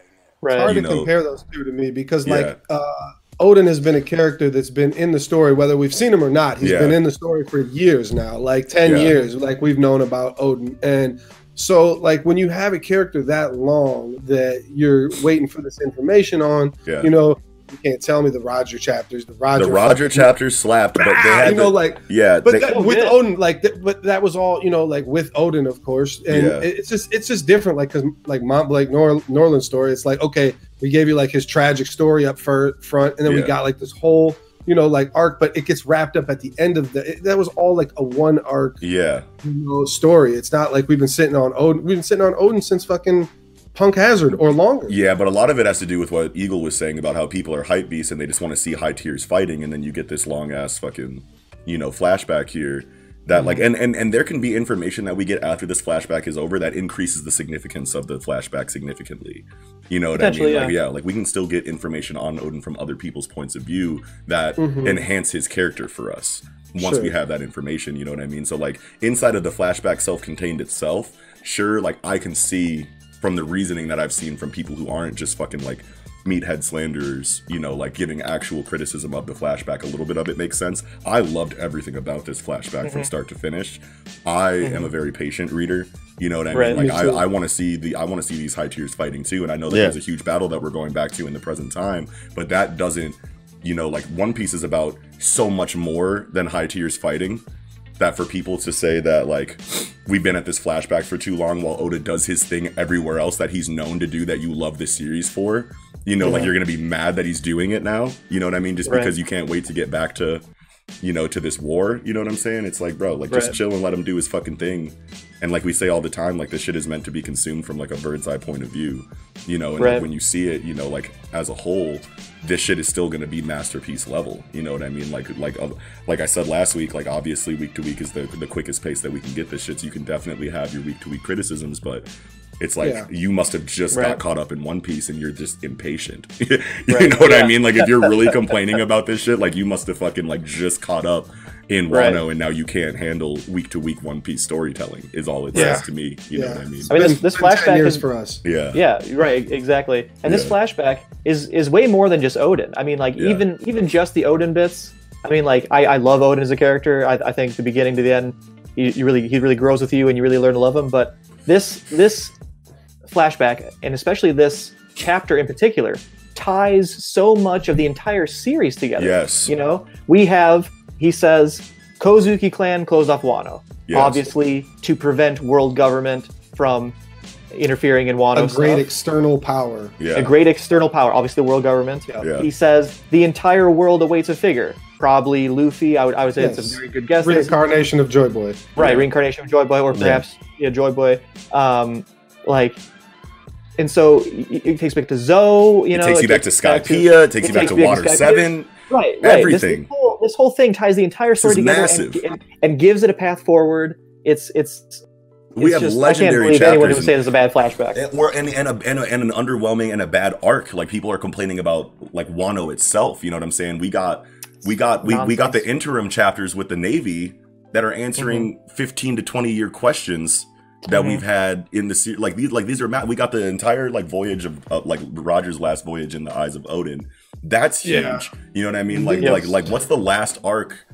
F: right.
D: hard
E: you
D: to
E: know.
D: compare those two to me because like uh, Odin has been a character that's been in the story whether we've seen him or not. He's
E: Yeah.
D: been in the story for years now, like ten
E: Yeah.
D: years. Like we've known about Odin, and so like when you have a character that long that you're waiting for this information on,
E: Yeah.
D: you know, you can't tell me the Roger chapters. The Roger,
E: the Roger
D: fucking-
E: chapter slapped, but they had
D: you know,
E: the-
D: like,
E: yeah,
D: but
E: they-
D: that,
F: Oh,
D: with
F: yeah.
D: Odin, like, that, but that was all, you know, like with Odin, of course, and
E: Yeah.
D: it's just, it's just different, like, because like Mont Blake Nor- Norland's story, it's like, okay, we gave you like his tragic story up fir- front, and then
E: Yeah.
D: we got like this whole, you know, like arc, but it gets wrapped up at the end of the. It, that was all like a one arc,
E: yeah,
D: you know, story. It's not like we've been sitting on Odin. We've been sitting on Odin since fucking Punk Hazard or longer.
E: yeah. But a lot of it has to do with what Eagle was saying about how people are hype beasts and they just want to see high tiers fighting, and then you get this long ass fucking, you know, flashback here that
D: Mm-hmm.
E: like, and and and there can be information that we get after this flashback is over that increases the significance of the flashback significantly. You know what I mean?
F: Potentially,
E: Like, yeah, like we can still get information on Odin from other people's points of view that
D: Mhm.
E: enhance his character for us once
D: Sure.
E: we have that information you know what i mean so like inside of the flashback self-contained itself sure like i can see from the reasoning that i've seen from people who aren't just fucking like meathead slanderers you know like giving actual criticism of the flashback a little bit of it makes sense i loved everything about this flashback from
F: Mhm.
E: start to finish i am a very patient reader you know what i mean
F: Mm-hmm. Right.
E: like
D: Me
E: i,
D: too.
E: I want to see the i want to see these high tiers fighting too and i know that
C: Yeah.
E: there's a huge battle that we're going back to in the present time but that doesn't you know like one piece is about so much more than high tiers fighting that for people to say that like we've been at this flashback for too long while oda does his thing everywhere else that he's known to do that you love this series for you know like
F: Yeah.
E: you're gonna be mad that he's doing it now you know what i mean just
F: Right.
E: because you can't wait to get back to you know to this war you know what i'm saying it's like bro like just
F: Right.
E: chill and let him do his fucking thing and like we say all the time like this shit is meant to be consumed from like a bird's eye point of view you know and like,
F: Right.
E: when you see it you know like as a whole this shit is still going to be masterpiece level you know what i mean like like uh, like i said last week like obviously week to week is the the quickest pace that we can get this shit so you can definitely have your week to week criticisms but it's like
D: Yeah.
E: you must have just got
F: Right.
E: caught up in one piece and you're just impatient you
F: Right.
E: know what i
F: Yeah.
E: mean like if you're really complaining about this shit like you must have fucking like just caught up in
F: Right.
E: Wano, and now you can't handle week to week One Piece storytelling. Is all it
D: Yeah.
E: says to me. You know
D: Yeah.
E: what I mean?
F: I mean, this-
D: It's
F: this
D: been 10
F: flashback
D: years
F: is-
D: for us.
E: Yeah.
F: yeah right e-, exactly and this
E: Yeah.
F: flashback is is way more than just odin i mean like
E: Yeah.
F: even even just the odin bits i mean like i, I love odin as a character I, I think the beginning to the end you, you really he really grows with you and you really learn to love him but this this flashback and especially this chapter in particular ties so much of the entire series together
E: Yes.
F: you know we have he says kozuki clan closed off wano
E: Yes.
F: obviously to prevent world government from interfering in Wano
D: A great
F: stuff.
D: external power.
E: Yeah.
F: a great external power, obviously the world government.
E: Yeah.
F: He says the entire world awaits a figure, probably Luffy. I would, I would say it's
D: Yes.
F: a very good guess.
D: Reincarnation of Joy Boy.
F: right,
E: Yeah.
F: reincarnation of Joy Boy, or
C: Yeah.
F: perhaps yeah, Joy Boy. Um, like, and so it, it takes me back to Zoe. You
E: it
F: know,
E: takes you back to Skypea. It takes
F: it
E: you back
F: takes
E: to
F: me back to
E: Water
F: Skypiea.
E: Seven.
F: right, right. This,
E: Everything.
F: this, whole, this whole thing ties the entire story
E: is
F: together and,
E: massive.
F: and, and gives it a path forward. It's it's.
E: We
F: it's
E: have
F: just,
E: legendary
F: I can't believe anyone
E: chapters
F: would say this is a bad flashback.
E: And, or and and, a, and, a, and an underwhelming and a bad arc. Like people are complaining about like Wano itself. You know what I'm saying? We got we got we, we got the interim chapters with the Navy that are answering 15 to 20 year questions that
F: Mhm.
E: we've had in the series. Like these like these are ma- we got the entire like voyage of uh, like Roger's last voyage in the eyes of Odin. That's huge.
D: Yeah.
E: You know what I mean? Like
F: Yes.
E: like like what's the last arc?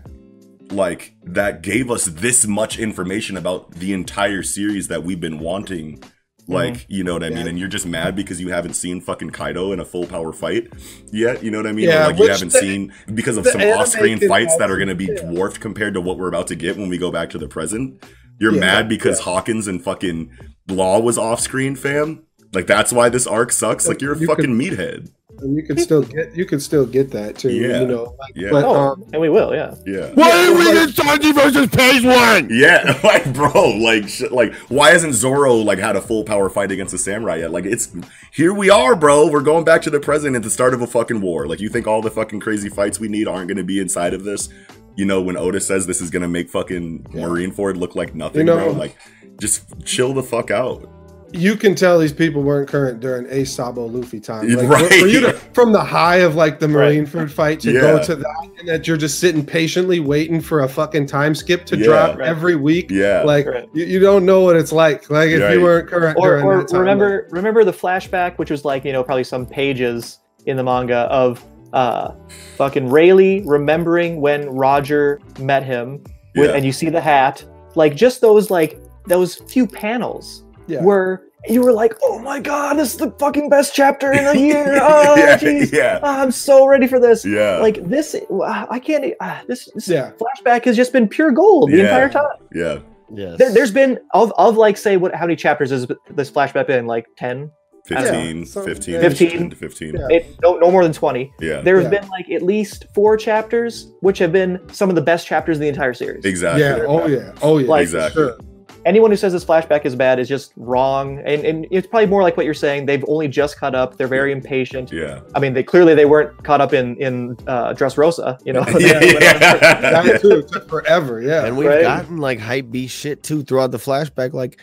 E: like that gave us this much information about the entire series that we've been wanting like you know what i mean
D: Yeah.
E: and you're just mad because you haven't seen fucking kaido in a full power fight yet you know what i mean
D: Yeah,
E: Or, like you
D: which
E: haven't
D: the-
E: seen because of
D: the
E: some
D: anime
E: off-screen
D: can
E: fights
D: have-
E: that are going to be
D: yeah.
E: dwarfed compared to what we're about to get when we go back to the present you're
D: Yeah,
E: mad because hawkins and fucking law was off-screen fam like that's why this arc sucks like you're a
D: You could-
E: fucking meathead
D: And you could still get you could still get that too.
E: Yeah.
D: You know, like,
E: Yeah.
D: but
F: Oh,
D: um,
F: and we will, yeah.
E: yeah
B: Why are we in Sanji versus Page One?
E: Yeah, like bro, like sh- like why hasn't Zoro like had a full power fight against a samurai yet? Like it's here we are, bro. We're going back to the present at the start of a fucking war. Like you think all the fucking crazy fights we need aren't going to be inside of this? You know when Oda says this is going to make fucking
D: Yeah.
E: Marineford look like nothing,
D: You know-
E: bro. Like just chill the fuck out.
D: you can tell these people weren't current during Ace Sabo Luffy time. Like,
E: Right.
D: for- For you to, from the high of like the
F: Right.
D: Marineford fight to
E: Yeah.
D: go to that, and that you're just sitting patiently waiting for a fucking time skip to
E: Yeah.
D: drop
F: Right.
D: every week.
E: Yeah.
D: Like
F: Right.
D: you, you don't know what it's like. Like if
E: Right.
D: you weren't current
F: Or,
D: during
F: or
D: that time.
F: remember, remember the flashback, which was like you know probably some pages in the manga of uh, fucking Rayleigh remembering when Roger met him, with,
E: Yeah.
F: and you see the hat. Like just those like those few panels
D: like, yeah.
F: were you were like, "Oh my god, this is the fucking best chapter in a year!" Oh,
E: yeah,
F: jeez.
E: yeah,
F: Ah, I'm so ready for this.
E: yeah,
F: Like this, I can't. Uh, this, this
D: Yeah.
F: flashback has just been pure gold the
E: Yeah.
F: entire time.
E: yeah.
C: Yes.
F: There, there's been of of like say what how many chapters has this flashback been? Like ten?
E: 15,
D: Yeah, so-
E: 15,
F: 15.
E: 10 to 15.
D: Yeah.
F: It, no, no more than twenty.
E: Yeah,
F: There have
D: Yeah.
F: been like at least four chapters, which have been some of the best chapters in the entire series.
E: exactly.
D: yeah. Oh yeah. Oh yeah.
F: Like-
E: Exactly.
D: Sure.
F: Anyone who says this flashback is bad is just wrong, and, and it's probably more like what you're saying. They've only just caught up. They're very impatient.
E: Yeah.
F: I mean, they clearly they weren't caught up in in uh, Dressrosa, you know.
E: yeah, yeah.
D: That too it took forever. Yeah.
C: and we've
F: Right.
C: gotten like hype B shit too throughout the flashback. Like,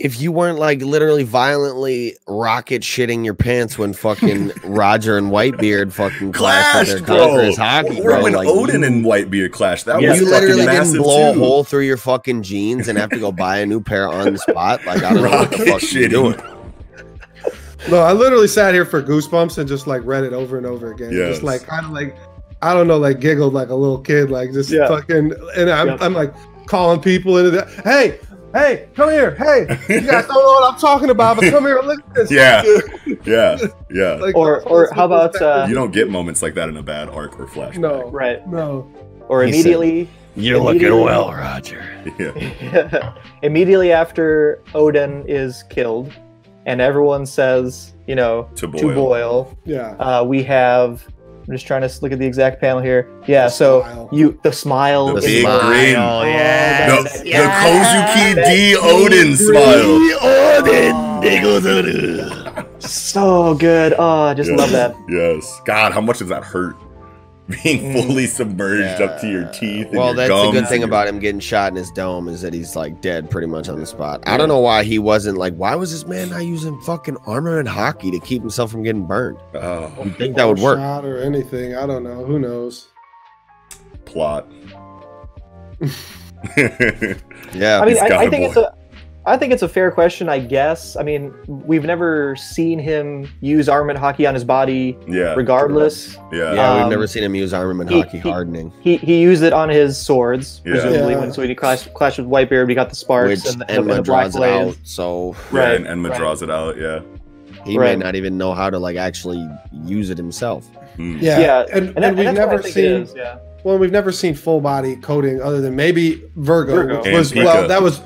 C: if you weren't like literally violently rocket shitting your pants when fucking Roger and Whitebeard fucking clashed
E: Clash,
C: with their
E: bro.
C: conquerors hockey,
E: or
C: bro.
E: when
C: like,
E: Odin
C: you,
E: and Whitebeard clashed, that
F: Yeah.
E: was
C: you literally
E: Oh, fucking
C: didn't
E: massive
C: blow a
E: too.
C: hole through your fucking jeans and have to go buy a new pair on the spot. Like, I don't know what the
E: Rocket
C: fuck you're
E: shitting.
C: doing.
D: No, I literally sat here for goosebumps and just like read it over and over again.
E: Yes.
D: Just like kind of like I don't know, like giggled like a little kid, like just
F: Yeah.
D: fucking. And I'm,
F: Yep.
D: I'm like calling people into the hey, hey, come here, hey. You guys don't know what I'm talking about, but come here, look at this.
E: Yeah, yeah, yeah.
D: Like,
F: Or- or how about, uh,
E: You don't get moments like that in a bad arc or flashback.
D: no,
F: right.
D: no,
F: Or
C: He said-
F: immediately
B: You're
F: Immediately-
B: looking well, Roger.
E: Yeah,
F: immediately after Odin is killed, and everyone says, you know,
E: to boil.
F: to boil,
D: yeah,
F: uh, we have. I'm just trying to look at the exact panel here. Yeah,
D: The
F: so
D: smile.
F: you the smile,
E: The
F: is
E: big
F: mine.
E: grin.
F: Oh,
E: The, the Kozuki D.
F: yes.
E: Odin
B: Odin,
E: smile.
B: Diggles Odin.
F: so good. Oh, just
E: Yes,
F: love that.
E: Yes. God, how much does that hurt? Being
F: Mm.
E: fully submerged up to your
C: Yeah.
E: teeth. and
C: Well,
E: your
C: that's
E: gums
C: the good
E: and
C: thing
E: your-
C: about him getting shot in his dome is that he's like dead pretty much on the spot. I don't know why he wasn't like, why was this man not using fucking armor and hockey to keep himself from getting burned?
E: Oh,
C: You think that would work?
D: shot or anything. I don't know. Who knows?
E: plot.
C: Yeah,
F: I mean,
E: He's
F: I,
E: got
F: I
E: a
F: think
E: boy.
F: it's a, I think it's a fair question, I guess. I mean, we've never seen him use arm and hockey on his body.
E: yeah,
F: Regardless,
E: yeah,
C: yeah,
F: um,
C: we've never seen him use armor and
F: he-
C: hockey
F: he-
C: hardening,
F: he he used it on his swords,
E: Yeah.
F: presumably
D: Yeah.
F: when so he clashed, clashed with Whitebeard. We got the sparks
C: which
F: and the, and the
C: Enma
F: black
C: draws it out.
F: blaze.
C: So
E: yeah.
F: right,
E: and Enma
F: right.
E: draws it out. Yeah,
C: he
F: Right.
C: may not even know how to like actually use it himself.
E: Mm.
D: Yeah,
F: Yeah,
D: and, and,
F: And, that, and
D: we've
F: that's what I
D: never
F: think it
D: seen.
F: is, yeah.
D: Well, we've never seen full body coating other than maybe Virgo,
F: Virgo.
D: which
E: And
D: was
E: Pika.
D: well. That was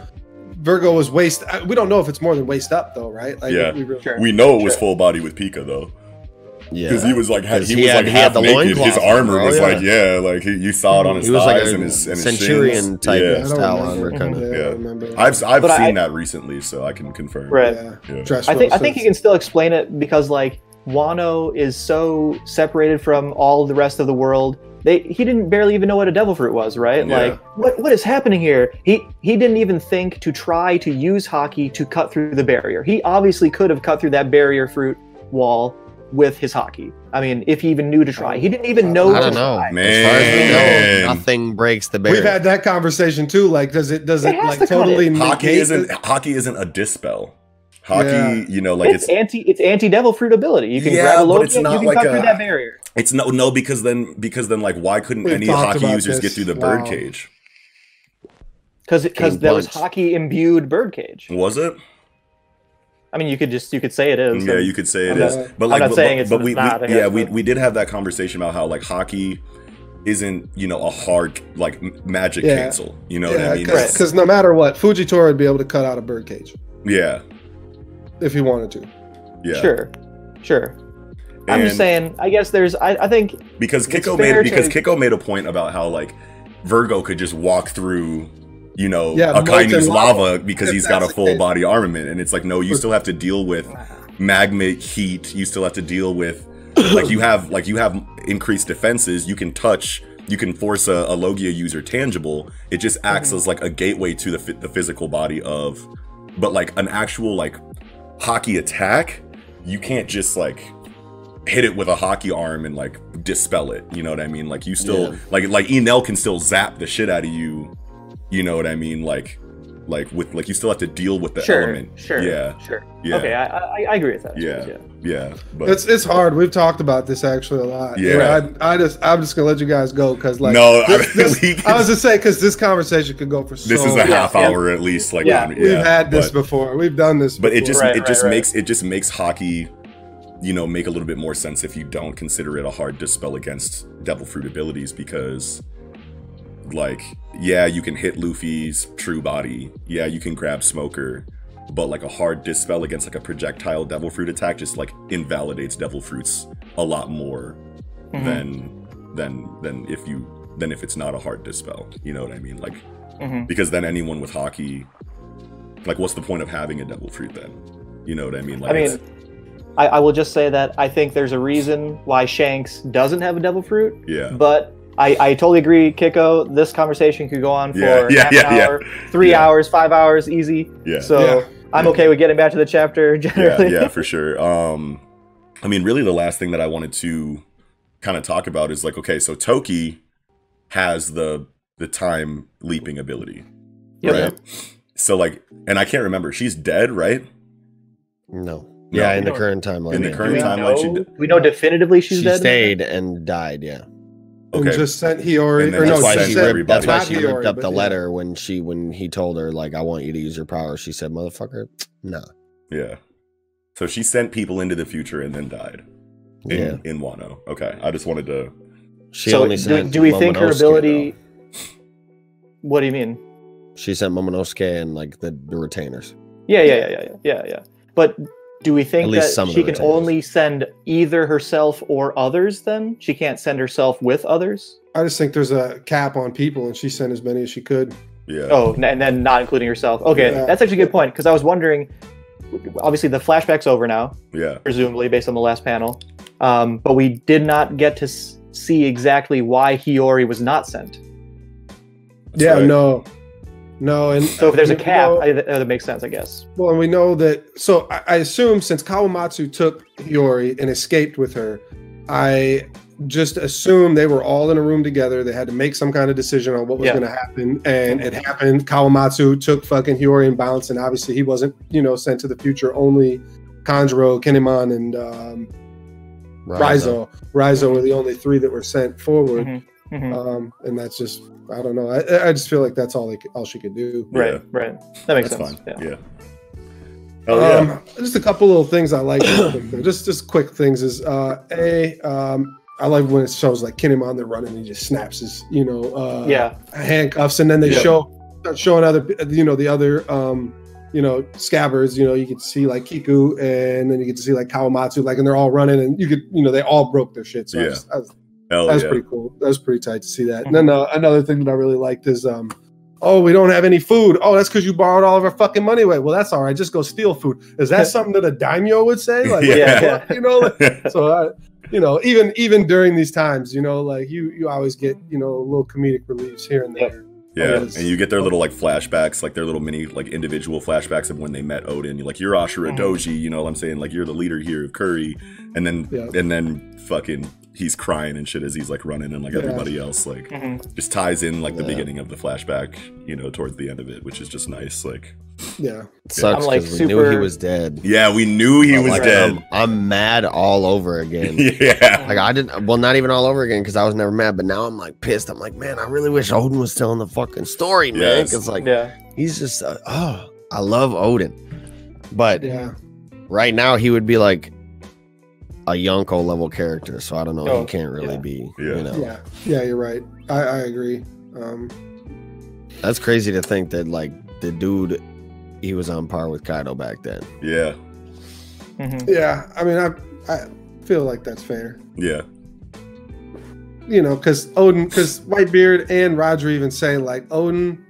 D: Virgo was waist. I- We don't know if it's more than waist up though, right? Like,
E: Yeah.
D: we really-
F: Sure.
E: we know it was full body with Pika though, because
C: Yeah,
E: he was like had,
C: 'Cause
E: he,
C: he
E: was
C: had-
E: like
C: he
E: half
C: had the
E: naked.
C: loincloth
E: His armor
C: on,
E: was
C: Oh, yeah.
E: like yeah, like he, you saw it on his
C: he was like
E: thighs
C: a
E: and his and his
C: centurion
E: shins.
C: type
E: Yeah,
C: style armor kind of.
D: Yeah,
E: Yeah.
D: I remember.
E: I've I've
F: But
E: seen
F: I-
E: that recently, so I can confirm.
F: Right.
D: Yeah.
E: Yeah.
D: Dress
F: I think I think
D: roses.
F: you can still explain it because like Wano is so separated from all the rest of the world. They he didn't barely even know what a devil fruit was, right?
E: Yeah.
F: Like what what is happening here? He he didn't even think to try to use hockey to cut through the barrier. He obviously could have cut through that barrier fruit wall with his hockey. I mean, if he even knew to try. He didn't even know
C: I
F: to
C: don't know.
F: try.
C: As far as we
E: Man.
C: know, nothing breaks the barrier.
D: We've had that conversation too. Like, does it does
F: It
D: it,
F: has to
D: like
F: cut
D: totally
E: Hockey
D: negate
E: isn't
D: the-
E: hockey isn't a dispel. Hockey,
D: Yeah.
E: you know, like
F: It's,
E: it's
F: anti it's anti devil fruit ability. You can
E: Yeah,
F: grab a
E: but
F: load
E: it's
F: you
E: not
F: can
E: like
F: cut
E: a-
F: through that barrier.
E: It's no, no, because then, because then, like, why couldn't
D: We've
E: any
D: talked
E: hockey
D: about
E: users
D: this.
E: get through the
D: Wow.
E: birdcage?
F: Because because
C: King
F: that was
C: Bunch.
F: hockey imbued birdcage.
E: Was it?
F: I mean, you could just you could say it is.
E: Yeah,
F: and-
E: you could say it
F: I'm
E: is,
D: not-
E: but
F: I'm
E: like,
F: not
E: but,
F: saying
E: but-
F: it's
E: but we,
F: not, I
E: we yeah,
F: guess,
E: we
F: but-
E: we did have that conversation about how like hockey isn't you know a hard like m- magic
D: Yeah.
E: cancel. You know what
D: yeah,
E: I mean? It's-
D: because no matter what, Fujitora would be able to cut out a birdcage
E: yeah,
D: if he wanted to.
E: yeah.
F: Sure, sure. I'm just
E: And-
F: saying. I guess there's. I, I think
E: because
F: It's
E: Kiko
F: fair
E: made because
F: to-
E: Kiko made a point about how like Virgo could just walk through, you know,
D: Yeah,
E: a
D: molten
E: Kainu's
D: lava,
E: lava, because
D: if
E: he's got a
D: that's the
E: full
D: case.
E: body armament, and it's like no, you still have to deal with magma heat. You still have to deal with like you have like you have increased defenses. You can touch. You can force a, a Logia user tangible. It just
F: Mm-hmm.
E: acts as like a gateway to the phy- the physical body of, but like an actual like hockey attack, you can't just like hit it with a hockey arm and like dispel it. You know what I mean? Like you still like like Enel can still zap the shit out of you. You know what I mean? Like like with like you still have to deal with the
F: sure,
E: element.
F: sure,
E: Yeah,
F: sure.
E: yeah,
F: Okay, I, I, I agree with that. I
E: Yeah.
F: suppose,
E: yeah. But
D: It's it's hard. We've talked about this actually a lot.
E: Yeah.
D: But I, I just I'm just gonna let you guys go because like
E: no, I,
D: this-
E: mean,
D: this-
E: we can-
D: I was just saying because this conversation could go for so.
E: this is a
D: long.
E: half
F: yeah.
E: hour at least. Like
F: Yeah,
E: um,
D: We've had this
E: but-
D: before. We've done this.
E: but it
D: before.
E: just
F: Right,
E: it just
F: right, right.
E: makes it just makes hockey you know make a little bit more sense if you don't consider it a hard dispel against devil fruit abilities because like yeah you can hit luffy's true body yeah you can grab smoker but like a hard dispel against like a projectile devil fruit attack just like invalidates devil fruits a lot more
D: Mm-hmm.
F: Mhm.
E: than than than if you than if it's not a hard dispel you know what i mean like
F: yeah. Mhm.
E: because then anyone with hockey like what's the point of having a devil fruit then you know what i mean like
F: I mean,
E: it's-
F: I, I will just say that I think there's a reason why Shanks doesn't have a devil fruit,
E: yeah
F: but I, I totally agree, Kiko. This conversation could go on for
E: Yeah, yeah,
F: half
E: yeah,
F: an
E: yeah.
F: hour, three
E: Yeah.
F: hours, five hours, easy.
E: yeah
F: So
D: Yeah.
F: I'm
E: Yeah.
F: okay with getting back to the chapter
E: yeah
F: generally.
E: yeah for sure um i mean really the last thing that i wanted to kind of talk about is like okay so toki has the the time leaping ability
F: Yep.
E: right so like and i can't remember she's dead right
C: No.
E: No.
C: Yeah, in the current timeline.
E: In the
C: yeah.
E: current-
F: Do we,
E: timeline,
F: know,
E: she d-
F: we know definitively she's
C: she
F: dead.
C: stayed and died. Yeah,
E: okay
D: And just sent Hiyori.
E: And then
D: Or
E: that's
D: no,
E: why
D: she
E: she
D: sent,
E: ripped-
C: that's why
D: not
C: she
D: Hiyori,
C: ripped up
D: but
C: the
D: yeah.
C: letter when she when he told her like, "I want you to use your power." She said, "Motherfucker, no."
E: yeah so she sent people into the future and then died in,
C: Yeah,
E: in wano okay i just wanted to
C: she
F: so
C: only
F: do,
C: sent.
F: do we think her
C: Momonosuke,
F: ability? What do you mean?
C: though. She sent Momonosuke and like the, the retainers.
F: Yeah, yeah, yeah, yeah, yeah, yeah, yeah. But do we think
C: At least
F: that
C: some of
F: she
C: the
F: can
C: retainers.
F: only send either herself or others? Then she can't send herself with others.
D: I just think there's a cap on people, and she sent as many as she could.
E: yeah
F: Oh, n- and then not including herself. Okay,
D: Yeah.
F: that's actually a good point because I was wondering. Obviously, the flashback's over now,
E: yeah
F: presumably based on the last panel, um, but we did not get to s- see exactly why Hiyori was not sent.
E: that's
D: yeah,
E: right.
D: no, no, and
F: So if there's a
D: we
F: cap,
D: know-
F: I, that that makes sense, I guess.
D: well, and we know that. So I, I assume since Kawamatsu took Hiyori and escaped with her, I just assume they were all in a room together. They had to make some kind of decision on what was
F: Yeah.
D: going to happen, and it happened. Kawamatsu took fucking Hiyori and bounced, and obviously he wasn't, you know, sent to the future. Only Kanjuro, Kinemon, and um, Rizo. Rizo were the only three that were sent forward,
F: Mhm.
D: um, and that's just I don't know. I, I just feel like that's all they, c- all she could do.
E: Yeah.
F: Right, right. That makes
E: that's
F: sense.
E: fine
F: Yeah.
E: yeah, oh yeah
D: Um, just a couple little things I like. real quick, though. just just quick things is uh, a um, I like when it shows like Kinemon they're running and he just snaps his you know uh,
F: yeah.
D: handcuffs and then they
E: Yeah.
D: show start showing other you know the other um, you know scabbards you know you could see like Kiku and then you get to see like Kawamatsu like and they're all running and you could you know they all broke their shit. So I
E: Yeah.
D: just- I-
E: Hell
D: That was
E: Oh, yeah.
D: pretty cool. That was pretty tight to see that. And then uh, another thing that I really liked is, um, oh, we don't have any food. Oh, that's because you borrowed all of our fucking money away. Well, that's all right. Just go steal food. Is that something that a daimyo would say? Like, what the
F: Yeah.
D: fuck, you know, like, so I, you know, even even during these times, you know, like you you always get you know little comedic reliefs here and
F: Yep.
D: there.
E: Yeah,
D: Oh, yes.
E: and you get their little like flashbacks, like their little mini like individual flashbacks of when they met Odin. Like you're Ashura
F: Mhm.
E: Doji, you know what I'm saying? Like you're the leader here of Curry, and then
D: Yeah.
E: and then fucking he's crying and shit as he's like running, and like
D: Yeah.
E: everybody else like
F: Mhm.
E: just ties in like the
C: Yeah.
E: beginning of the flashback, you know, towards the end of it, which is just nice. Like
D: Yeah,
C: It sucks
F: I'm, like,
C: because we knew he
F: super-
C: was dead.
E: yeah, we knew he
C: But,
E: was
C: like,
E: dead.
D: um,
C: I'm, I'm mad all over again.
E: yeah,
C: Like I didn't. Well, not even all over again because I was never mad. But now I'm like pissed. I'm like, man, I really wish Odin was telling the fucking story, man.
E: Yes.
C: Because like
F: yeah.
C: he's just, uh, oh, I love Odin, but
D: yeah.
C: right now he would be like a Yonko level character. So I don't know.
F: Oh,
C: he can't really
F: yeah.
C: be.
E: Yeah.
C: You know,
D: Yeah, yeah, you're right. I, I agree. Um,
C: that's crazy to think that like the dude, he was on par with Kaido back then.
E: yeah,
F: Mhm.
D: yeah, I mean, I I feel like that's fair.
E: yeah,
D: you know, because Odin, because Whitebeard and Roger even say like Odin,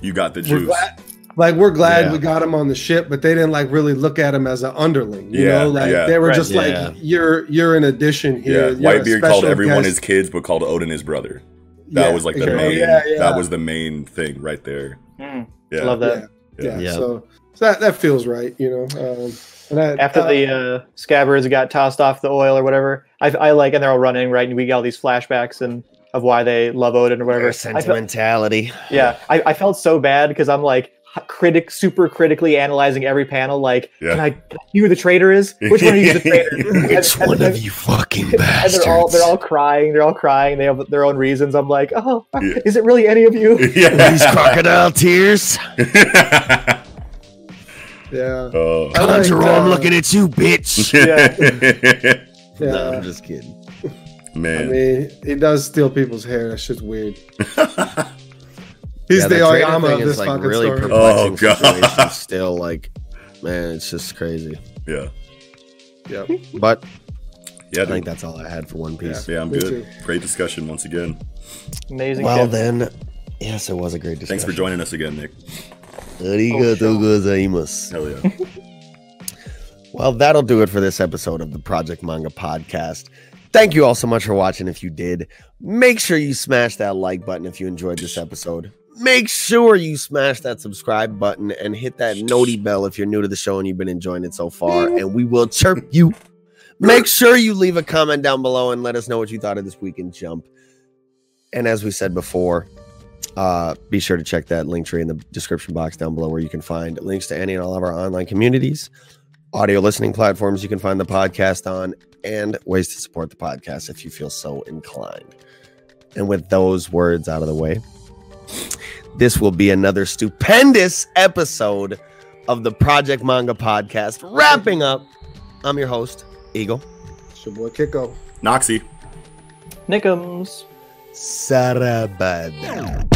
E: you got the
D: we're
E: juice.
D: glad, like we're glad
C: Yeah.
D: we got him on the ship, but they didn't like really look at him as an underling. You
E: Yeah,
D: know, like
E: yeah.
D: they were
F: Right.
D: just
C: Yeah.
D: like you're you're an addition
E: Yeah,
D: here. You're a
E: Whitebeard called
D: special
E: everyone
D: guest.
E: his kids, but called Odin his brother. That
D: Yeah,
E: was like the
D: exactly.
E: main.
D: Yeah, yeah.
E: That was the main thing right there.
F: Mm.
E: Yeah.
F: Love that.
D: yeah.
C: Yeah.
D: So, so that that feels right. You know, um, and I,
F: after
D: uh,
F: the uh, scabbards got tossed off the oil or whatever. I, I like, and they're all running right, and we get all these flashbacks and of why they love Odin or whatever. I felt-
C: sentimentality.
F: yeah, I, I felt so bad because I'm like, h- critic super critically analyzing every panel. Like,
E: Yeah.
F: can I, can I see who the traitor is? Which one of you is the traitor?
B: Which
F: and-
B: one
F: and-
B: of you fucking
F: And
B: bastards?
F: they're all they're all crying. They're all crying. They have their own reasons. I'm like, oh,
E: Yeah.
F: is it really any of you?
B: These crocodile tears.
E: yeah.
D: Yeah.
E: oh.
D: I like,
B: Jerome,
D: uh,
B: I'm looking at you, bitch.
D: Yeah.
C: No, I'm just kidding.
D: I
E: Man.
D: mean, he does steal people's hair. That shit's weird. He's
C: Yeah,
D: the
C: traitor
D: Oyama
C: thing
D: of
C: is,
D: this fucking story.
C: perplexing
E: Oh, God.
C: situation Still like, man, it's just crazy.
E: yeah.
D: Yep.
C: But
E: Yeah,
C: I think
E: dude.
C: that's all I had for One Piece.
E: Yeah, I'm
D: Me
E: good.
D: too.
E: Great discussion once again.
F: Amazing.
C: Well
F: shit.
C: then, yes, it was a great discussion.
E: Thanks for joining us again, Nick.
C: Arigatou gozaimasu.
E: Hell yeah.
C: Well, that'll do it for this episode of the Project Manga Podcast. Thank you all so much for watching. If you did, make sure you smash that like button if you enjoyed this episode. Make sure you smash that subscribe button and hit that noti bell if you're new to the show and you've been enjoying it so far. And we will chirp you. Make sure you leave a comment down below and let us know what you thought of this weekend jump. And as we said before, uh, be sure to check that link tree in the description box down below where you can find links to any and all of our online communities audio listening platforms you can find the podcast on and ways to support the podcast if you feel so inclined. And with those words out of the way, this will be another stupendous episode of the Project Manga Podcast. Wrapping up, I'm your host, Eagle.
D: It's your boy Kiko.
E: Noxie.
F: Nickums.
C: Sarabada.